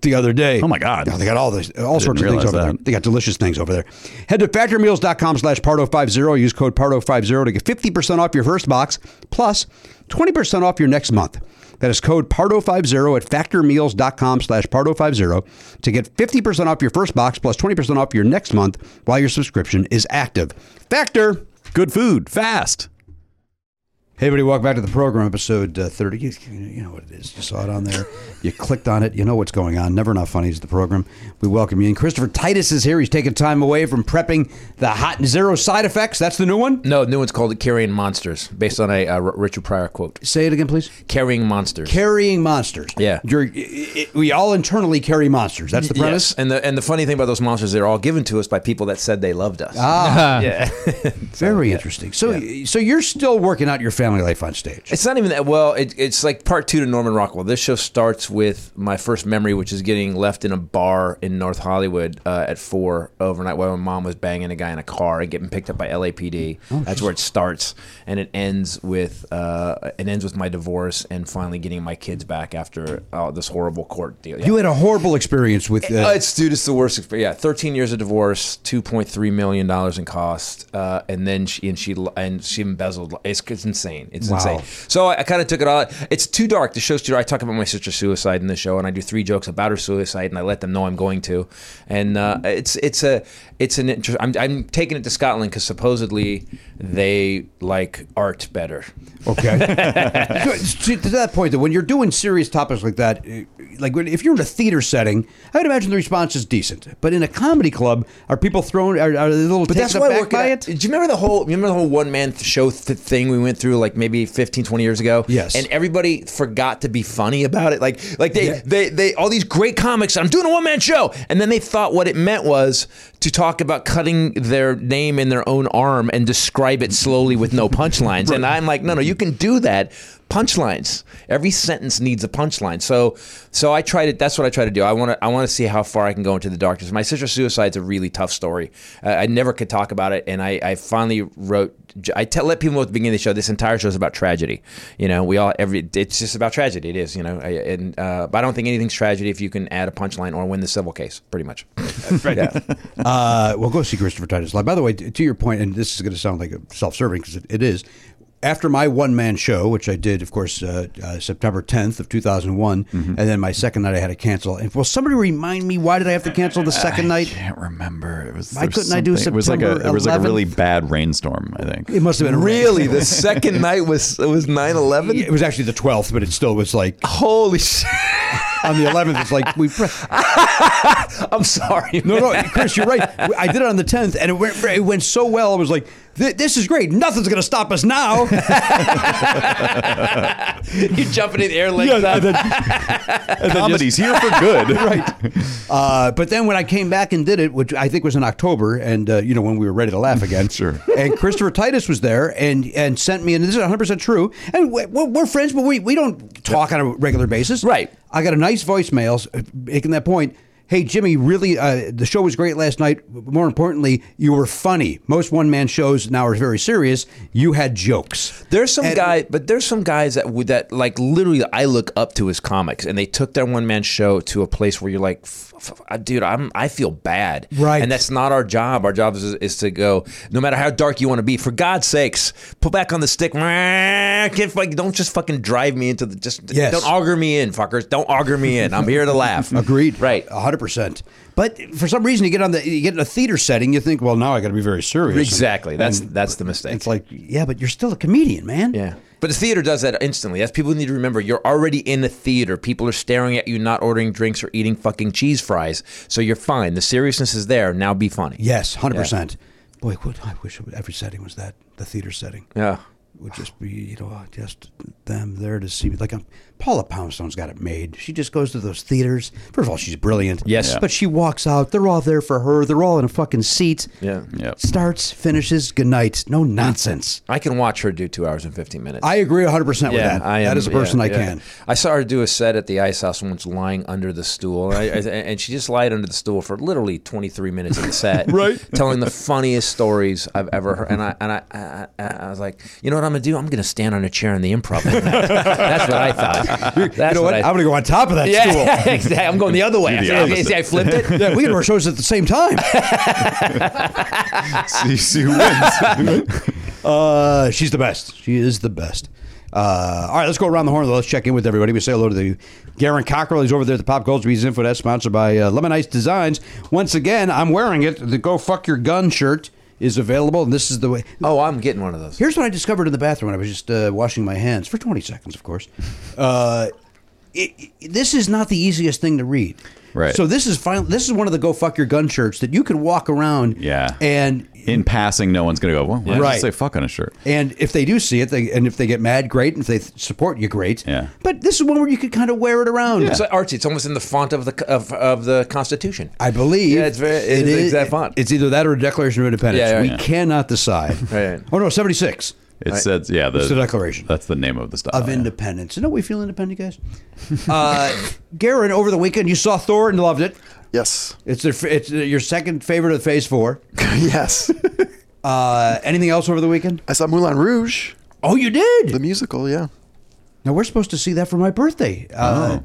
the other day.
Mm. Oh, my God.
Yeah, they got all this, all sorts of
realize
things over there.
that.
They got delicious things over there. Head to factormeals.com slash pardo50. Use code pardo50 to get 50% off your first box plus 20% off your next month. That is code pardo50 at factormeals.com slash pardo50 to get 50% off your first box plus 20% off your next month while your subscription is active. Factor.
Good food, fast.
Hey, everybody, welcome back to the program, episode uh, 30. You, you know what it is. You saw it on there. You clicked on it. You know what's going on. Never Not Funny is the program. We welcome you. And Christopher Titus is here. He's taking time away from prepping the hot and zero side effects. That's the new one?
No, new one's called Carrying Monsters, based on a uh, R- Richard Pryor quote.
Say it again, please.
Carrying Monsters.
Carrying monsters.
Yeah.
You're, i i we all internally carry monsters. That's the premise?
Yes. And the and the funny thing about those monsters, they're all given to us by people that said they loved us.
Ah,
Yeah.
very interesting. So, so you're still working out your family life on stage.
It's not even that. Well, it, it's like part two to Norman Rockwell. This show starts with my first memory, which is getting left in a bar in North Hollywood uh, at four overnight while my mom was banging a guy in a car and getting picked up by LAPD.
Oh,
That's where it starts, and it ends with uh, it ends with my divorce and finally getting my kids back after uh, this horrible court deal. Yeah.
You had a horrible experience with.
Uh,
Uh,
it's dude, it's the worst. exp- Yeah, thirteen years of divorce, two point three million dollars in cost, uh, and then she and she and she embezzled. It's, it's insane. It's
Wow.
insane. So I, I kind of took it all. It's too dark. The show's too dark. I talk about my sister's suicide in the show, and I do three jokes about her suicide, and I let them know I'm going to. And uh, it's it's a it's an interest. I'm I'm taking it to Scotland because supposedly they like art better.
okay. Good. See, to that point, though, when you're doing serious topics like that, uh, like when- if you're in a theater setting, I would imagine the response is decent. But in a comedy club, are people thrown? Are, are they a little
But
taken
that's why
aback
we're
by
gonna-
it?
Do you remember the whole you remember the whole one man th- show th- thing we went through like maybe 15 20 years ago?
Yes.
And everybody forgot to be funny about it. Like like they they, they all these great comics, I'm doing a one man show. And then they thought what it meant was to talk about cutting their name in their own arm and describe it slowly with no punchlines. And I'm like, "No, no, you can do that." Punchlines. Every sentence needs a punchline. So, so I try to. That's what I try to do. I want to. I want to see how far I can go into the darkness. My sister's suicide's a really tough story. Uh, I never could talk about it, and I, I finally wrote. I tell let people know at the beginning of the show. This entire show is about tragedy. You know, we all every. It's just about tragedy. It is. You know, I, and uh, but I don't think anything's tragedy if you can add a punchline or win the civil case. Pretty much. Yeah.
Uh, well, go see Christopher Titus live. By the way, t- to your point, and this is going to sound like self-serving because it, it is. After my one-man show, which I did, of course, uh, uh, September 10th of 2001, and then my second night I had to cancel. And will somebody remind me why did I have to cancel the second night?
can't remember. It was.
Why
there was
couldn't I do
something- It was like a.
September
It was like a
11th?
really bad rainstorm. I think.
It must have been
Really, the second night was it was nine eleven.
It was actually the 12th, but it still was like
Holy shit!
on the 11th. It's like we. Pre-
I'm sorry.
No, no, Chris, you're right. I did it on the 10th, and it went, it went so well. I was like, "Th- "This is great. Nothing's going to stop us now."
You're jumping in the air legs up.
Comedy's here for good. right.
Uh, but then when I came back and did it, which I think was in October, and uh, you know when we were ready to laugh again,
Sure.
And Christopher Titus was there and and sent me, and this is 100 percent true. And we- we're, we're friends, but we we don't talk on a regular basis,
Right.
I got a nice voicemail s- making that point. Hey Jimmy, really, uh, the show was great last night. More importantly, you were funny. Most one man shows now are very serious. You had jokes.
There's some
And-
guy, but there's some guys that would that like literally I look up to as comics, and they took their one man show to a place where you're like, "F- f- f- dude, I'm I feel bad,
Right.
And that's not our job. Our job is, is to go, no matter how dark you want to be. For God's sakes, pull back on the stick. Get, like, don't just fucking drive me into the just.
Yes.
Don't auger me in, fuckers. Don't auger me in. I'm here to laugh.
Agreed.
Right.
hundred percent. But for some reason, you get on the you get in a theater setting, you think, well, now I got to be very serious.
Exactly. That's that's the mistake.
It's like, yeah, but you're still a comedian, man.
Yeah. But the theater does that instantly. That's people need to remember. You're already in the theater. People are staring at you, not ordering drinks or eating fucking cheese fries. So you're fine. The seriousness is there. Now be funny.
Yes, hundred percent. Boy, what I wish every setting was that the theater setting
Yeah.
would just be, you know, uh, just them there to see me. Like, um Paula Poundstone's got it made. She just goes to those theaters. First of all, she's brilliant.
Yes. Yeah.
but she walks out. They're all there for her. They're all in a fucking seat.
Yeah.
Yep.
Starts, finishes, good night. No nonsense.
I can watch her do two hours and 15 minutes.
I agree 100% with that.
I am,
that is a person
yeah,
I
yeah.
can.
I saw her do a set at the Ice House once, lying under the stool, I, I, and she just lied under the stool for literally 23 minutes of the set, right? Telling the funniest stories I've ever heard. And I and I, I, I, I was like, you know what I'm gonna do? I'm gonna stand on a chair in the improv. That's what I thought. That's
you know what?
I,
I'm going to go on top of that stool.
yeah, exactly. I'm going the other way.
Do the
I, see, I flipped it.
Yeah, we can do our shows at the same time.
see, see who wins.
Uh, she's the best. She is the best. Uh, all right, let's go around the horn. Let's check in with everybody. We say hello to the Garen Cockrell. He's over there at the Pop Goldsby's Info Desk, sponsored by uh, Lemon Ice Designs. Once again, I'm wearing it, the Go Fuck Your Gun shirt. is available, and this is the way.
Oh, I'm getting one of those.
Here's what I discovered in the bathroom when I was just uh, washing my hands for 20 seconds, of course. Uh, it, it- this is not the easiest thing to read.
Right.
So this is final. This is one of the "Go fuck your gun" shirts that you can walk around.
Yeah.
And
In passing, no one's going to go, well, why does it
Right.
say fuck on a shirt?
and if they do see it, they and if they get mad, great. And if they th- support you, great.
Yeah.
But this is one where you could kind of wear it around.
It's like artsy. It's almost in the font of the of, of the Constitution.
I believe.
Yeah, it's very- it is the exact font.
It's either that or the Declaration of Independence.
Yeah, yeah,
we
yeah.
cannot decide.
Right.
Oh no, seventy six
It says, yeah, the,
It's the Declaration.
That's the name of the style.
of
yeah.
Independence. You know we feel independent, guys. uh, Garen, over the weekend you saw Thor and loved it.
Yes.
It's their, it's uh, your second favorite of Phase Four.
yes.
Uh, anything else over the weekend?
I saw Moulin Rouge,
Oh, you did.
the musical. Yeah.
Now we're supposed to see that for my birthday. Uh,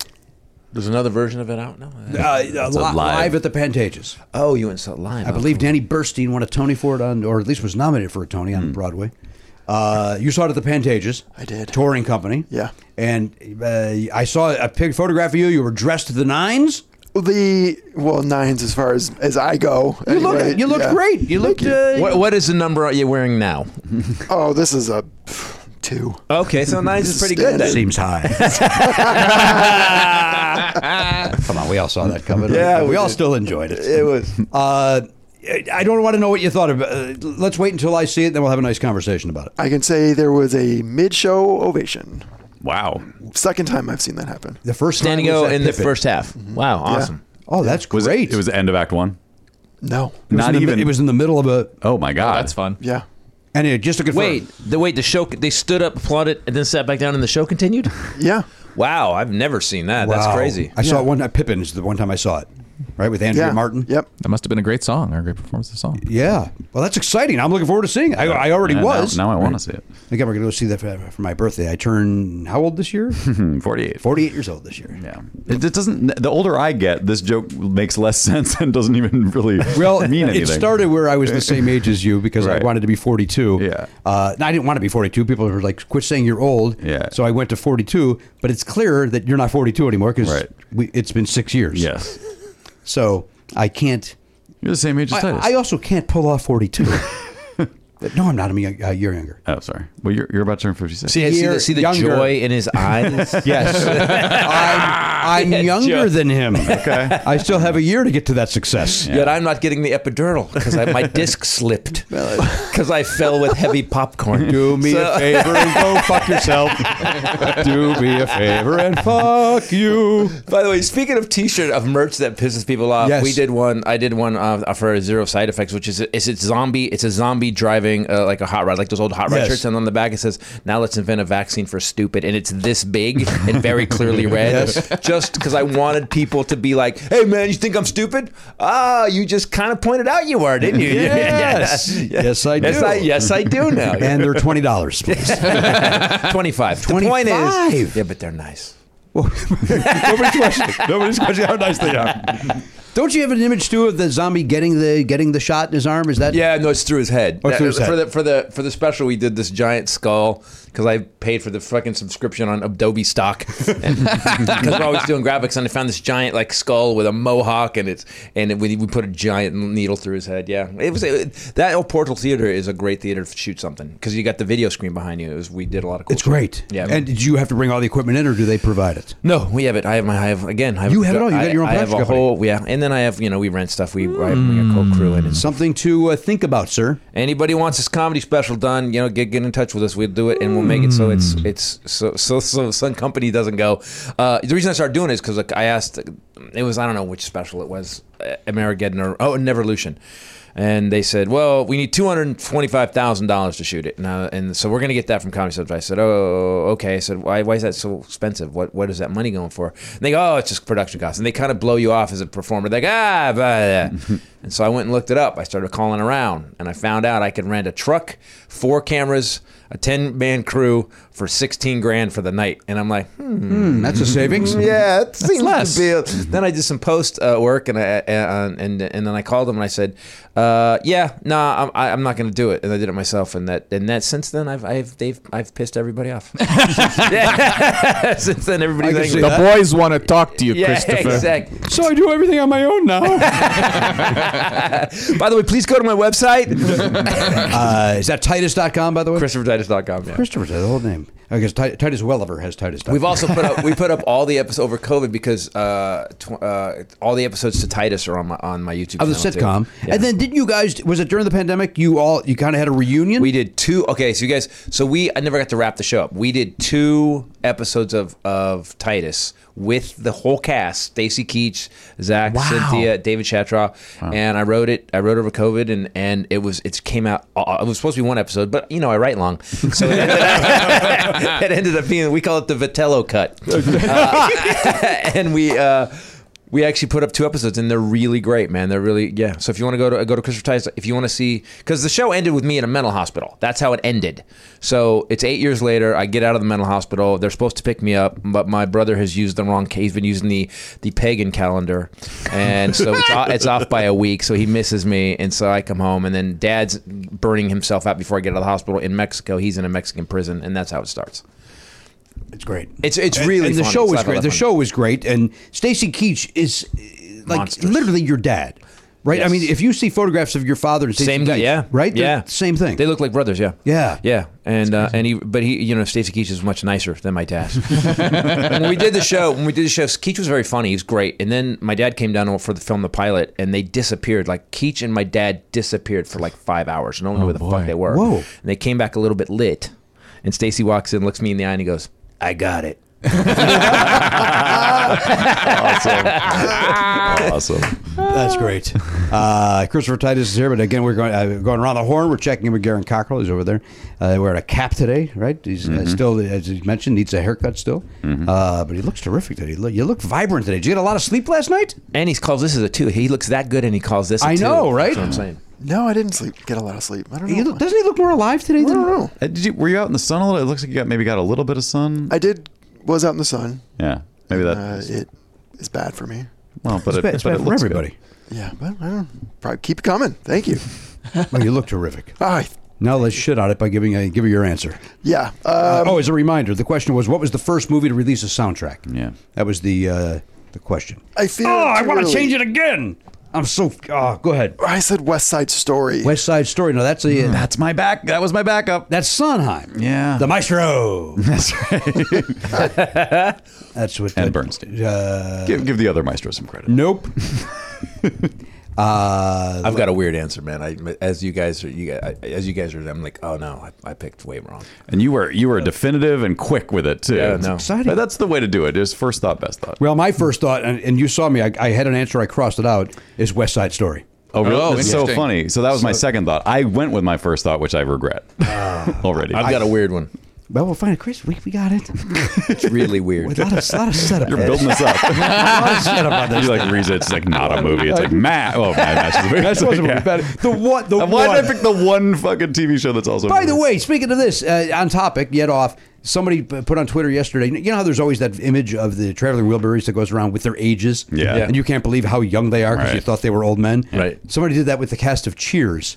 There's another version of it out. No.
uh,
Oh. a
li-
live-
live at the Pantages.
oh, you went so live.
I believe Danny Burstein won a Tony for it on, or at least was nominated for a Tony on Broadway. Uh, you saw it at the Pantages.
Hmm. I did.
Touring company.
Yeah.
And uh, I saw a pig photograph of you. You were dressed to the nines.
The well nines as far as as I go.
You looked,
anyway,
you looked
yeah.
great. You looked. Uh,
What, what is the number you're wearing now?
Oh, this is a pff, two.
Okay, so nine is pretty good. Then.
Seems high. Come on, we all saw that coming.
Yeah,
we,
we
all
did.
still enjoyed it.
It was.
Uh, I don't want to know what you thought of. Uh, let's wait until I see it, then we'll have a nice conversation about it.
I can say there was a mid-show ovation.
Wow.
Second time I've seen that happen.
The first time
Standing
was
O
at
in the
Pippin. Mm-hmm.
first half. Wow, awesome.
Oh, that's
Was
great.
It, it was the end of Act One.
It
No.
was in
Not
the mi-
even.
It was in the middle of a,
oh, my God.
That's fun.
Yeah.
and it just to confirm.
Wait, the wait, the show they stood up, applauded, and then sat back down, and the show continued.
Yeah.
Wow, I've never seen that. That's
Wow.
crazy.
I saw it one time. Pippin's the one time I saw it, right with Andrea
Yeah.
Martin.
Yep.
That must have been a great song or a great performance of the song.
Yeah. Well, that's exciting. I'm looking forward to seeing. It. I, I already
Yeah,
was.
Now, now I want to see it.
I think I'm going to go see that for, for my birthday. I turn how old this year?
Hmm, 48.
48 years old this year.
Yeah. It, it doesn't. The older I get, this joke makes less sense and doesn't even really
Well,
mean anything.
it started where I was the same age as you because
Right.
I wanted to be 42.
Yeah.
Uh, no, I didn't want to be 42. People were like, quit saying you're old.
Yeah.
So I went to 42, but it's clear that you're not 42 anymore because
Right.
it's been six years.
Yes.
So I can't.
You're the same age as Titus.
I, I also can't pull off 42. no, I'm not. I'm a young- uh, year younger.
oh, sorry. Well, you're, you're about to turn 56.
See, see
Year
the, see the
younger.
joy in his eyes.
Yes. I'm, I'm younger than him. Okay. I still have a year to get to that success.
Yet I'm not getting the epidural because my disc slipped because I fell with heavy popcorn.
Do me
So-
a favor and go fuck yourself. Do me a favor and fuck you.
By the way, speaking of T-shirt of merch that pisses people off,
Yes.
we did one. I did one uh, for Zero Side Effects, which is is it zombie? It's a zombie driving uh, like a hot rod, like those old hot rod
Yes.
shirts, and on the back it says, "Now let's invent a vaccine for stupid," and it's this big and very clearly red. Just because I wanted people to be like, "Hey man, you think I'm stupid? Ah, you just kind of pointed out you are, didn't you?"
Yes. Yes, I
Yes,
do.
I, yes, I do now.
And they're twenty dollars, please.
25. The point is,
25.
yeah, but they're nice.
Nobody's questioning. Nobody's questioning how nice they are. Don't you have an image too of the zombie getting the getting the shot in his arm? Is that
Yeah, no, it's through his head. Uh,
Oh, it's through his
for
head.
the for the for the special, we did this giant skull because I paid for the fucking subscription on Adobe Stock because we're always doing graphics, and I found this giant like skull with a mohawk, and it's and we, we put a giant needle through his head. Yeah, it was it, that El Portal Theater is a great theater to shoot something because you got the video screen behind you. It was we did a lot of cool.
It's great.
Yeah.
And did you have to bring all the equipment in, or do they provide it?
No, we have it. I have my. I have again. I have,
You have it all. You
I-
got your own
I have a
production company. Mm.
whole. Yeah, and then I have you know we rent stuff. We I bring a co crew in. And
Something to uh, think about, sir.
Anybody wants this comedy special done, you know, get get in touch with us. We'll do it, and we'll make it so it's it's so so so Sun Company doesn't go. Uh, the reason I started doing it is because like, I asked. It was I don't know which special it was, uh, Amerigeddon or oh, and Neverlution, and they said, well, we need two hundred twenty five thousand dollars to shoot it, and, I, and so we're gonna get that from Comedy Central. I said, oh, okay. I said, why why is that so expensive? What what is that money going for? And they go, oh, it's just production costs, and they kind of blow you off as a performer. They're like ah, blah, blah. and so I went and looked it up. I started calling around, and I found out I could rent a truck, four cameras, a ten man crew for sixteen grand for the night, and I'm like, hmm,
Hmm, that's a savings.
yeah, it seems to be. a- then I did some post uh, work, and I uh, and and and then I called them and I said, uh, "Yeah, nah, I'm, I- I'm not going to do it." And I did it myself, and that and that since then I've I've they've I've pissed everybody off. since then, everybody's
can
angry.
see
The
that.
boys want to talk to you,
Yeah,
Christopher.
exactly.
So I do everything on my own now.
by the way, please go to my website.
uh, is that Titus.com, by the way?
ChristopherTitus.com, yeah.
Christopher, the whole name. I guess Ti- Titus Welliver has Titus.
We've also put up we put up all the episodes over COVID because uh, tw- uh, all the episodes to Titus are on my on my YouTube
of Oh, the
channel,
sitcom.
too. Yeah.
And then didn't you guys? Was it during the pandemic? You all you kind of had a reunion.
we did two. Okay, so you guys, so we I never got to wrap the show up. We did two episodes of of Titus with the whole cast: Stacy Keach, Zach, Cynthia, David Chatrow, and I wrote it. I wrote over COVID, and and it was it came out. uh, It was supposed to be one episode, but you know I write long, so it ended up, it ended up being we call it the Vitello cut, Uh, and we. uh we actually put up two episodes and they're really great, man. They're really yeah. So if you want to go to go to Christopher Titus, if you want to see, because the show ended with me in a mental hospital. That's how it ended. So it's eight years later. I get out of the mental hospital. They're supposed to pick me up, but my brother has used the wrong. ca- He's been using the the pagan calendar, and so it's off, it's off by a week. So he misses me, and so I come home, and then Dad's burning himself out before I get out of the hospital in Mexico. He's in a Mexican prison, and that's how it starts.
It's great.
It's it's
And-
really
and the
funny.
show
It's
was
not
great. The
funny.
show was great, and Stacy Keach is uh, like
Monstrous.
literally your dad, right? I
Yes.
mean, if you see photographs of your father and Stacey
same guy,
Keach,
yeah,
right, They're
yeah,
the same thing.
They look like brothers, yeah,
Yeah.
yeah. And uh, and he, but he, you know, Stacey Keach is much nicer than my dad. when we did the show, when we did the show, Keach was very funny. He was great. And then my dad came down for the film, the pilot, and they disappeared. Like Keach and my dad disappeared for like five hours. No one knew where the fuck they were.
Oh, Whoa.
And they came back a little bit lit. And Stacey walks in, looks me in the eye, and he goes, "I got it."
awesome.
That's great. Uh, Christopher Titus is here, but again, we're going uh, going around the horn. We're checking in with Garen Cockrell. He's over there. Uh, wearing a cap today, right? He's uh, still, as you mentioned, needs a haircut still. Uh, but he looks terrific today. You look, you look vibrant today. Did you get a lot of sleep last night?
And he calls this as a two. He looks that good, and he calls this. a
I
two.
know, right?
That's what I'm saying.
No, I didn't sleep. Get a lot of sleep. I don't know.
He look, doesn't he look more alive today?
I
Than,
don't know.
Uh, Did you, were you out in the sun a little? It looks like you got maybe got a little bit of sun.
I did. Was out in the sun.
yeah, maybe that.
Uh, it is bad for me.
well, but it,
It's
but
bad
it
for
looks good.
everybody.
Yeah, but I don't. Probably keep it coming. Thank you.
Well, you look terrific.
Ah,
Now let's shit on it by giving a, give me your answer.
yeah.
Uh,
Um,
oh, as a reminder, the question was, what was the first movie to release a soundtrack?
Yeah.
that was the uh, the question.
I feel.
oh, I want to
early.
change it again. I'm so. Oh, go ahead.
I said West Side Story.
West Side Story. No, that's a
That's my back. That was my backup.
that's Sondheim.
Yeah.
the Maestro.
That's right.
That's what.
and
that-
Bernstein. give, give the other maestro some credit.
Nope. uh,
I've got a weird answer, man. I, as you guys are, you guys, as you guys are, I'm like, oh no, I, I picked way wrong.
And you were you were definitive and quick with it too.
Yeah,
It's
no.
exciting.
But that's the way to do it. Is first thought, best thought.
well, my first thought, and, and you saw me. I, I had an answer. I crossed it out. Is West Side Story.
Oh, really?
Oh,
That's so
interesting.
funny. So that was my second thought. I went with my first thought, which I regret already.
I've got a weird one.
Well, we'll find it, Chris. We, we got it.
It's really
With
weird.
a lot of, lot of setup.
You're building this up. you like reads it. It's like not a movie. It's like Matt. Oh, Matt Matches the movie. It's like,
wasn't
yeah.
bad. The one. The
And Why
one.
did I pick the one fucking TV show that's also? a
By
movie?
the way, speaking of this, uh, on topic, yet off. Somebody p- put on Twitter yesterday. You know how there's always that image of the traveling Wilburys that goes around with their ages,
Yeah. Yeah.
and you can't believe how young they are because you
Right.
thought they were old men.
Right.
Somebody did that with the cast of Cheers,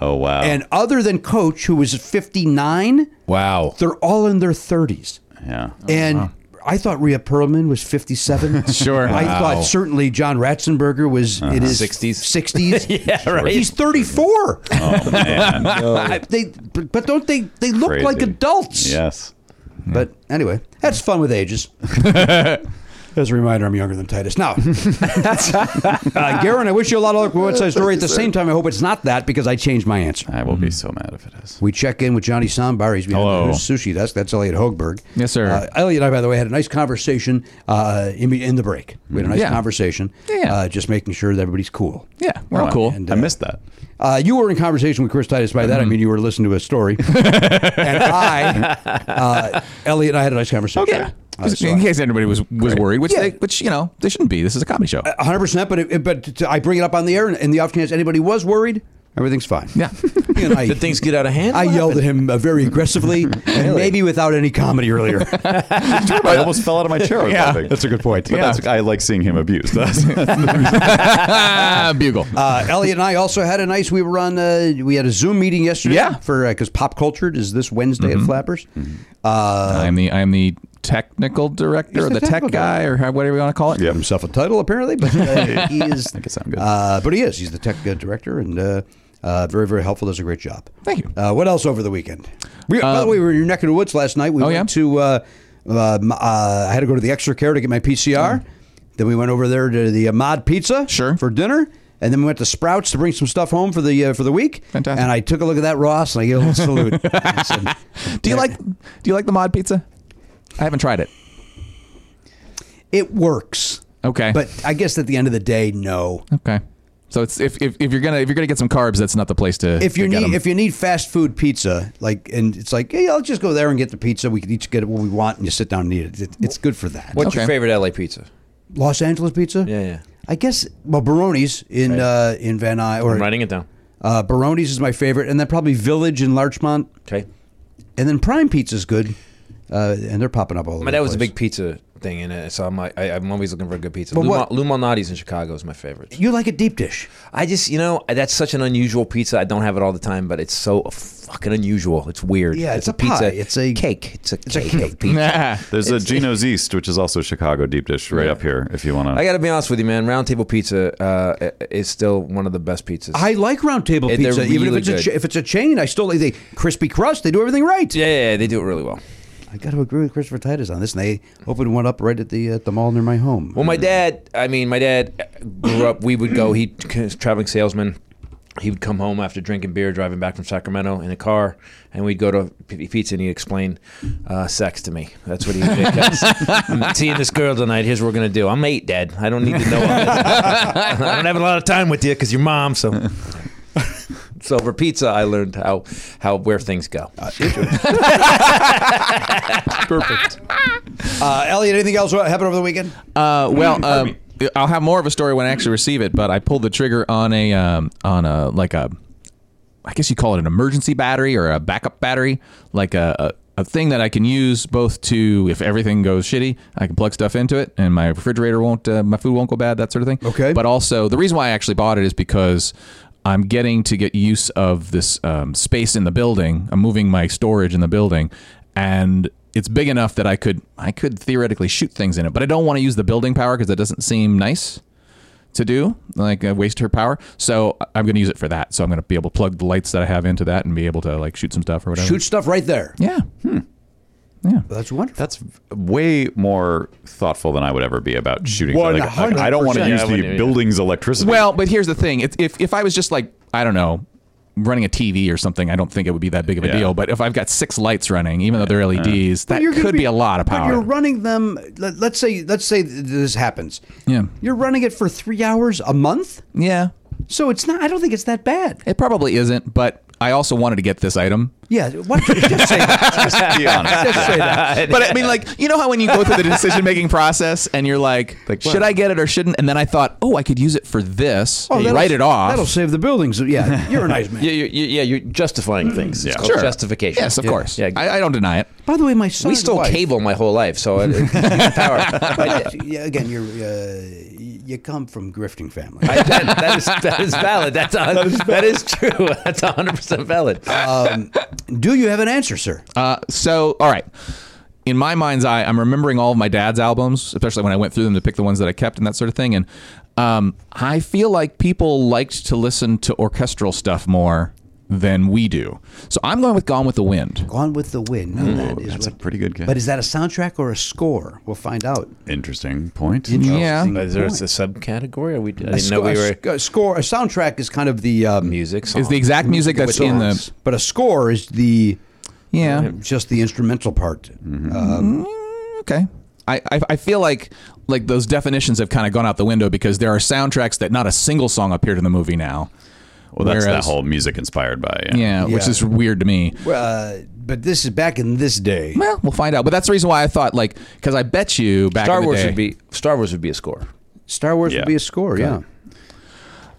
Oh wow.
and other than Coach, who was 59,
Wow.
they're all in their 30s.
yeah.
And I thought Rhea Perlman was 57.
Sure.
I
Wow.
thought certainly John Ratzenberger was in his 60s. 60s. yeah, right. He's 34.
Oh man.
I- they, but but don't they? They look
Crazy.
like adults.
Yes.
But anyway, that's fun with ages. As a reminder, I'm younger than Titus. Now, uh, Garen, I wish you a lot of luck with West Side Story. At the same time, I hope it's not that because I changed my answer.
I will be so mad if it is.
We check in with Johnny Sambar. He's behind
Hello.
the sushi desk. That's Elliot Hogberg.
Yes, sir.
Uh, Elliot and I, by the way, had a nice conversation uh, in, in the break. We had a nice
Yeah.
conversation,
Yeah.
Uh, just making sure that everybody's cool.
Yeah, we're all
Wow.
cool.
And,
I
uh,
missed that.
Uh, you were in conversation with Chris Titus. By that, I
Mm-hmm.
mean you were listening to a story. and I, uh, Elliot and I had a nice conversation.
yeah. Just in case anybody was, was worried, which they, which you know they shouldn't be. This is a comedy show.
100%, but, it, it- but t- I bring it up on the air, and in the off chance anybody was worried, everything's fine.
yeah.
He and I,
Did things get out of hand?
I
What
yelled at him uh, very aggressively, and maybe without any comedy earlier.
I almost fell out of my chair.
Yeah.
that's a good point. But
Yeah.
that's, I like seeing him abused. That's,
Ah, bugle.
Uh, Elliot and I also had a nice. We were on. Uh, we had a Zoom meeting yesterday.
Yeah.
Mm-hmm. for because pop cultured is this Wednesday at Flappers. Uh,
I'm the I'm the technical director or the tech guy or how- whatever you want to call it.
Yeah, himself a title apparently, but uh, he is. I guess I'm good. Uh, but he is. He's the tech uh, director and uh, uh, very, very helpful. Does a great job.
Thank you.
Uh, what else over the weekend? We, by the way, we were in your neck of the woods last night. We went to. Uh, uh, m- uh, I had to go to the extra care to get my PCR. Then we went over there to the Ahmad Pizza Mm. sure. for dinner. And then we went to Sprouts to bring some stuff home for the uh, for the week. Fantastic. And I took a look at that Ross and I gave him a salute. I said,
Do you like Do you like the mod pizza? I haven't tried it.
It works.
Okay.
But I guess at the end of the day, no.
Okay. So it's if, if, if you're gonna if you're gonna get some carbs, that's not the place to.
if you
to get
need
'em.
if you need fast food pizza, like and it's like, hey, I'll just go there and get the pizza. We can each get what we want, and you sit down and eat it. It- It's good for that.
What's your favorite LA pizza?
Los Angeles pizza?
Yeah, yeah.
I guess well, Baroni's in uh, in Van Nuys or
I'm writing it down.
uh, Baroni's is my favorite, and then probably Village in Larchmont.
Okay.
And then Prime Pizza's good, uh, and they're popping up all over.
My
the
dad was a
place.
big pizza thing, and uh, so I'm like, I, I'm always looking for a good pizza.
But
Luma-
what-
Lumonati's in Chicago is my favorite.
You like a deep dish?
I just, you know, that's such an unusual pizza. I don't have it all the time, but it's so fucking unusual. It's weird.
Yeah, it's a
pizza.
pie. It's a
cake. It's a
It's a
cake.
cake.
pizza.
There's a Geno's East, which is also Chicago deep dish, right up here. If you want
I
to,
got to be honest with you, man. Round Table Pizza uh, is still one of the best pizzas.
I like round table
They're
pizza, even if
really
it's a
good.
cha- if it's a chain. I still like the crispy crust. They do everything right.
yeah, yeah, yeah, they do it really well.
I got to agree with Christopher Titus on this, and they opened one up right at the uh, at the mall near my home.
Well, my dad, I mean, my dad grew up, we would go, he was a traveling salesman. He would come home after drinking beer, driving back from Sacramento in a car, and we'd go to P- pizza and he'd explain uh, sex to me. That's what he would make us. I'm seeing this girl tonight. Here's what we're going to do. I'm eight, Dad. I don't need to know. all this. I don't have a lot of time with you because your mom, so. So over pizza, I learned how, how where things go.
Perfect. Uh, Elliot, anything else happened over the weekend?
Uh, well, um, I'll have more of a story when I actually receive it, but I pulled the trigger on a um, on a like a I guess you call it an emergency battery or a backup battery, like a, a, a thing that I can use both to if everything goes shitty, I can plug stuff into it, and my refrigerator won't, uh, my food won't go bad, that sort of thing. Okay. But also, the reason why I actually bought it is because I'm getting to get use of this um, space in the building. I'm moving my storage in the building, and it's big enough that I could I could theoretically shoot things in it, but I don't want to use the building power because that doesn't seem nice to do, like uh, waste her power. So I- I'm going to use it for that. So I'm going to be able to plug the lights that I have into that and be able to like shoot some stuff or whatever.
Shoot stuff right there.
Yeah.
That's wonderful.
That's way more thoughtful than I would ever be about shooting. Like, like, I don't want to
100%.
use
Yeah, I
the
wouldn't, yeah.
building's electricity.
Well, but here's the thing: it's, if if I was just like I don't know, running a TV or something, I don't think it would be that big of a
Yeah.
deal. But if I've got six lights running, even though they're LEDs, that
you're gonna
could be,
be-
a lot of
But you're
power.
running them. Let, let's say let's say th- this happens.
Yeah.
You're running it for three hours a month.
Yeah.
So it's not. I don't think it's that bad.
It probably isn't, but I also wanted to get this item.
Yeah. Why don't you just say that?
Just be honest.
Just say that.
But I mean, like, you know how when you go through the decision making process and you're like, should I get it or shouldn't? And then I thought, oh, I could use it for this,
Oh, that'll-
write it off.
That'll save the buildings. Yeah. You're a nice man.
Yeah, you're, you're- yeah, you're justifying things. It's called
Sure.
justification.
Yes, of
Yeah.
course.
Yeah,
I, I don't deny it.
By the way, my son.
we stole cable my whole life, so I, power.
yeah, again, you're uh, you come from grifting family.
I, that, that is that is valid. That's a, that, is that is true. That's hundred percent valid.
Um, do you have an answer, sir?
Uh, so, all right. In my mind's eye, I'm remembering all of my dad's albums, especially when I went through them to pick the ones that I kept and that sort of thing. And um, I feel like people liked to listen to orchestral stuff more than we do. So I'm going with Gone with the Wind.
Gone with the Wind. Now that is
That's a
what,
pretty good guess.
but is that a soundtrack or a score? We'll find out.
Interesting point.
Yeah.
Is there a subcategory? Are we, I didn't
sco-
know we
a
were
sc- a score. A soundtrack is kind of the um,
music. Song.
Is the exact music that's in the.
songs, but a score is the
Yeah.
just the instrumental part.
Mm.
Um,
Okay. I, I, I feel like like those definitions have kind of gone out the window because there are soundtracks that not a single song appeared in the movie now.
Well, that's that
Whereas-
whole music inspired by. uh, Yeah.
Yeah, which
Yeah.
is weird to me.
well, uh, but this is back in this day.
Well, we'll find out. But that's the reason why I thought like because I bet you back in
Star
the
Wars
day-
would be Star Wars would be a score.
Star Wars
Yeah.
would be a score. Yeah.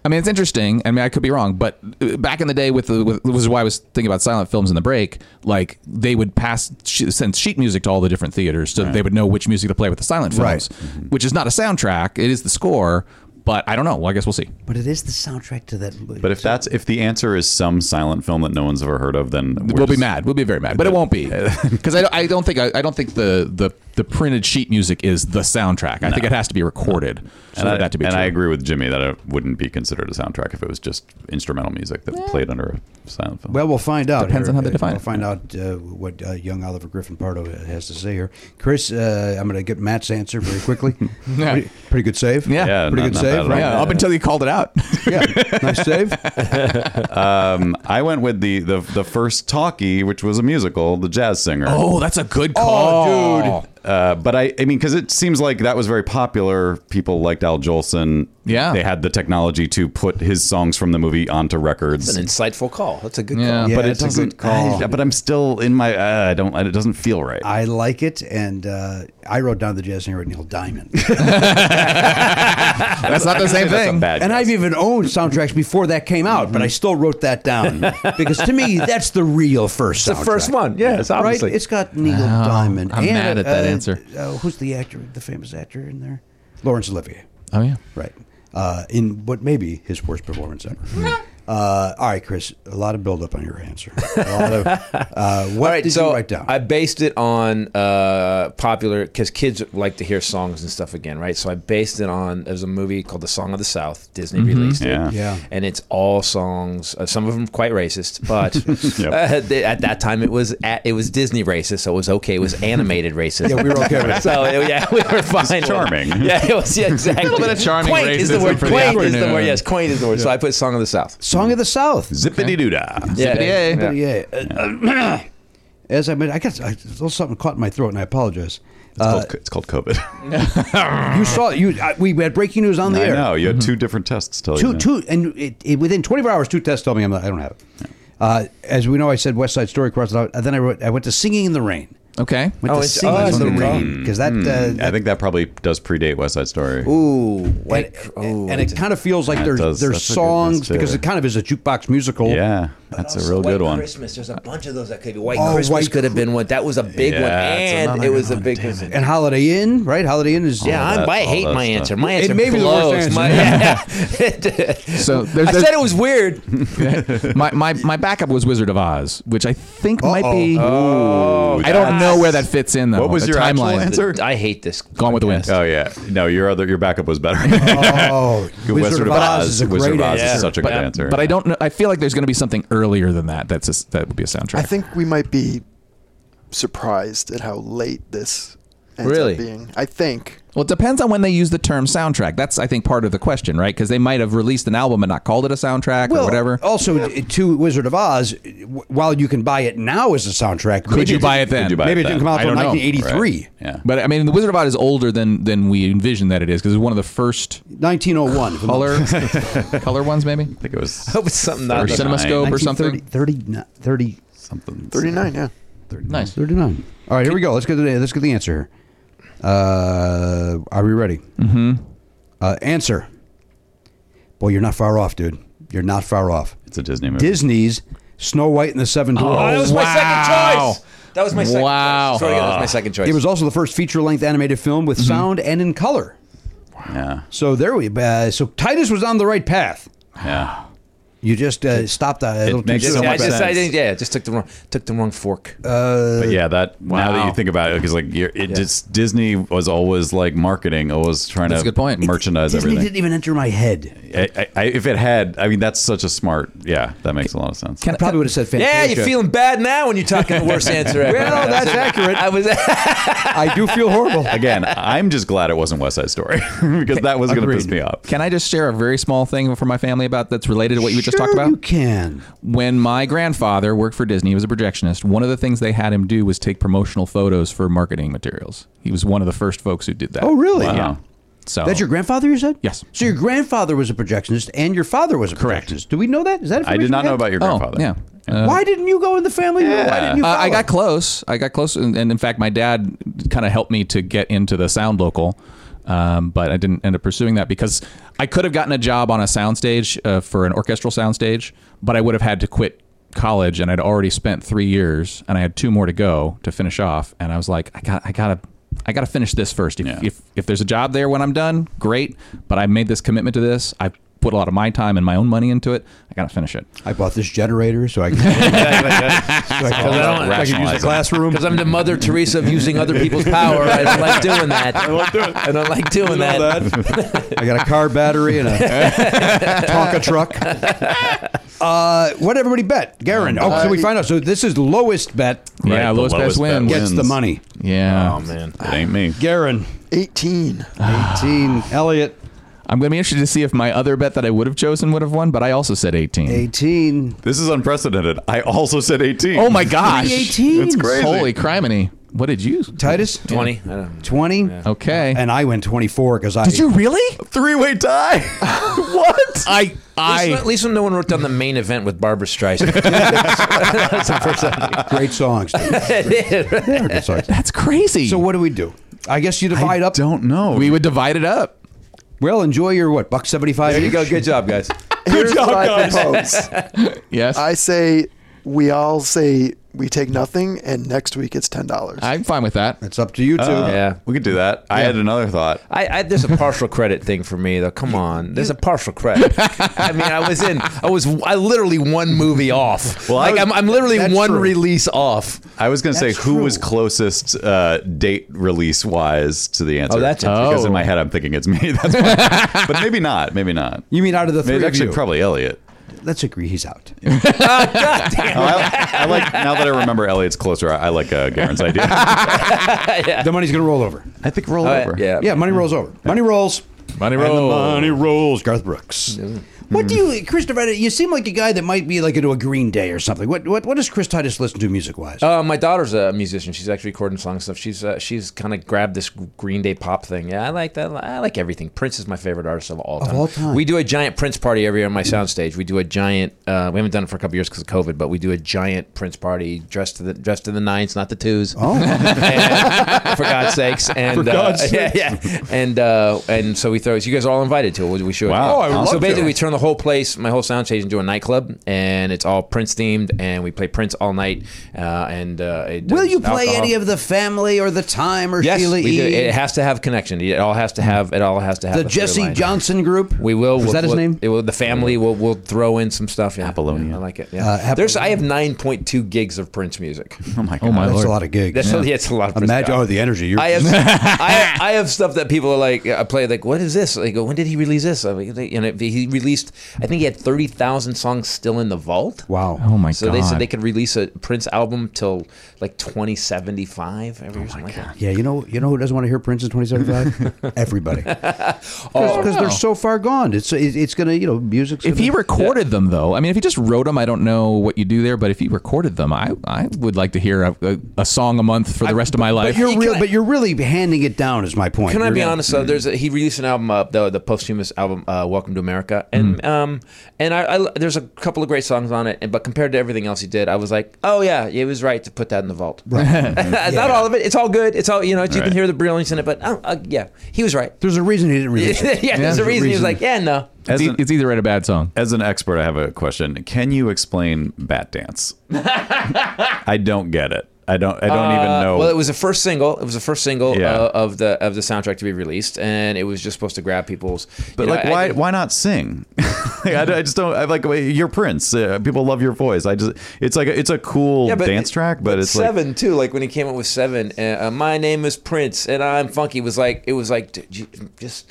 I mean, it's interesting. I mean, I could be wrong, but uh, back in the day, with the with, which is why I was thinking about silent films in the break. Like they would pass sh- send sheet music to all the different theaters, so that they would know which music to play with the silent
Right.
films, which is not a soundtrack. It is the score, but I don't know. Well, I guess we'll see.
But it is the soundtrack to that. movie.
But if that's if the answer is some silent film that no one's ever heard of, then we're
we'll be
just-
mad. We'll be very mad, but it won't be because I, don't- I don't think I, I don't think the the the printed sheet music is the soundtrack. I think it has to be recorded for
and I,
that to be
and
true.
I agree with Jimmy that it wouldn't be considered a soundtrack if it was just instrumental music that played under a silent film.
Well, we'll find out.
Depends
here.
on how they define
We'll
it.
find out uh, what uh, young Oliver Griffin Pardo has to say here. Chris, uh, I'm going to get Matt's answer very quickly.
Yeah.
pretty, pretty good save.
Yeah. Yeah,
pretty good
not- not bad
save.
at
Right?
all.
yeah, up until you called it out.
yeah, nice save.
um, I went with the, the the first talkie, which was a musical, The Jazz Singer.
Oh, that's a good
Oh.
call, dude.
Uh, but I, I mean, because it seems like that was very popular. People liked Al Jolson.
Yeah.
they had the technology to put his songs from the movie onto records.
That's an insightful call. That's a good
Yeah.
call.
Yeah,
but it
it's a good
doesn't.
call.
I- but I'm still in my. Uh, I don't. It doesn't feel right.
I like it, and uh, I wrote down the jazz singer Neil Diamond,
That's not the same
That's a
thing.
bad
and
guess.
I've even owned soundtracks before that came out, but I
Mm-hmm.
still wrote that down because to me that's the real first.
It's the first
soundtrack.
one. Yeah, it's
Right,
obviously.
it's got Neil Diamond.
I'm
and,
mad at that answer.
Uh, who's the actor, the famous actor in there? Laurence Olivier.
Oh yeah.
Right. Uh, in what may be his worst performance ever. uh, all right, Chris. A lot of buildup on your answer. A lot of, uh, what
All right,
did
so
you write down?
I based it on uh, popular because kids like to hear songs and stuff again, right? So I based it on there's a movie called The Song of the South. Disney released it,
Yeah.
Mm-hmm. Yeah.
and it's all songs. Uh, some of them quite racist, but
Yep.
uh, they- at that time it was at, it was Disney racist, so it was okay. It was animated racist.
Yeah, we were okay with it.
So yeah, we were fine. with it.
charming.
Yeah, it was yeah, exactly. A
little bit of charming
Quaint is the
racism
word.
for the
Quaint is the
afternoon.
word. Yes, quaint is the word. So I put Song of the South.
Song of the South.
Zippity doo dah.
Yeah,
Zippity-yay.
Yeah. Uh, As I mean, I guess I, a little something caught in my throat, and I apologize. Uh,
It's called COVID.
Ah.
you saw it. You, I, we had breaking news on the
I
air.
know. You had two different tests telling
Two,
you.
two, and it, it, within 24 hours, two tests told me I'm not, I don't have it. Uh, as we know, I said West Side Story crossed it out. And then I wrote, I went to Singing in the Rain.
Okay.
Went
Oh,
to
it's-
Singing
oh,
in
it's
the
a good call.
Rain because that, uh,
I think that probably does predate West Side Story.
Ooh, white,
and,
oh,
and
that's
it kind of feels like
That
there's
does-
there's
that's a good
songs
list, too.
because it kind of is a jukebox musical.
Yeah, that's a
Also
real good
White
one.
Christmas. There's a bunch of those that could be. White
Oh,
Christmas
White
could have been one. That was a big
Yeah,
one,
that's
and
another
it was a
one.
big.
Damn it.
And Holiday Inn, right? Holiday Inn is
Yeah,
that-
I'm, I
all
hate
that
my
stuff.
answer. My
It
answer
may be the worst
blows.
answer.
My,
So there's,
I
there's-
said it was weird.
my, my my backup was Wizard of Oz, which I think might be.
Oh,
I don't know where that fits in though.
What was
The
your actual
timeline?
answer?
I hate this.
Gone with the Wind.
Oh yeah. No, your other your backup was better.
Oh,
Good
Wizard, of Oz, is a
Wizard
great
of Oz
answer.
is such a
but,
good answer.
but I don't know. I feel like there's going to be something earlier than that. That's a, that would be a soundtrack.
I think we might be surprised at how late this ends
Really?
up being. I think.
Well, it depends on when they use the term soundtrack. That's I think part of the question, right? Because they might have released an album and not called it a soundtrack or whatever.
Also, to Wizard of Oz, w- while you can buy it now as a soundtrack,
Could you buy it then?
Could you buy
Maybe it
then?
didn't come out
I
until
don't know.
1983,
Right. Yeah.
But I mean, The Wizard of Oz is older than than we envisioned that it is because it's one of the first
1901. if I'm not-
color color ones, maybe
I think it was
Hope it's something not.
or CinemaScope
1930,
or something.
30, 30,
something.
39, yeah.
Nice.
39. All right, here we go. Let's get the let's get the answer. here. Uh, are we ready? Mm-hmm. Uh, answer. Boy, you're not far off, dude. You're not far off.
It's a Disney movie.
Disney's Snow White and the Seven Dwarfs.
that was my
Wow.
second choice. That was my second
Wow.
choice. Sorry, that was my second choice.
It was also the first feature-length animated film with sound and in color.
Yeah.
So there we. Uh, so Titus was on the right path.
Yeah.
You just uh, stopped a little too
makes
soon.
so
yeah, I
much
just, I
sense.
didn't, yeah, I just took the wrong took the wrong fork.
But yeah, that now that
Wow.
you think about it, because like you're, it just Disney was always like marketing, always trying
That's
to
a good point.
merchandise
Disney
everything.
didn't even enter my head.
I, I, I- if it had, I mean, that's such a smart. Yeah, that makes a lot of sense.
I probably would have said
yeah,
Fantasia.
you're feeling bad now when you're talking the worst answer ever.
Well,
I was-
that's accurate.
I was.
I do feel horrible.
Again, I'm just glad it wasn't West Side Story because that was going to
Agreed.
piss me off.
Can I just share a very small thing from my family about that's related to what you just talked
Sure
about?
You can.
when my grandfather worked for Disney, he was a projectionist. One of the things they had him do was take promotional photos for marketing materials. He was one of the first folks who did that.
Oh, really?
Wow.
Yeah.
So
That's your grandfather, you said?
Yes.
So your grandfather was a projectionist and your father was a projectionist. Do we know that? Is that
I did
information
not
we
know
had?
about your
Oh,
grandfather.
yeah. Uh,
Why didn't you go in the family? room? Why
Yeah.
didn't you
Uh, I
follow?
got close. I got close, and, and in fact, my dad kind of helped me to get into the sound local, um, but I didn't end up pursuing that because I could have gotten a job on a soundstage uh, for an orchestral soundstage, but I would have had to quit college, and I'd already spent three years, and I had two more to go to finish off, and I was like, I got, I gotta. I got to finish this first. If,
Yeah.
if if there's a job there when I'm done, great. But I made this commitment to this. I put a lot of my time and my own money into it. I gotta finish it.
I bought this generator so I can.
Because I don't-
I could use the classroom.
Because I'm the Mother Teresa of using other people's power. I don't like doing that. I don't like doing, that.
I got a car battery and a Tonka truck. Uh, what everybody bet, Garen? Oh, so we find out. So this is lowest bet
Yeah,
the
lowest, best
lowest bet
wins.
gets the
wins.
money.
Yeah,
Oh man.
It ain't me.
Garen,
18.
eighteen. Elliot,
I'm gonna be interested to see if my other bet that I would have chosen would have won, but I also said 18.
eighteen.
This is unprecedented. I also said 18.
Oh my gosh,
18?
That's
crazy.
Holy criminy! What did you?
Titus,
Twenty. I don't know.
twenty.
Okay.
And I went twenty-four because I.
really?
Three way tie. what?
I
At least,
I
at least no one wrote down the main event with Barbara Streisand. That's the first time.
Great songs. dude. They are good songs.
that's crazy.
So what do we do? I guess you divide up.
don't know.
we would divide it up.
Well, enjoy your what buck seventy-five.
There you go. Good job, guys.
Here's what I propose.
Yes, I,
I say we all say we take nothing, and next week it's ten dollars.
am fine with that.
It's up to you two.
Uh, Yeah.
we could do that. I had another thought.
I, I there's a partial credit thing for me though. Come on, there's a partial credit. I mean, I was in, I was, I literally one movie off. Well,
Well, I
like
was-
I'm, I'm literally
that's
one
true.
release off.
I was going to say
That's
who was
true.
closest uh, date release wise to the answer.
Oh, that's interesting.
because in
Oh.
my head I'm thinking it's me. That's why. but maybe not. Maybe not.
You mean out of the three
Maybe,
of
actually
you?
probably Elliot.
Let's agree he's out.
Oh, I, I like now that I remember Elliot's closer. I, I like uh, Garen's idea. I
The money's gonna roll over.
think roll
Uh,
over.
yeah.
Yeah, money rolls over. Money rolls.
Money
And the
roll.
money rolls. Garth Brooks. What do
Hmm.
you, Christopher? uh, You seem like a guy that might be like into a Green Day or something. What what, what does Chris Titus listen to music wise?
Uh, my daughter's a musician. She's actually recording songs and stuff. She's uh, she's kind of grabbed this Green Day pop thing. Yeah, I like that. I like everything. Prince is my favorite artist of all time.
all time.
We do a giant Prince party every year on my soundstage. We do a giant. Uh, we haven't done it for a couple years because of COVID, but we do a giant Prince party dressed to the dressed to the nines, not the twos. Oh, for God's sakes! And
God's
uh, yeah, yeah, and uh, and so we throw. So you guys are all invited to it. We show.
Wow. Oh, I would
so
love to.
basically, we turn the whole place, my whole sound stage, into a nightclub, and it's all Prince themed, and we play Prince all night. Uh, and uh, it-
Will you
alcohol.
play any of the Family or the Time or
Yes,
Sheila
we
E.
do. It has to have connection. It all has to have. It all has to have
the
a through
Jesse
line.
Johnson Group?
We will.
Is
we'll,
that his
we'll-
name?
It will, the family will will throw in some stuff. Yeah,
Apollonia.
Yeah, I like it. Yeah.
Uh,
There's. I have 9.2 gigs of Prince music.
Oh my god.
Oh my
That's
lord.
a lot of gigs.
That's yeah. it's a lot of Prince.
Imagine
stuff.
oh the energy. You're
I have, I have I have stuff that people are like I play like what is this? They go when did he release this? I mean, they- you know he released I think he had thirty thousand songs still in the vault.
wow.
oh my
so
god.
they said they could release a Prince album till like twenty seventy five. Oh my like god!
Yeah, you know, you know who doesn't want to hear Prince in 2075? Everybody, Oh, because they're so far gone. It's it, it's gonna, you know, music's.
if
gonna,
he recorded them though, I mean, if he just wrote them, I don't know what you do there. But if he recorded them, I I would like to hear a, a, a song a month for the rest of my life.
but you're real, but you're really handing it down. Is my point?
Can I
You're-
be honest
Mm-hmm.
though? There's a, he released an album uh, the the posthumous album uh, Welcome to America,
Mm-hmm.
and um and I, I there's a couple of great songs on it, and, but compared to everything else he did, I was like, oh yeah, it was right to put that in the vault. It's Not all of it. It's all good. It's all you know. You
Right.
can hear the brilliance in it, but uh, uh, yeah, he was right.
There's a reason he didn't release
yeah,
it.
there's a reason he was like, uh, yeah, no.
it's,
As
e-
an-
it's either write a bad song.
As an expert, I have a question. Can you explain bat dance? I don't get it. I don't. I don't even know.
Uh, Well, it was the first single. It was the first single
Yeah.
uh, of the of the soundtrack to be released, and it was just supposed to grab people's.
but
you know,
like,
I-
why?
I-
why not sing? Like, I, I just don't. I like wait, you're Prince. Uh, people love your voice. I just. It's like a, it's a cool
Yeah, but-
dance track, but it's like.
seven too. Like when he came up with seven, uh, uh, my name is Prince and I'm funky. Was like it was like d- j- just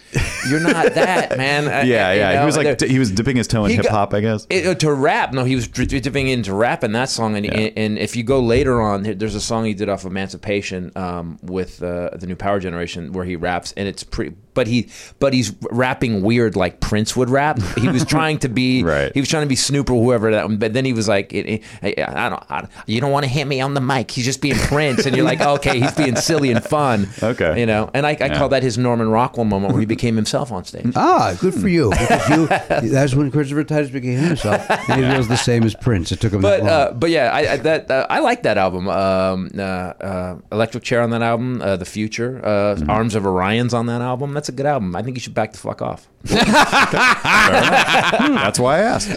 you're not that man. I-
Yeah,
I- you
yeah.
know,
he was
there-
like he was dipping his toe in
He
hip
got-
hop. I guess.
It, uh, to rap, no, he was dri- dri- dipping into rap in that song, and, and if you go later on, there- there's a song he did off Emancipation um, with uh, the New Power Generation where he raps, and it's pretty. But he, but he's rapping weird like Prince would rap. He was trying to be,
Right.
He was trying to be Snoop or whoever that. But then he was like, it, it- I, I don't, I, you don't want to hit me on the mic. He's just being Prince, and you're like, okay, he's being silly and fun.
Okay.
you know. And I, I call that his Norman Rockwell moment where he became himself on stage.
Ah, good for you. Because you that's when Christopher Titus became himself. And he feels the same as Prince. It took him
But
that long.
uh, but yeah, I, I that uh, I like that album. Um, uh, uh, Electric Chair on that album, uh, The Future, uh, Arms of Orion's on that album. That's a good album. I think you should back the fuck off.
That's why I asked.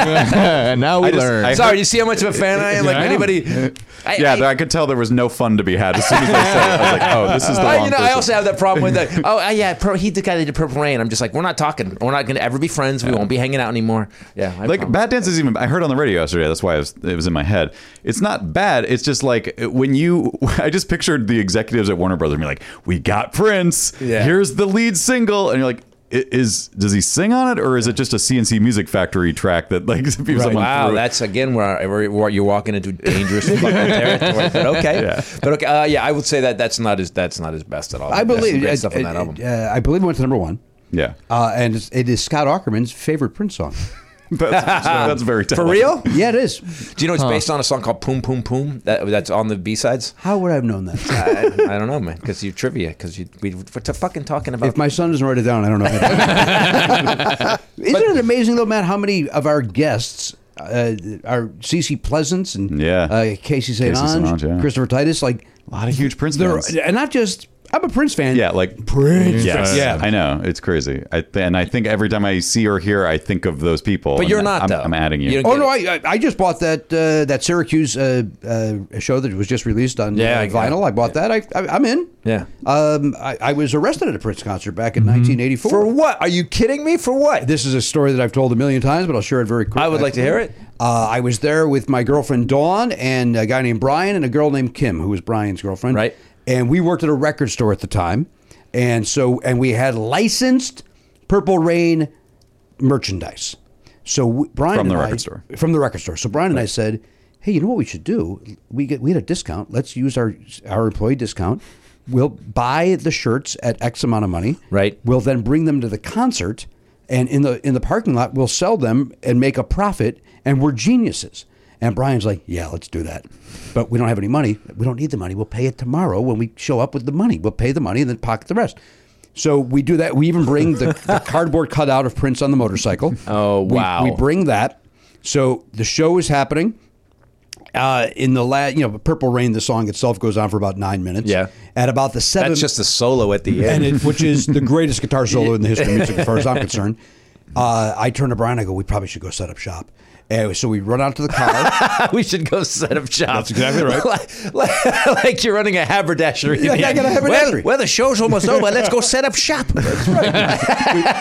and now we
I just-
learn.
I
Sorry,
heard-
do you see how much of a fan I am? Like
Yeah.
anybody, Oh. I-
yeah, I, could tell there was no fun to be had as soon as they said it. I was like, oh, this is the
I,
wrong
Uh, you know, I
person.
also have that problem with that. Oh, uh, yeah, Pur- he the guy that did Purple Rain. I'm just like, we're not talking. We're not going to ever be friends. We won't be hanging out anymore. Yeah, I
like
promise.
bad dance is even. I heard on the radio yesterday. That's why it was, it was in my head. It's not bad. It's just like when you. I just pictured the executives at Warner Brothers being like, "We got Prince.
Yeah.
Here's the lead single," and you're like. "I- Is does he sing on it or is it just a CNC Music Factory track that like people someone
wow,
threw?
that's again where, where, where you're walking into dangerous fucking territory. But okay,
Yeah.
but okay, uh, yeah, I would say that that's not his that's not his best at all.
I
There's some
believe
great
uh,
stuff on that
uh,
album.
uh, I believe it went to number one,
yeah,
uh, and it's, it is Scott Ackerman's favorite Prince song.
that's, that's very
For
telling.
real?
Yeah, it is.
Do you know it's based on a song called Poom Poom Poom that, that's on the B sides?
How would I have known that?
I, I don't know, man, because you trivia, because you we, we're t- fucking talking about.
If my son doesn't write it down, I don't know. if I did. Isn't it amazing though, Matt? How many of our guests uh, are CC Pleasance and
Yeah.
uh, Casey St.
Casey Saint
Ange,
Ange, yeah.
Christopher Titus, like
A lot of huge Prince
they're
fans.
and not just. I'm a Prince fan.
Yeah, like
Prince.
Yes.
fan.
I know. It's crazy. I th- and I think every time I see or hear, I think of those people.
But
and
you're not,
I'm,
though.
I'm adding you.
You don't
Oh no! I I- I just bought that uh, that Syracuse uh, uh, show that was just released on
Yeah,
uh,
I got it.
vinyl. I bought that. I, I I'm in.
Yeah.
Um,
Mm-hmm.
I, I was arrested at a Prince concert back in 1984.
for what? Are you kidding me? For what?
This is a story that I've told a million times, but I'll share it very quickly.
I would like to hear it.
Uh, I was there with my girlfriend Dawn and a guy named Brian and a girl named Kim, who was Brian's girlfriend.
Right.
And we worked at a record store at the time, and so and we had licensed Purple Rain merchandise. So we, Brian
From the
and I-
record store.
From the record store. So Brian and I said, "Hey, you know what we should do? We get we had a discount. Let's use our our employee discount. We'll buy the shirts at X amount of money.
Right.
We'll then bring them to the concert, and in the in the parking lot, we'll sell them and make a profit. And we're geniuses." And Brian's like, yeah, let's do that. But we don't have any money. We don't need the money. We'll pay it tomorrow when we show up with the money. We'll pay the money and then pocket the rest. So we do that. We even bring the, the cardboard cutout of Prince on the motorcycle.
Oh,
We-
wow.
We, bring that. So the show is happening. Uh, in the last, you know, "Purple Rain," the song itself goes on for about nine minutes.
Yeah.
At about the seventh,
That's just a solo at the
and
end.
it, which is the greatest guitar solo in the history of music, as far as I'm concerned. Uh, I turn to Brian. I go, "We probably should go set up shop." Anyway, so we run out to the car.
we should go set up shop. That's
exactly right.
like, like, like you're running a haberdashery.
Yeah, I got a haberdashery.
Well, well, the show's almost over. Let's go set up shop.
we,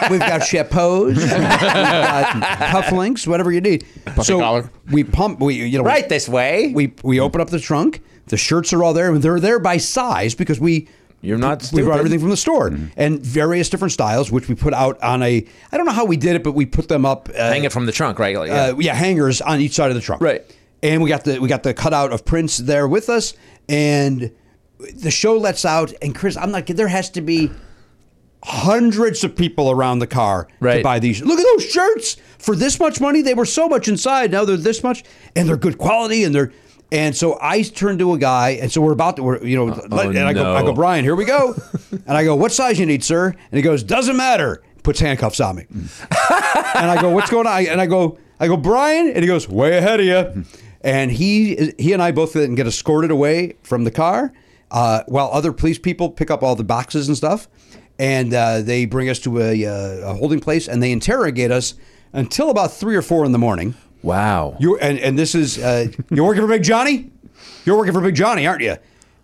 we've got chapeaus, we've got cufflinks, whatever you need. so
collar.
we pump. We you know we-
right this way.
We we open up the trunk. The shirts are all there, and they're there by size because we.
You're not
We
stupid. Mm-hmm.
brought everything from the store and various different styles, which we put out on a. I don't know how we did it, but we put them up. Uh,
hang it from the trunk, right? Like, yeah.
uh, yeah, hangers on each side of the trunk.
Right.
And we got the we got the cutout of Prince there with us, and the show lets out. And Chris, I'm not. kidding, There has to be hundreds of people around the car to
Right.
buy these. Look at those shirts for this much money. They were so much inside. Now they're this much, and they're good quality, and they're. And so I turned to a guy, and so we're about to, we're, you
Uh,
know, let- and I go, I go,
no.
Brian, here we go, and I go, what size you need, sir? And he goes, doesn't matter. Puts handcuffs on me and I go, "What's going on?" I- And I go, "I go, Brian," and he goes, "Way ahead of you." And he he and I both then get escorted away from the car, uh, while other police people pick up all the boxes and stuff, and uh, they bring us to a, uh, a holding place and they interrogate us until about three or four in the morning.
wow.
You and and this is uh, you're working for Big Johnny. You're working for Big Johnny, aren't you?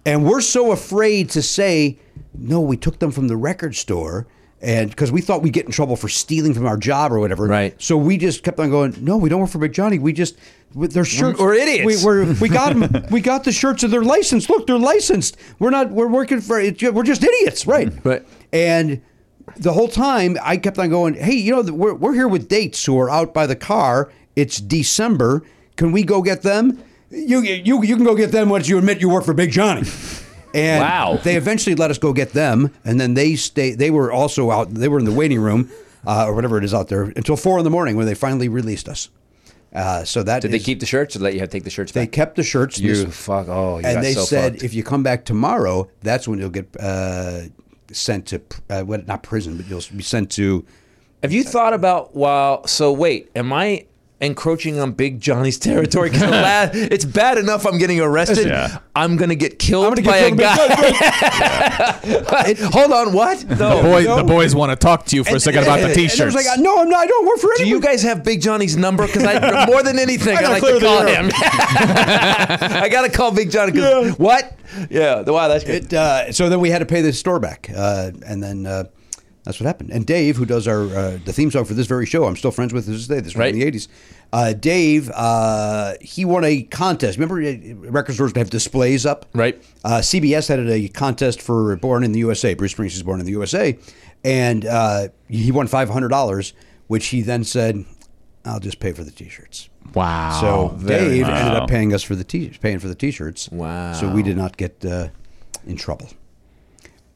And we're so afraid to say no. We took them from the record store, and because we thought we'd get in trouble for stealing from our job or whatever.
Right.
So we just kept on going. No, we don't work for Big Johnny. We just with their shirts.
we're idiots."
We, we're, we got 'em- We got the shirts, and they're licensed. Look, they're licensed. We're not. We're working for. We're just idiots, right?
Mm-hmm. Right.
And the whole time I kept on going, hey, you know, we're, we're here with dates who are out by the car. It's December. Can we go get them? You, you, you can go get them once you admit you work for Big Johnny. And
Wow.
they eventually let us go get them. And then they stay. They were also out. They were in the waiting room uh, or whatever it is out there until four in the morning when they finally released us. Uh, so that
Did they
is-
keep the shirts or let you have take the shirts
They
back?
kept the shirts. and
You
this-
fuck. Oh, you
and
got
they
so
said
fucked.
if you come back tomorrow, that's when you'll get uh, sent to pr- uh, what not prison, but you'll be sent to.
Have you thought about well? So wait, am I? encroaching on Big Johnny's territory. 'Cause the la- it's bad enough I'm getting arrested.
Yeah.
I'm gonna get killed
gonna get
by
killed
a
by
guy. Hold on, what?
the,
No,
boy,
no.
the boys want to talk to you for a second about the
and
And I was
t-shirts.
like, no, I'm not, I don't work for
Do
anyone.
you guys have Big Johnny's number? Because I more than anything, I,
gotta
like
clear
to
the
call
air.
him. I gotta call Big Johnny. 'cause- What? Yeah. Wow, that's good.
It, uh, so then we had to pay the store back, uh, and then uh, that's what happened. And Dave, who does our uh, the theme song for this very show, I'm still friends with to this day. This was
Right.
in the '80s. Uh, Dave, uh, he won a contest. Remember, uh, record stores would have displays up.
Right.
Uh, CBS had a contest for Born in the USA. Bruce Springsteen's Born in the USA, and uh, he won five hundred dollars, which he then said, "I'll just pay for the T-shirts."
wow.
Oh,
So
Very
Dave
nice.
ended
Wow.
up paying us for the t- paying for the t-shirts.
Wow.
So we did not get uh, in trouble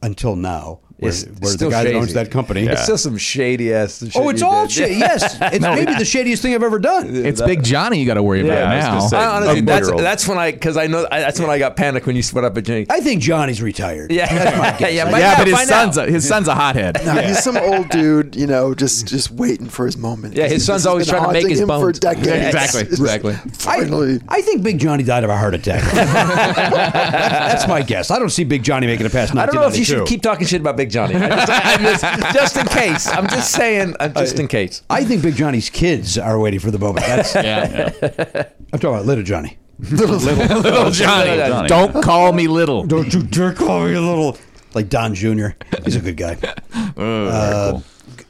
until now. Where,
It's-
where
it's
the
still
guy that
shady.
owns that company.
It's still some shady ass. shit
Oh, it's
you
all
did.
shit. Yes, it's maybe the shadiest thing I've ever done.
it's Big Johnny you got to worry about
Yeah, I was
now.
gonna say-
I honestly,
A
that's,
four-year-old.
that's when I because I know I, that's when I got panic when you split up with Jenny.
I think Johnny's retired.
Yeah,
That's my guess.
yeah,
I-
by
yeah,
now,
but
by
his
now.
son's a, his son's a hothead.
No, he's some old dude, you know, just just waiting for his moment.
Yeah, his
This
son's
has
always
been
trying to make
haunting
his
him for
bones.
decades.
Yeah,
exactly,
It's
exactly.
Finally,
I think Big Johnny died of a heart attack. That's my guess. I don't see Big Johnny making it past
I don't know if
1992.
you should keep talking shit about Big Johnny. I just, I'm just, just in case. I'm just saying. I'm just in case.
I think Big Johnny's kids are waiting for the moment. That's,
Yeah.
I'm talking about little Johnny.
little Johnny.
Little Johnny.
Don't call me little.
Don't you dare call me a little like Don Jr. He's a good guy. Uh,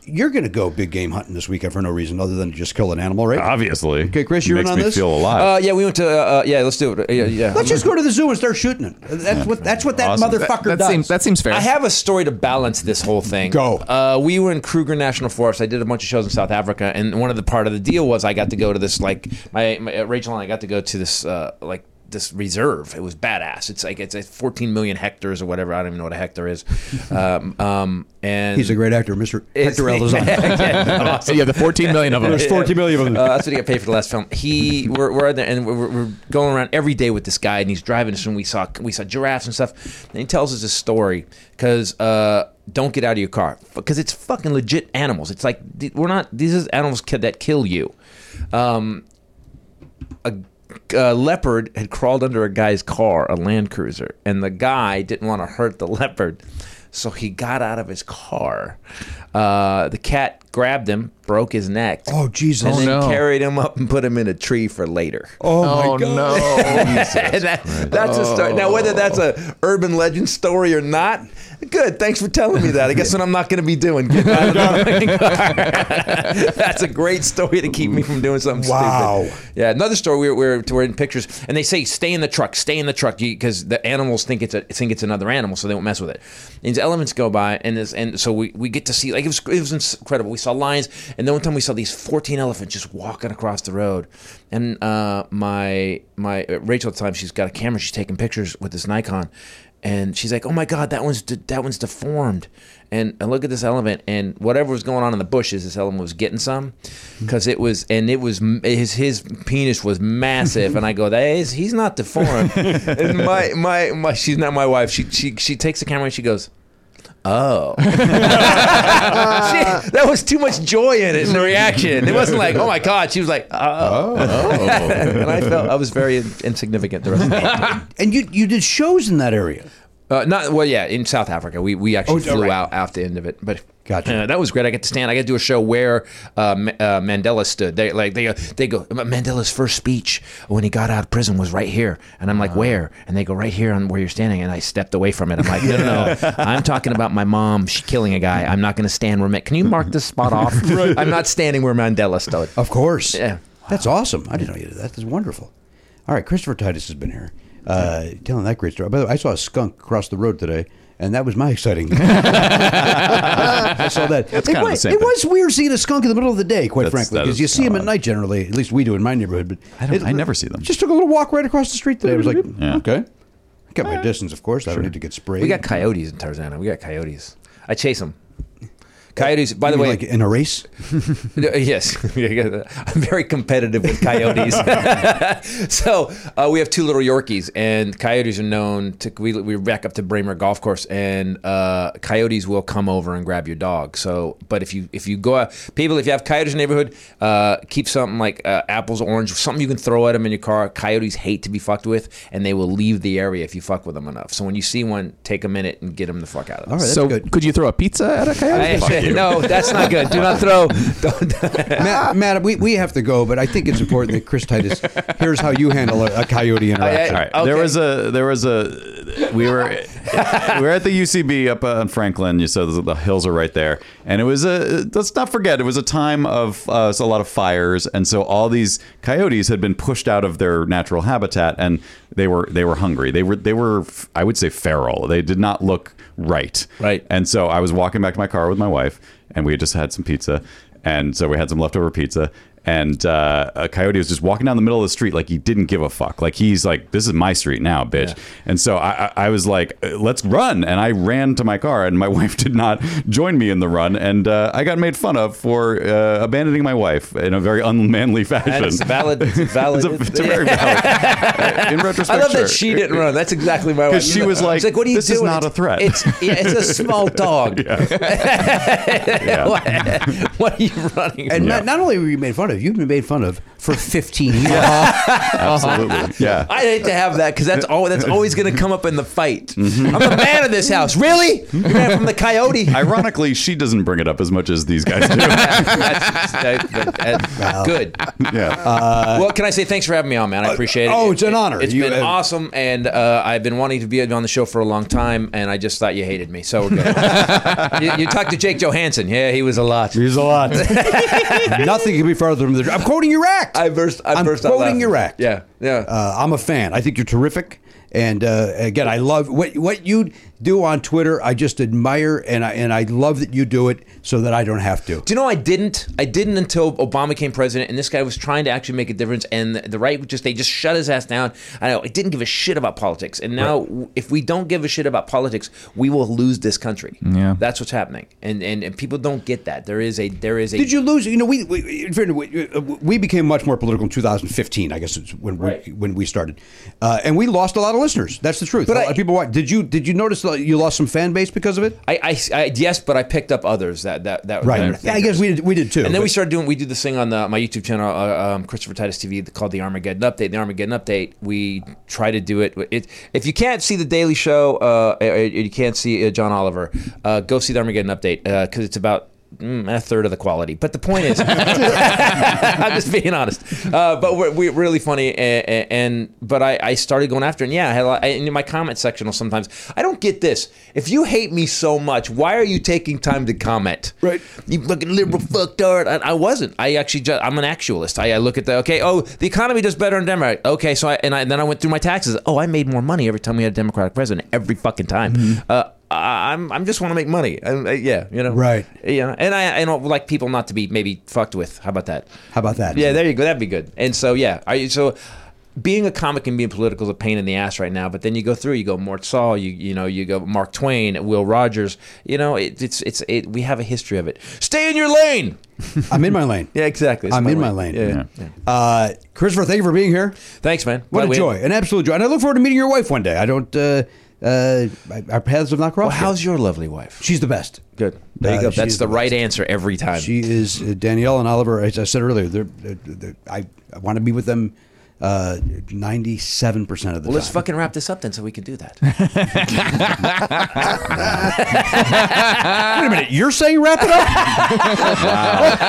You're gonna go big game hunting this weekend for no reason other than to just kill an animal, right?
Obviously.
Okay, Chris, you're in
makes
on
me
this?
feel alive.
Uh, yeah, we went to. Uh, uh, yeah, let's do it. Yeah, yeah.
Let's just go to the zoo and start shooting it. That's what that's what that
Awesome.
motherfucker
That
does.
seems that seems fair.
I have a story to balance this whole thing.
Go.
Uh, we were in Kruger National Forest. I did a bunch of shows in South Africa, and one of the part of the deal was I got to go to this like my, my Rachel and I got to go to this uh, like this reserve. It was badass. It's like it's a 14 million hectares or whatever. I don't even know what a hectare is. Um, um, and
He's a great actor, Mr. Hector Elizondo.
Elizondo.
So you have the 14 million of them.
There's 40 million of them.
Uh, that's what he got paid for the last film. He, we're, we're out there and we're, we're going around every day with this guy, and he's driving us, and we saw we saw giraffes and stuff. And he tells us a story because uh, don't get out of your car because it's fucking legit animals. It's like th- we're not these is animals ki- that kill you. Um, a, a leopard had crawled under a guy's car, a Land Cruiser, and the guy didn't want to hurt the leopard. So he got out of his car. Uh, the cat grabbed him, broke his neck.
Oh, Jesus.
And
Oh,
then
no.
carried him up and put him in a tree for later.
Oh,
Oh
my god.
no.
And that- that's a story. Now, whether that's a urban legend story or not, good. Thanks for telling me that. I guess what I'm not going to be doing. getting out of the fucking car. that's a great story to keep me from doing something
Wow.
stupid. Yeah, another story. We were, we were, we were in pictures, and they say stay in the truck, stay in the truck, because the animals think it's a, think it's another animal, so they won't mess with it. And these elements go by, and this, and so we, we get to see like it was it was incredible. We saw lions, and then one time we saw these fourteen elephants just walking across the road, and uh, my my uh, Rachel at the time she's got a camera, she's taking pictures with this Nikon. And she's like, "Oh my God, that one's de- that one's deformed," and I look at this elephant, and whatever was going on in the bushes, this elephant was getting some, because it was, and it was m- his his penis was massive, and I go, "That is, he's not deformed." and my, my my she's not my wife. She she she takes the camera and she goes, "Oh." She- that was too much joy in it in the reaction. It wasn't like, "Oh my God." She was like, "Oh,", and I felt I was very in- insignificant the rest of the day.
And you you did shows in that area.
Uh, not well, yeah. In South Africa, we, we actually
Oh,
flew
right.
out after the end of it, but
Gotcha.
Uh, that was great. I get to stand. I get to do a show where uh, Ma- uh, Mandela stood. They like they go, they go. Mandela's first speech when he got out of prison was right here, and I'm like,
Uh-huh.
where? And they go right here on where you're standing, and I stepped away from it. I'm like, no, no, no. I'm talking about my mom. She killing a guy. I'm not going to stand where. Ma- Can you mark this spot off? I'm not standing where Mandela stood.
Of course.
Yeah.
That's awesome. I didn't know you did that. That's wonderful. All right, Christopher Titus has been here. Uh, telling that great story. By the way, I saw a skunk cross the road today, and that was my exciting. I saw that. it
kind of
was,
the same
it
thing.
was weird seeing a skunk in the middle of the day, quite
That's-
frankly,
that
because
is
you see them at
odd.
night generally. At least we do in my neighborhood. But
I don't- I never see them.
Just took a little walk right across the street today. I was like,
Yeah. Ah.
okay. I kept Oh, my distance, of course. I don't need to get sprayed.
We got coyotes in Tarzana. We got coyotes. I chase them. Coyotes. By the way,
like in a race.
uh, yes, I'm very competitive with coyotes. so uh, we have two little Yorkies, and coyotes are known to. We we back up to Braemar Golf Course, and uh, coyotes will come over and grab your dog. So, but if you if you go out, people, if you have coyotes in your neighborhood, uh, keep something like uh, apples, orange, something you can throw at them in your car. Coyotes hate to be fucked with, and they will leave the area if you fuck with them enough. So when you see one, take a minute and get them the fuck out of there.
so could you throw a pizza at a coyote?
I- no, that's not good. Do not throw. Don't,
Matt, Matt, we, we have to go, but I think it's important that Chris Titus here's how you handle a, a coyote interaction.
All right. There
Okay.
was a there was a we were we were at the UCB up on Franklin. You said the hills are right there, and it was a let's not forget it was a time of uh, a lot of fires, and so all these coyotes had been pushed out of their natural habitat, and they were they were hungry. They were they were I would say feral. They did not look right.
Right.
And so I was walking back to my car with my wife, and we had just had some pizza, and so we had some leftover pizza. And uh, a coyote was just walking down the middle of the street like he didn't give a fuck. Like he's like, "This is my street now, bitch." And so I, I I was like, uh, "Let's run!" And I ran to my car, and my wife did not join me in the run, and uh, I got made fun of for uh, abandoning my wife in a very unmanly fashion.
That's valid. It's valid.
It's a, it's a very valid. in retrospect,
I love
sure.
that she didn't run. That's exactly my.
'Cause she was like,
"What are you
"This is
doing?
not a threat."
It's yeah, it's a small dog.
Yeah.
what, what are you running?
And
from?
not, not only were you made fun of, you've been made fun of for 15 years.
Absolutely, yeah.
I hate to have that because that's all. That's always going to come up in the fight.
Mm-hmm.
I'm the man of this house. Really? You ran from the coyote.
Ironically, she doesn't bring it up as much as these guys do.
That's- that- that- that- Good.
yeah. Uh,
well, can I say thanks for having me on, man? I appreciate it.
oh, it's an honor.
uh, It's
You
been
have-
awesome, and uh, I've been wanting to be on the show for a long time, and I just thought you hated me, so we're good. you, you talked to Jake Johansson. Yeah, he was a lot.
He's a lot. Nothing can be farther from the truth. I'm quoting your act.
I burst. I
I'm
burst out
quoting
laughing.
your act.
Yeah, yeah.
Uh, I'm a fan. I think you're terrific. And uh, again, I love what what you do on Twitter. I just admire, and I and I love that you do it so that I don't have to.
do you know I didn't? I didn't until Obama came president, and this guy was trying to actually make a difference, and the, the right would just they just shut his ass down. I know I didn't give a shit about politics, and now w- if we don't give a shit about politics, we will lose this country. Yeah, that's what's happening, and and, and people don't get that. There is a there is a
Did you lose? You know, we we, in fairness, we uh, we became much more political in 2015. I guess it's when we,
Right.
when we started, uh, and we lost a lot of listeners. That's the truth.
But
a lot
I-
of people. wa- Did you did you notice that you lost some fan base because of it?
I, I, I yes, but I picked up others that that that
Right.
that-
Yeah, I guess we did, we did too.
And then we
but-
started doing. We do this thing on the, my YouTube channel, uh, um, Christopher Titus TV, called the Armageddon Update. The Armageddon Update. We try to do it. it if you can't see the Daily Show, uh, or you can't see uh, John Oliver, uh, go see the Armageddon Update because it's about. mm, a third of the quality, but the point is, I'm just being honest. Uh, but we're, we're really funny, and, and but I, I started going after, it, and yeah, I had a lot, I, in my comment section, will sometimes I don't get this. If you hate me so much, why are you taking time to comment?
Right.
You fucking liberal fucked art. I, I wasn't. I actually just, I'm an actualist. I, I look at the, okay, oh, the economy does better in Denmark. Okay, so I, and, I, then I went through my taxes. Oh, I made more money every time we had a Democratic president, every fucking time.
Mm-hmm.
Uh, I, I'm, I'm just want to make money. I, I- yeah, you know.
Right.
Yeah, and I, I don't like people not to be maybe fucked with. How about that?
How about that?
Yeah, there you go. That'd be good. And so, yeah, I, so being a comic and being political is a pain in the ass right now. But then you go through, you go Mort Saul, you you know, you go Mark Twain, Will Rogers. You know, it, it's it's it, we have a history of it. Stay in your lane.
I'm in my lane.
Yeah, exactly. It's
I'm in my lane.
Yeah, yeah.
Uh, Christopher, thank you for being here.
Thanks, man.
What
Glad
a
we-
joy, an absolute joy, and I look forward to meeting your wife one day. I don't. Uh, uh, our paths have not crossed.
Well,
yet.
how's your lovely wife?
She's the best.
Good. There you
Uh,
go.
she's
That's the
the
right answer every time.
She is uh, Danielle and Oliver. As I said earlier, they're, they're, they're, I, I want to be with them uh, ninety-seven percent of the
well,
time.
let's fucking wrap this up then, so we can do that.
Wait a minute, you're saying wrap it up?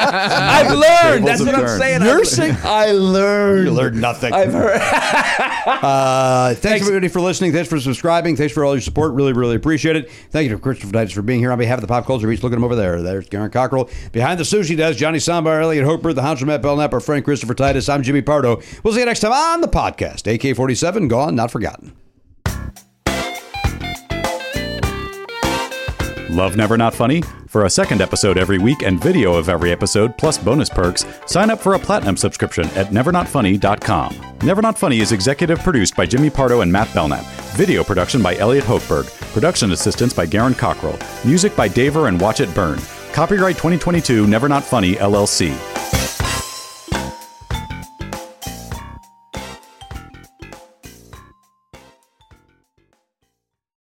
I've learned. That's
Tables have
what I'm
turned.
saying.
you're saying I learned. You learned nothing. I've heard. uh, thanks, everybody for listening. Thanks for subscribing. Thanks for all your support. Really, really appreciate it. Thank you to Christopher Titus for being here on behalf of the Pop Culture Beach. Look at him over there. There's Garen Cockrell behind the sushi desk. Johnny Sambar, Elliot Hoper, the Houndsman Matt Belknap, our friend Christopher Titus. I'm Jimmy Pardo. We'll see you next time on the podcast. AK47, gone, not forgotten.
Love Never Not Funny? For a second episode every week and video of every episode, plus bonus perks, sign up for a platinum subscription at nevernotfunny.com. Never Not Funny is executive produced by Jimmy Pardo and Matt Belknap, video production by Elliot Hochberg, production assistance by Garen Cockrell, music by Daver and Watch It Burn. Copyright 2022, Never Not Funny, LLC.